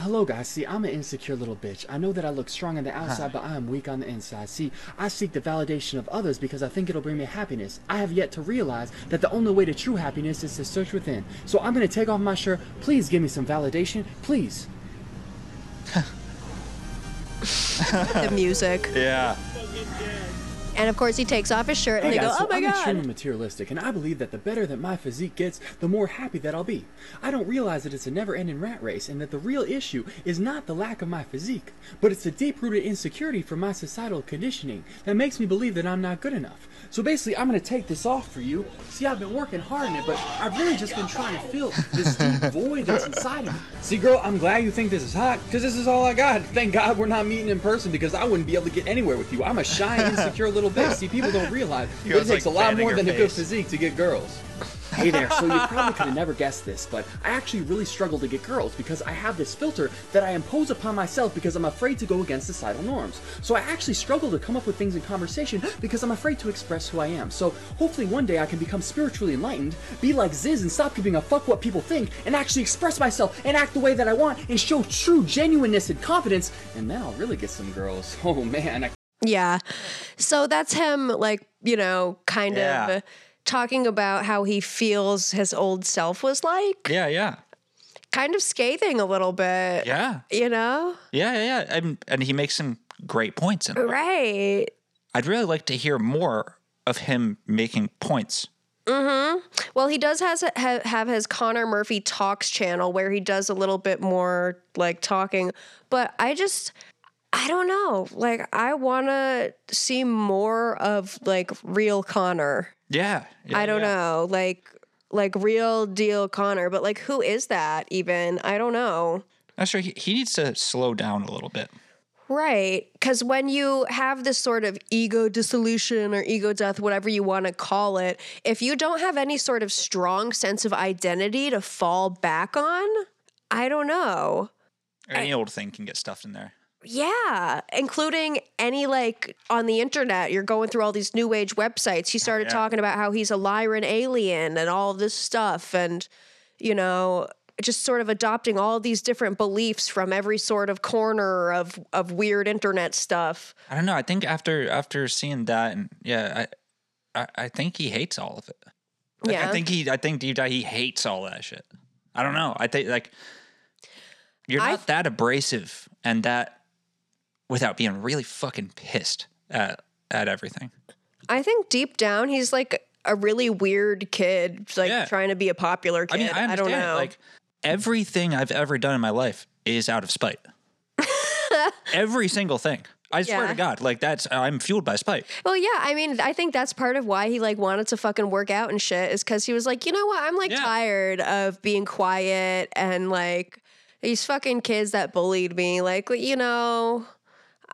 [SPEAKER 13] Hello, guys. See, I'm an insecure little bitch. I know that I look strong on the outside, but I am weak on the inside. See, I seek the validation of others because I think it'll bring me happiness. I have yet to realize that the only way to true happiness is to search within. So I'm gonna take off my shirt. Please give me some validation, please.
[SPEAKER 1] [laughs] the music.
[SPEAKER 2] Yeah.
[SPEAKER 1] And of course, he takes off his shirt and
[SPEAKER 13] Hey
[SPEAKER 1] they
[SPEAKER 13] guys,
[SPEAKER 1] go,
[SPEAKER 13] so
[SPEAKER 1] Oh my
[SPEAKER 13] I'm extremely
[SPEAKER 1] God.
[SPEAKER 13] materialistic, and I believe that the better that my physique gets, the more happy that I'll be. I don't realize that it's a never-ending rat race, and that the real issue is not the lack of my physique, but it's the deep-rooted insecurity from my societal conditioning that makes me believe that I'm not good enough. So basically, I'm gonna take this off for you. See, I've been working hard on it, but I've really just been trying to fill this deep
[SPEAKER 1] [laughs]
[SPEAKER 13] void that's inside of me.
[SPEAKER 9] See, girl, I'm glad you think this is hot, because this is all I got. Thank God we're not meeting in person, because I wouldn't be able to get anywhere with you. I'm a shy, insecure little bitch. See, people don't realize
[SPEAKER 13] He
[SPEAKER 9] that it
[SPEAKER 13] goes,
[SPEAKER 9] takes
[SPEAKER 13] like,
[SPEAKER 9] a lot
[SPEAKER 13] fanning
[SPEAKER 9] more
[SPEAKER 13] her
[SPEAKER 9] than a good
[SPEAKER 13] face.
[SPEAKER 9] physique to get girls.
[SPEAKER 13] Hey there, so you probably could have never guessed this, but I actually really struggle to get girls because I have this filter that I impose upon myself because I'm afraid to go against societal norms. So I actually struggle to come up with things in conversation because I'm afraid to express who I am. So hopefully one day I can become spiritually enlightened, be like Ziz and stop giving a fuck what people think, and actually express myself and act the way that I want and show true genuineness and confidence, and then I'll really get some girls. [laughs] Oh man, I
[SPEAKER 1] Yeah. So that's him, like, you know, kind
[SPEAKER 2] Yeah.
[SPEAKER 1] of talking about how he feels his old self was like,
[SPEAKER 2] Yeah, yeah.
[SPEAKER 1] kind of scathing a little bit.
[SPEAKER 2] Yeah.
[SPEAKER 1] You know?
[SPEAKER 2] Yeah, yeah, yeah. And, and he makes some great points in it.
[SPEAKER 1] Right.
[SPEAKER 2] I'd really like to hear more of him making points.
[SPEAKER 1] Mm-hmm. Well, he does has ha, have his Connor Murphy Talks channel where he does a little bit more like talking, but I just I don't know. Like I want to see more of like real Connor.
[SPEAKER 2] Yeah.
[SPEAKER 1] I don't know. Like like real deal Connor, but like who is that even? I don't know.
[SPEAKER 2] I'm sure he, he needs to slow down a little bit.
[SPEAKER 1] Right. Because when you have this sort of ego dissolution or ego death, whatever you want to call it, if you don't have any sort of strong sense of identity to fall back on, I don't know.
[SPEAKER 2] Any old thing can get stuffed in there.
[SPEAKER 1] Yeah, including any like on the internet, you're going through all these new age websites. He started
[SPEAKER 2] yeah.
[SPEAKER 1] talking about how he's a Lyran alien and all this stuff, and you know, just sort of adopting all these different beliefs from every sort of corner of of weird internet stuff.
[SPEAKER 2] I don't know. I think after after seeing that, and yeah, I I, I think he hates all of it. Like,
[SPEAKER 1] Yeah.
[SPEAKER 2] I think he I think deep down he hates all that shit. I don't know. I think like you're not that abrasive and that without being really fucking pissed at at everything.
[SPEAKER 1] I think deep down, he's like a really weird kid, like trying to be a popular kid.
[SPEAKER 2] I mean, I understand.
[SPEAKER 1] don't know.
[SPEAKER 2] Like everything I've ever done in my life is out
[SPEAKER 1] [laughs]
[SPEAKER 2] of spite. Every single thing. I swear
[SPEAKER 1] Yeah.
[SPEAKER 2] to God, like that's I'm fueled by spite.
[SPEAKER 1] Well, yeah, I mean, I think that's part of why he like wanted to fucking work out and shit is because he was like, you know what, I'm like tired of being quiet and like these fucking kids that bullied me. Like, you know,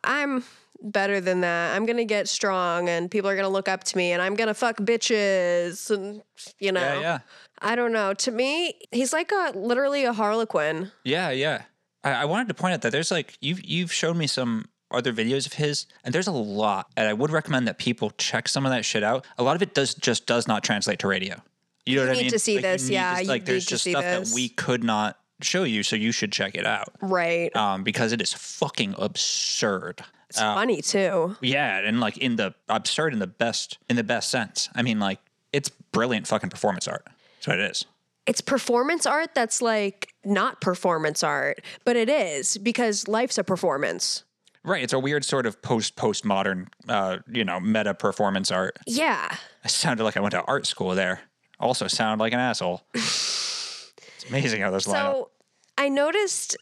[SPEAKER 1] I'm better than that. I'm gonna get strong and people are gonna look up to me and I'm gonna fuck bitches and you know.
[SPEAKER 2] Yeah, yeah.
[SPEAKER 1] I don't know. To me, he's like a literally a harlequin.
[SPEAKER 2] Yeah, yeah. I, I wanted to point out that there's like you've you've shown me some other videos of his, and there's a lot, and I would recommend that people check some of that shit out. A lot of it does just does not translate to radio. You know what I
[SPEAKER 1] need
[SPEAKER 2] mean?
[SPEAKER 1] to see
[SPEAKER 2] you
[SPEAKER 1] this,
[SPEAKER 2] need
[SPEAKER 1] yeah,
[SPEAKER 2] to-
[SPEAKER 1] you
[SPEAKER 2] like there's
[SPEAKER 1] need to
[SPEAKER 2] just
[SPEAKER 1] see
[SPEAKER 2] stuff
[SPEAKER 1] this.
[SPEAKER 2] that we could not show you, so you should check it out.
[SPEAKER 1] Right.
[SPEAKER 2] Um, because it is fucking absurd. Um,
[SPEAKER 1] It's
[SPEAKER 2] Oh.
[SPEAKER 1] funny too.
[SPEAKER 2] Yeah, and like in the absurd in the best in the best sense. I mean, like it's brilliant fucking performance art. That's what it is.
[SPEAKER 1] it's performance art that's like not performance art, but it is because life's a performance.
[SPEAKER 2] Right. It's a weird sort of post postmodern, uh, you know, meta performance art.
[SPEAKER 1] Yeah.
[SPEAKER 2] I sounded like I went to art school there. Also, sound like
[SPEAKER 1] [laughs]
[SPEAKER 2] an asshole. it's amazing how those line up.
[SPEAKER 1] So I noticed,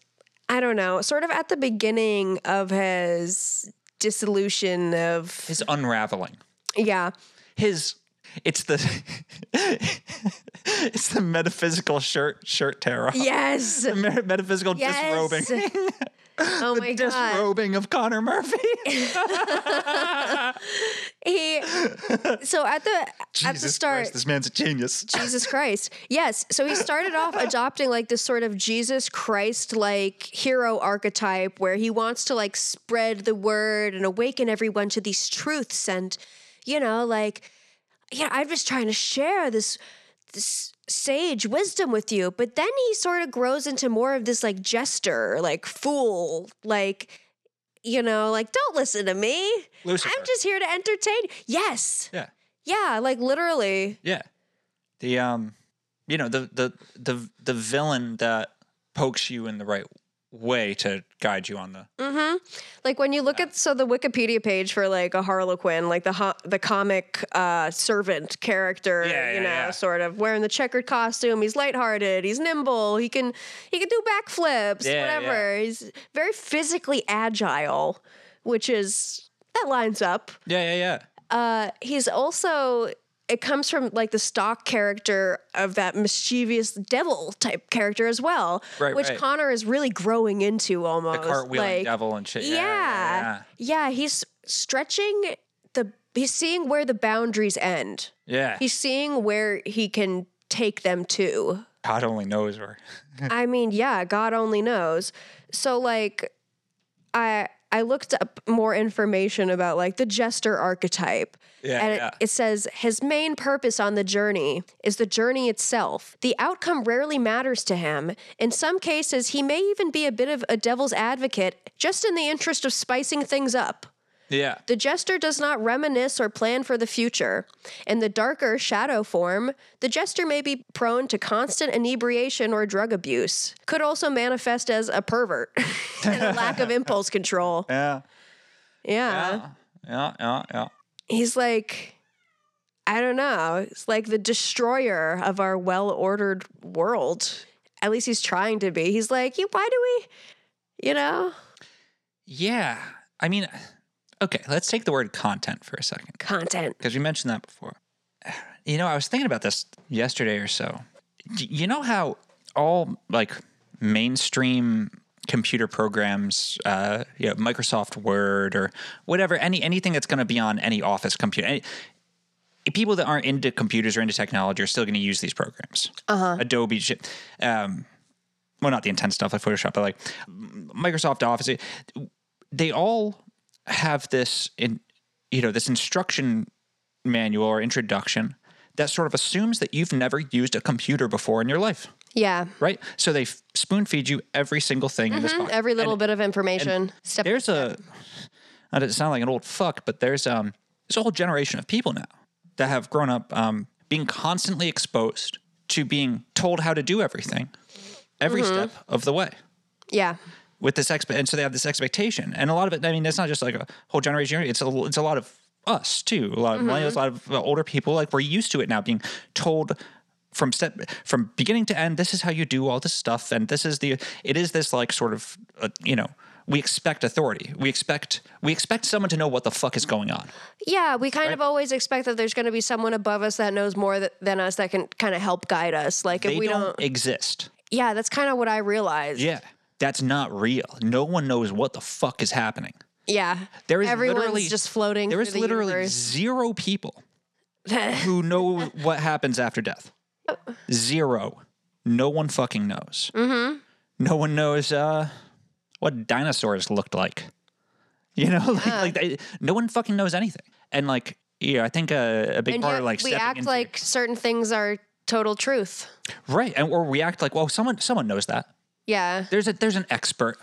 [SPEAKER 1] I don't know, sort of at the beginning of his dissolution of,
[SPEAKER 2] His unraveling. [laughs]
[SPEAKER 1] yeah.
[SPEAKER 2] His, it's the, [laughs] it's the metaphysical shirt shirt tarot.
[SPEAKER 1] Yes.
[SPEAKER 2] The me- [laughs]
[SPEAKER 1] [laughs]
[SPEAKER 2] metaphysical disrobing.
[SPEAKER 1] oh my god.
[SPEAKER 2] Disrobing of Connor Murphy.
[SPEAKER 1] [laughs]
[SPEAKER 2] [laughs]
[SPEAKER 1] he so at the at the start
[SPEAKER 2] this man's a genius. [laughs]
[SPEAKER 1] Jesus Christ. Yes. So he started off adopting like this sort of Jesus Christ like hero archetype where he wants to like spread the word and awaken everyone to these truths and you know like yeah, I'm just trying to share this this sage wisdom with you. But then he sort of grows into more of this like jester, like fool, like you know, like don't listen to me. I'm just here to entertain. Yes.
[SPEAKER 2] Yeah.
[SPEAKER 1] Yeah, like literally.
[SPEAKER 2] Yeah. The um you know, the the the the villain that pokes you in the right way to guide you on the
[SPEAKER 1] Mm-hmm. Like when you look at so the Wikipedia page for like a Harlequin, like the ho- the comic uh, servant character,
[SPEAKER 2] Yeah,
[SPEAKER 1] you
[SPEAKER 2] yeah,
[SPEAKER 1] know,
[SPEAKER 2] yeah.
[SPEAKER 1] sort of wearing the checkered costume. He's lighthearted. He's nimble. He can he can do backflips.
[SPEAKER 2] Yeah,
[SPEAKER 1] whatever. He's very physically agile, which is that lines up.
[SPEAKER 2] Yeah, yeah, yeah.
[SPEAKER 1] Uh, he's also it comes from like the stock character of that mischievous devil type character as well,
[SPEAKER 2] Right,
[SPEAKER 1] which
[SPEAKER 2] right.
[SPEAKER 1] Connor is really growing into almost.
[SPEAKER 2] The cartwheeling
[SPEAKER 1] like,
[SPEAKER 2] devil and shit.
[SPEAKER 1] Yeah,
[SPEAKER 2] Yeah.
[SPEAKER 1] yeah, he's stretching the. He's seeing where the boundaries end.
[SPEAKER 2] Yeah.
[SPEAKER 1] He's seeing where he can take them to.
[SPEAKER 2] God only knows where.
[SPEAKER 1] I mean, yeah, God only knows. So like I I looked up more information about like the jester archetype.
[SPEAKER 2] Yeah,
[SPEAKER 1] and it,
[SPEAKER 2] yeah.
[SPEAKER 1] it says his main purpose on the journey is the journey itself. The outcome rarely matters to him. In some cases, he may even be a bit of a devil's advocate just in the interest of spicing things up.
[SPEAKER 2] Yeah.
[SPEAKER 1] The jester does not reminisce or plan for the future. In the darker shadow form, the jester may be prone to constant inebriation or drug abuse. Could also manifest as a pervert [laughs] and a
[SPEAKER 2] [laughs]
[SPEAKER 1] lack of impulse control.
[SPEAKER 2] Yeah.
[SPEAKER 1] Yeah.
[SPEAKER 2] Yeah. Yeah. Yeah.
[SPEAKER 1] He's like, I don't know. It's like the destroyer of our well ordered world. At least he's trying to be. He's like, "Yeah, why do we, you know,
[SPEAKER 2] Yeah. I mean, okay, let's take the word content for a second.
[SPEAKER 1] Content.
[SPEAKER 2] Because we mentioned that before. [sighs] You know, I was thinking about this yesterday or so. D- You know how all like mainstream computer programs, uh, you know, Microsoft Word or whatever, any anything that's going to be on any office computer, any, people that aren't into computers or into technology are still going to use these programs.
[SPEAKER 1] Uh-huh.
[SPEAKER 2] Adobe shit. Um, well, not the intense stuff like Photoshop, but like Microsoft Office. it- They all have this in, you know, this instruction manual or introduction that sort of assumes that you've never used a computer before in your life,
[SPEAKER 1] yeah,
[SPEAKER 2] right? So they f- spoon feed you every single thing in this
[SPEAKER 1] Mhm,
[SPEAKER 2] box.
[SPEAKER 1] every little bit of information." Step-
[SPEAKER 2] There's a, not to sound like an old fuck, but there's um there's a whole generation of people now that have grown up um being constantly exposed to being told how to do everything, every
[SPEAKER 1] Mhm.
[SPEAKER 2] step of the way
[SPEAKER 1] yeah,
[SPEAKER 2] with this expe- and so they have this expectation and a lot of it i mean it's not just like a whole generation it's a it's a lot of us too a lot of
[SPEAKER 1] Mhm.
[SPEAKER 2] millennials a lot of uh, older people like we're used to it now being told from step from beginning to end this is how you do all this stuff and this is the it is this like sort of uh, you know we expect authority we expect we expect someone to know what the fuck is going on
[SPEAKER 1] yeah. We kind of always expect that there's going to be someone above us that knows more th- than us that can kind of help guide us. Like if
[SPEAKER 2] they
[SPEAKER 1] we
[SPEAKER 2] don't,
[SPEAKER 1] don't,
[SPEAKER 2] exist
[SPEAKER 1] yeah, that's kind of what I realized.
[SPEAKER 2] yeah that's not real no one knows what the fuck is happening
[SPEAKER 1] Yeah,
[SPEAKER 2] There is
[SPEAKER 1] everyone's
[SPEAKER 2] literally-
[SPEAKER 1] just floating.
[SPEAKER 2] there
[SPEAKER 1] through
[SPEAKER 2] is
[SPEAKER 1] the
[SPEAKER 2] literally
[SPEAKER 1] universe.
[SPEAKER 2] zero
[SPEAKER 1] [laughs]
[SPEAKER 2] people who know what happens after death. Zero. No one fucking knows.
[SPEAKER 1] Mm-hmm.
[SPEAKER 2] No one knows uh, what dinosaurs looked like. [laughs] You know, like, like they, no one fucking knows anything. And like, yeah, I think uh, a, a big
[SPEAKER 1] and
[SPEAKER 2] part
[SPEAKER 1] yet
[SPEAKER 2] of like
[SPEAKER 1] we
[SPEAKER 2] stepping
[SPEAKER 1] act
[SPEAKER 2] into-
[SPEAKER 1] like certain things are total truth.
[SPEAKER 2] right, and or we act like, well, someone someone knows that.
[SPEAKER 1] Yeah.
[SPEAKER 2] There's a there's an expert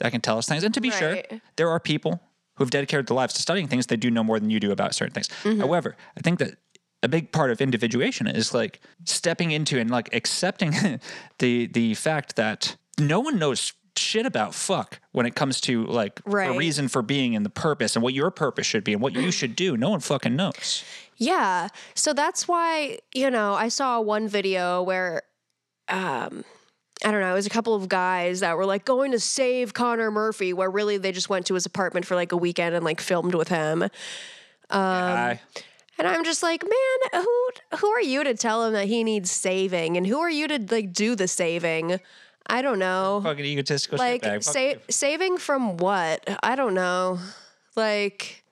[SPEAKER 2] that can tell us things. And to be sure,
[SPEAKER 1] Right.
[SPEAKER 2] there are people who have dedicated their lives to studying things. They do know more than you do about certain things.
[SPEAKER 1] Mm-hmm.
[SPEAKER 2] However, I think that a big part of individuation is like stepping into and like accepting [laughs] the the fact that no one knows shit about fuck when it comes to like
[SPEAKER 1] Right.
[SPEAKER 2] a reason for being and the purpose and what your purpose should be and what you should do. No one fucking knows.
[SPEAKER 1] Yeah. So that's why, you know, I saw one video where um I don't know, it was a couple of guys that were like going to save Connor Murphy where really they just went to his apartment for like a weekend and like filmed with him. Um and I'm just like, man, who who are you to tell him that he needs saving and who are you to like do the saving? I don't know.
[SPEAKER 2] Fucking egotistical
[SPEAKER 1] like
[SPEAKER 2] shitbag. Fuck
[SPEAKER 1] sa- saving from what i don't know like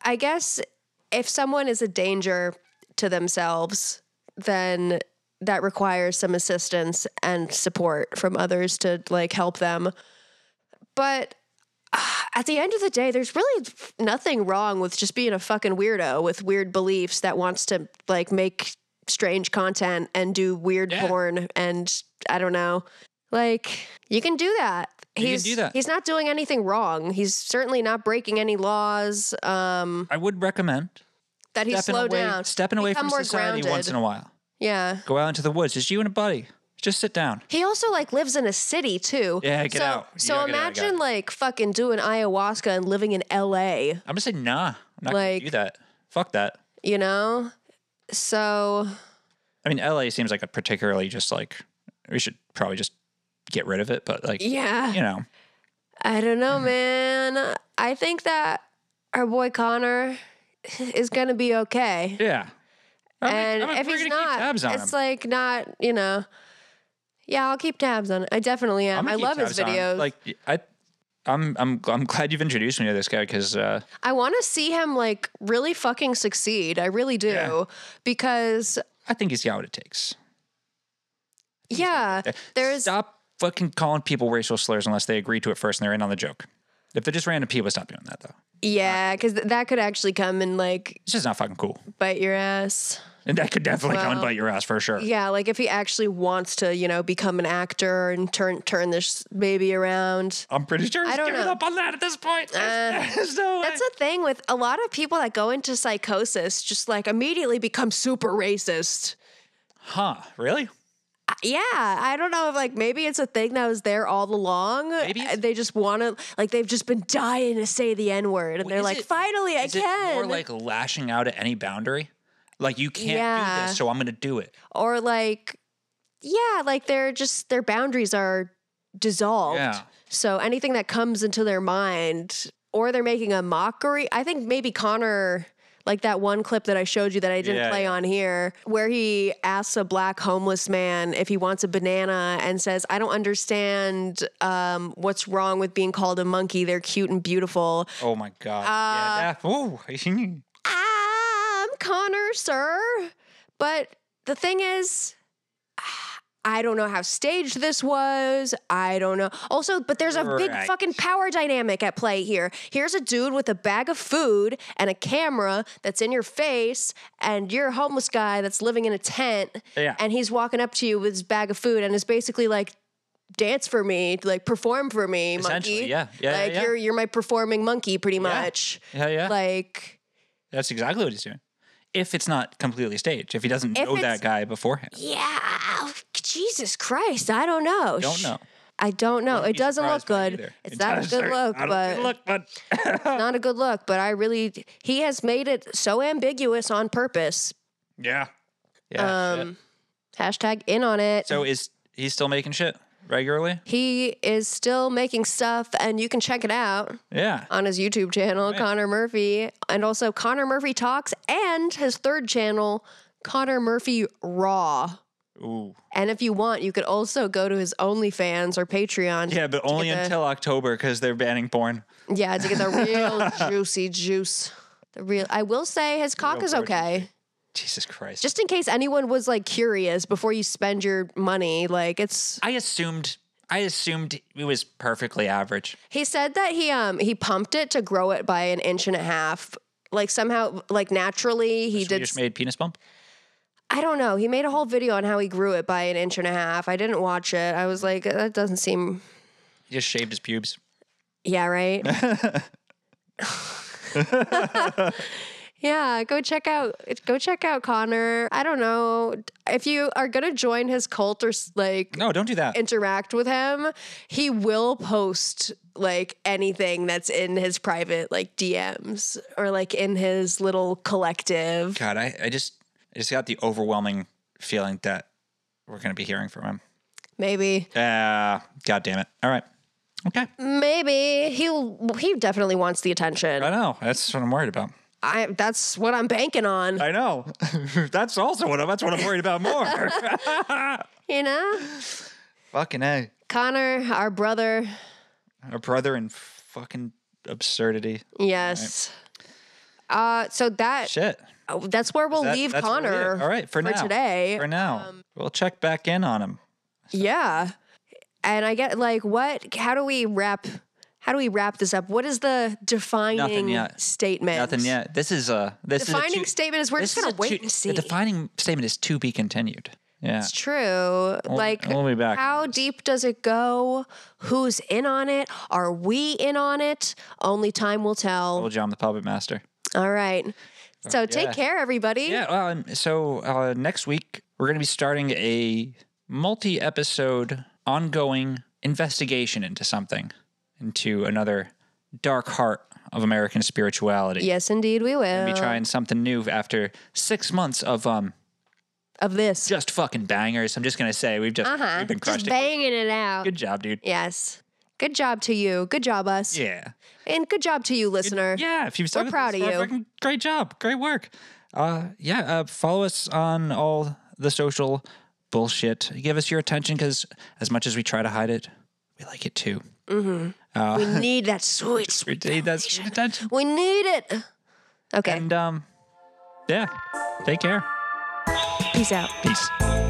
[SPEAKER 1] i guess if someone is a danger to themselves then that requires some assistance and support from others to like help them but ah, at the end of the day there's really nothing wrong with just being a fucking weirdo with weird beliefs that wants to like make strange content and do weird porn and i don't know like you can do that.
[SPEAKER 2] You can
[SPEAKER 1] He's
[SPEAKER 2] do that.
[SPEAKER 1] he's not doing anything wrong. He's certainly not breaking any laws. Um,
[SPEAKER 2] I would recommend
[SPEAKER 1] that he
[SPEAKER 2] stepping
[SPEAKER 1] slow
[SPEAKER 2] away,
[SPEAKER 1] down,
[SPEAKER 2] stepping away
[SPEAKER 1] Become
[SPEAKER 2] from
[SPEAKER 1] more
[SPEAKER 2] society once
[SPEAKER 1] grounded.
[SPEAKER 2] in a while.
[SPEAKER 1] Yeah.
[SPEAKER 2] Go out into the woods, just you and a buddy. Just sit down.
[SPEAKER 1] He also like lives in a city too.
[SPEAKER 2] Yeah, get
[SPEAKER 1] so,
[SPEAKER 2] out. You
[SPEAKER 1] So
[SPEAKER 2] gotta get out, you gotta-
[SPEAKER 1] imagine like fucking doing ayahuasca and living in L.A.
[SPEAKER 2] I'm gonna say nah. I'm not
[SPEAKER 1] Like-
[SPEAKER 2] gonna do that. Fuck that.
[SPEAKER 1] You know. So
[SPEAKER 2] I mean, LA seems like a particularly just like we should probably just get rid of it. But like,
[SPEAKER 1] Yeah.
[SPEAKER 2] you know,
[SPEAKER 1] I don't know,
[SPEAKER 2] Uh-huh.
[SPEAKER 1] man. I think that our boy Connor is gonna be okay.
[SPEAKER 2] yeah. I'm gonna-
[SPEAKER 1] and
[SPEAKER 2] I'm gonna-
[SPEAKER 1] if
[SPEAKER 2] we're
[SPEAKER 1] he's
[SPEAKER 2] gonna keep
[SPEAKER 1] not,
[SPEAKER 2] tabs on
[SPEAKER 1] it's
[SPEAKER 2] him.
[SPEAKER 1] like not, you know. Yeah, I'll keep tabs on it. I definitely am.
[SPEAKER 2] I'm
[SPEAKER 1] I
[SPEAKER 2] gonna keep
[SPEAKER 1] love his
[SPEAKER 2] tabs on it.
[SPEAKER 1] videos.
[SPEAKER 2] Like, I, I'm, I'm, I'm glad you've introduced me to this guy because uh,
[SPEAKER 1] I want to see him like really fucking succeed. I really do because
[SPEAKER 2] I think he's got what it takes.
[SPEAKER 1] yeah, there's
[SPEAKER 2] eh, stop fucking calling people racial slurs unless they agree to it first and they're in on the joke. If they're just random people, stop doing that though.
[SPEAKER 1] yeah, because that could actually come and like
[SPEAKER 2] It's just not fucking cool.
[SPEAKER 1] bite your ass.
[SPEAKER 2] And that could definitely come and
[SPEAKER 1] Well,
[SPEAKER 2] bite your ass for sure.
[SPEAKER 1] Yeah, like if he actually wants to, you know, become an actor and turn turn this baby around.
[SPEAKER 2] I'm pretty sure he's
[SPEAKER 1] I don't
[SPEAKER 2] giving
[SPEAKER 1] know. Uh,
[SPEAKER 2] up on that [laughs] at this point. There's- there's no way.
[SPEAKER 1] That's the thing with a lot of people that go into psychosis, just like immediately become super racist.
[SPEAKER 2] Huh, really?
[SPEAKER 1] Yeah, I don't know if like maybe it's a thing that was there all along. Maybe they just want to like they've just been dying to say the n word, and they're
[SPEAKER 2] is
[SPEAKER 1] like,
[SPEAKER 2] it-
[SPEAKER 1] finally, I
[SPEAKER 2] Is
[SPEAKER 1] can.
[SPEAKER 2] it more like lashing out at any boundary? Like you can't
[SPEAKER 1] Yeah.
[SPEAKER 2] do this, so I'm going to do it.
[SPEAKER 1] or like yeah like they're just their boundaries are dissolved
[SPEAKER 2] Yeah.
[SPEAKER 1] so anything that comes into their mind or they're making a mockery i think maybe connor like that one clip that i showed you that i didn't
[SPEAKER 14] Yeah,
[SPEAKER 1] play
[SPEAKER 14] yeah.
[SPEAKER 1] on here where he asks a black homeless man if he wants a banana and says i don't understand um, what's wrong with being called a monkey they're cute and beautiful
[SPEAKER 2] Oh my god!
[SPEAKER 1] Uh,
[SPEAKER 2] yeah, that, ooh. [laughs]
[SPEAKER 1] I'm Connor, sir. But the thing is, [sighs] I don't know how staged this was. I don't know. Also, but there's a big
[SPEAKER 14] Right.
[SPEAKER 1] fucking power dynamic at play here. Here's a dude with a bag of food and a camera that's in your face, and you're a homeless guy that's living in a tent.
[SPEAKER 14] Yeah.
[SPEAKER 1] And he's walking up to you with his bag of food and is basically like, dance for me, like perform for me,
[SPEAKER 2] Essentially,
[SPEAKER 1] monkey.
[SPEAKER 2] yeah. Yeah, yeah,
[SPEAKER 1] Like
[SPEAKER 2] yeah.
[SPEAKER 1] you're you're my performing monkey pretty much.
[SPEAKER 2] Yeah, yeah.
[SPEAKER 1] Like
[SPEAKER 2] That's exactly what he's doing. If it's not completely staged, if he doesn't
[SPEAKER 1] If
[SPEAKER 2] know
[SPEAKER 1] it's-
[SPEAKER 2] that guy beforehand,
[SPEAKER 1] Yeah, oh, Jesus Christ, I don't know.
[SPEAKER 2] don't
[SPEAKER 1] Sh-
[SPEAKER 2] know.
[SPEAKER 1] I don't know. It doesn't look good.
[SPEAKER 2] either.
[SPEAKER 1] It's
[SPEAKER 2] It
[SPEAKER 1] not a
[SPEAKER 2] doesn't-
[SPEAKER 1] good look,
[SPEAKER 2] not a
[SPEAKER 1] but
[SPEAKER 2] good look, but
[SPEAKER 1] [laughs] it's not a good look. But I really, he has made it so ambiguous on purpose.
[SPEAKER 2] yeah, yeah.
[SPEAKER 1] um, hashtag in on it.
[SPEAKER 2] So is he still making shit regularly?
[SPEAKER 1] he is still making stuff, and you can check it out
[SPEAKER 2] Yeah.
[SPEAKER 1] on his YouTube channel, Connor Murphy, and also Connor Murphy Talks, and his third channel, Connor Murphy Raw.
[SPEAKER 2] Ooh.
[SPEAKER 1] And if you want, you could also go to his OnlyFans or Patreon.
[SPEAKER 2] Yeah, but
[SPEAKER 1] to get
[SPEAKER 2] only
[SPEAKER 1] the-
[SPEAKER 2] until October because they're banning porn.
[SPEAKER 1] Yeah, to get the
[SPEAKER 2] [laughs]
[SPEAKER 1] real juicy juice. The real. I will say his cock
[SPEAKER 2] Real
[SPEAKER 1] is
[SPEAKER 2] protein
[SPEAKER 1] okay.
[SPEAKER 2] Jesus Christ.
[SPEAKER 1] Just in case anyone was like curious before you spend your money, like it's.
[SPEAKER 2] I assumed. I assumed it was perfectly average.
[SPEAKER 1] He said that he um he pumped it to grow it by an inch and a half. Like somehow, like naturally, he
[SPEAKER 2] He
[SPEAKER 1] did.
[SPEAKER 2] just made penis bump.
[SPEAKER 1] I don't know. He made a whole video on how he grew it by an inch and a half. I didn't watch it. I was like, that doesn't seem.
[SPEAKER 2] He just shaved his pubes.
[SPEAKER 1] Yeah,
[SPEAKER 2] [laughs]
[SPEAKER 1] right. [laughs] yeah, go check out go check out Connor. I don't know if you are gonna join his cult or s- like
[SPEAKER 2] No, don't do that.
[SPEAKER 1] interact with him. He will post like anything that's in his private like DMs or like in his little collective.
[SPEAKER 2] God, I, I just I just got the overwhelming feeling that we're gonna be hearing from him.
[SPEAKER 1] Maybe
[SPEAKER 2] Ah, God damn it. All right.
[SPEAKER 1] maybe he'll he definitely wants the attention.
[SPEAKER 2] I know. That's what I'm worried about. [laughs]
[SPEAKER 1] I that's what I'm banking on.
[SPEAKER 2] I know. that's also what I'm that's what I'm worried about more. [laughs]
[SPEAKER 1] You know,
[SPEAKER 2] fucking A.
[SPEAKER 1] Connor, our brother.
[SPEAKER 2] Our brother in fucking absurdity.
[SPEAKER 1] Yes. Uh, so that
[SPEAKER 2] Shit.
[SPEAKER 1] Oh, that's where we'll
[SPEAKER 2] That-
[SPEAKER 1] leave
[SPEAKER 2] that's where we
[SPEAKER 1] Connor.
[SPEAKER 2] are. All right, for, now.
[SPEAKER 1] today. Um,
[SPEAKER 2] For now. we'll check back in on him.
[SPEAKER 1] Yeah. And I get like, what? How do we wrap? How do we wrap this up? What is the
[SPEAKER 2] Nothing
[SPEAKER 1] defining
[SPEAKER 2] yet.
[SPEAKER 1] statement?
[SPEAKER 2] Nothing yet. This is a this is a
[SPEAKER 1] defining
[SPEAKER 2] two-
[SPEAKER 1] statement is we're just
[SPEAKER 2] this is
[SPEAKER 1] gonna
[SPEAKER 2] a
[SPEAKER 1] wait
[SPEAKER 2] two-
[SPEAKER 1] and see.
[SPEAKER 2] The defining statement is to be continued. Yeah.
[SPEAKER 1] It's true.
[SPEAKER 2] We'll-
[SPEAKER 1] like,
[SPEAKER 2] we'll be back.
[SPEAKER 1] how deep does it go? Who's in on it? Are we in on it? Only time will tell.
[SPEAKER 2] Old John the Puppet Master.
[SPEAKER 1] All right. So
[SPEAKER 2] Yeah.
[SPEAKER 1] take care, everybody.
[SPEAKER 2] Yeah. Well, and so uh, next week we're going to be starting a multi-episode ongoing investigation into something, into another dark heart of American spirituality.
[SPEAKER 1] Yes, indeed, we will.
[SPEAKER 2] We're gonna be trying something new after six months of um
[SPEAKER 1] of this
[SPEAKER 2] just fucking bangers. I'm just gonna say we've just
[SPEAKER 1] Uh huh.
[SPEAKER 2] we've been
[SPEAKER 1] Just
[SPEAKER 2] crushed.
[SPEAKER 1] banging it out.
[SPEAKER 2] Good job, dude.
[SPEAKER 1] Yes. Good job to you. Good job, us.
[SPEAKER 2] Yeah.
[SPEAKER 1] And good job to you, listener.
[SPEAKER 2] yeah, if you've stuck
[SPEAKER 1] we're
[SPEAKER 2] with
[SPEAKER 1] proud
[SPEAKER 2] us
[SPEAKER 1] of
[SPEAKER 2] for
[SPEAKER 1] you.
[SPEAKER 2] fucking- Great job. Great work. Uh, yeah, uh, follow us on all the social bullshit. Give us your attention because as much as we try to hide it, we like it too.
[SPEAKER 1] hmm
[SPEAKER 2] Uh, [laughs]
[SPEAKER 1] we need that sweet,
[SPEAKER 2] we [laughs]
[SPEAKER 1] sweet
[SPEAKER 2] need that sweet attention.
[SPEAKER 1] We need it. Okay.
[SPEAKER 2] And um, yeah, take care.
[SPEAKER 1] Peace out.
[SPEAKER 2] Peace.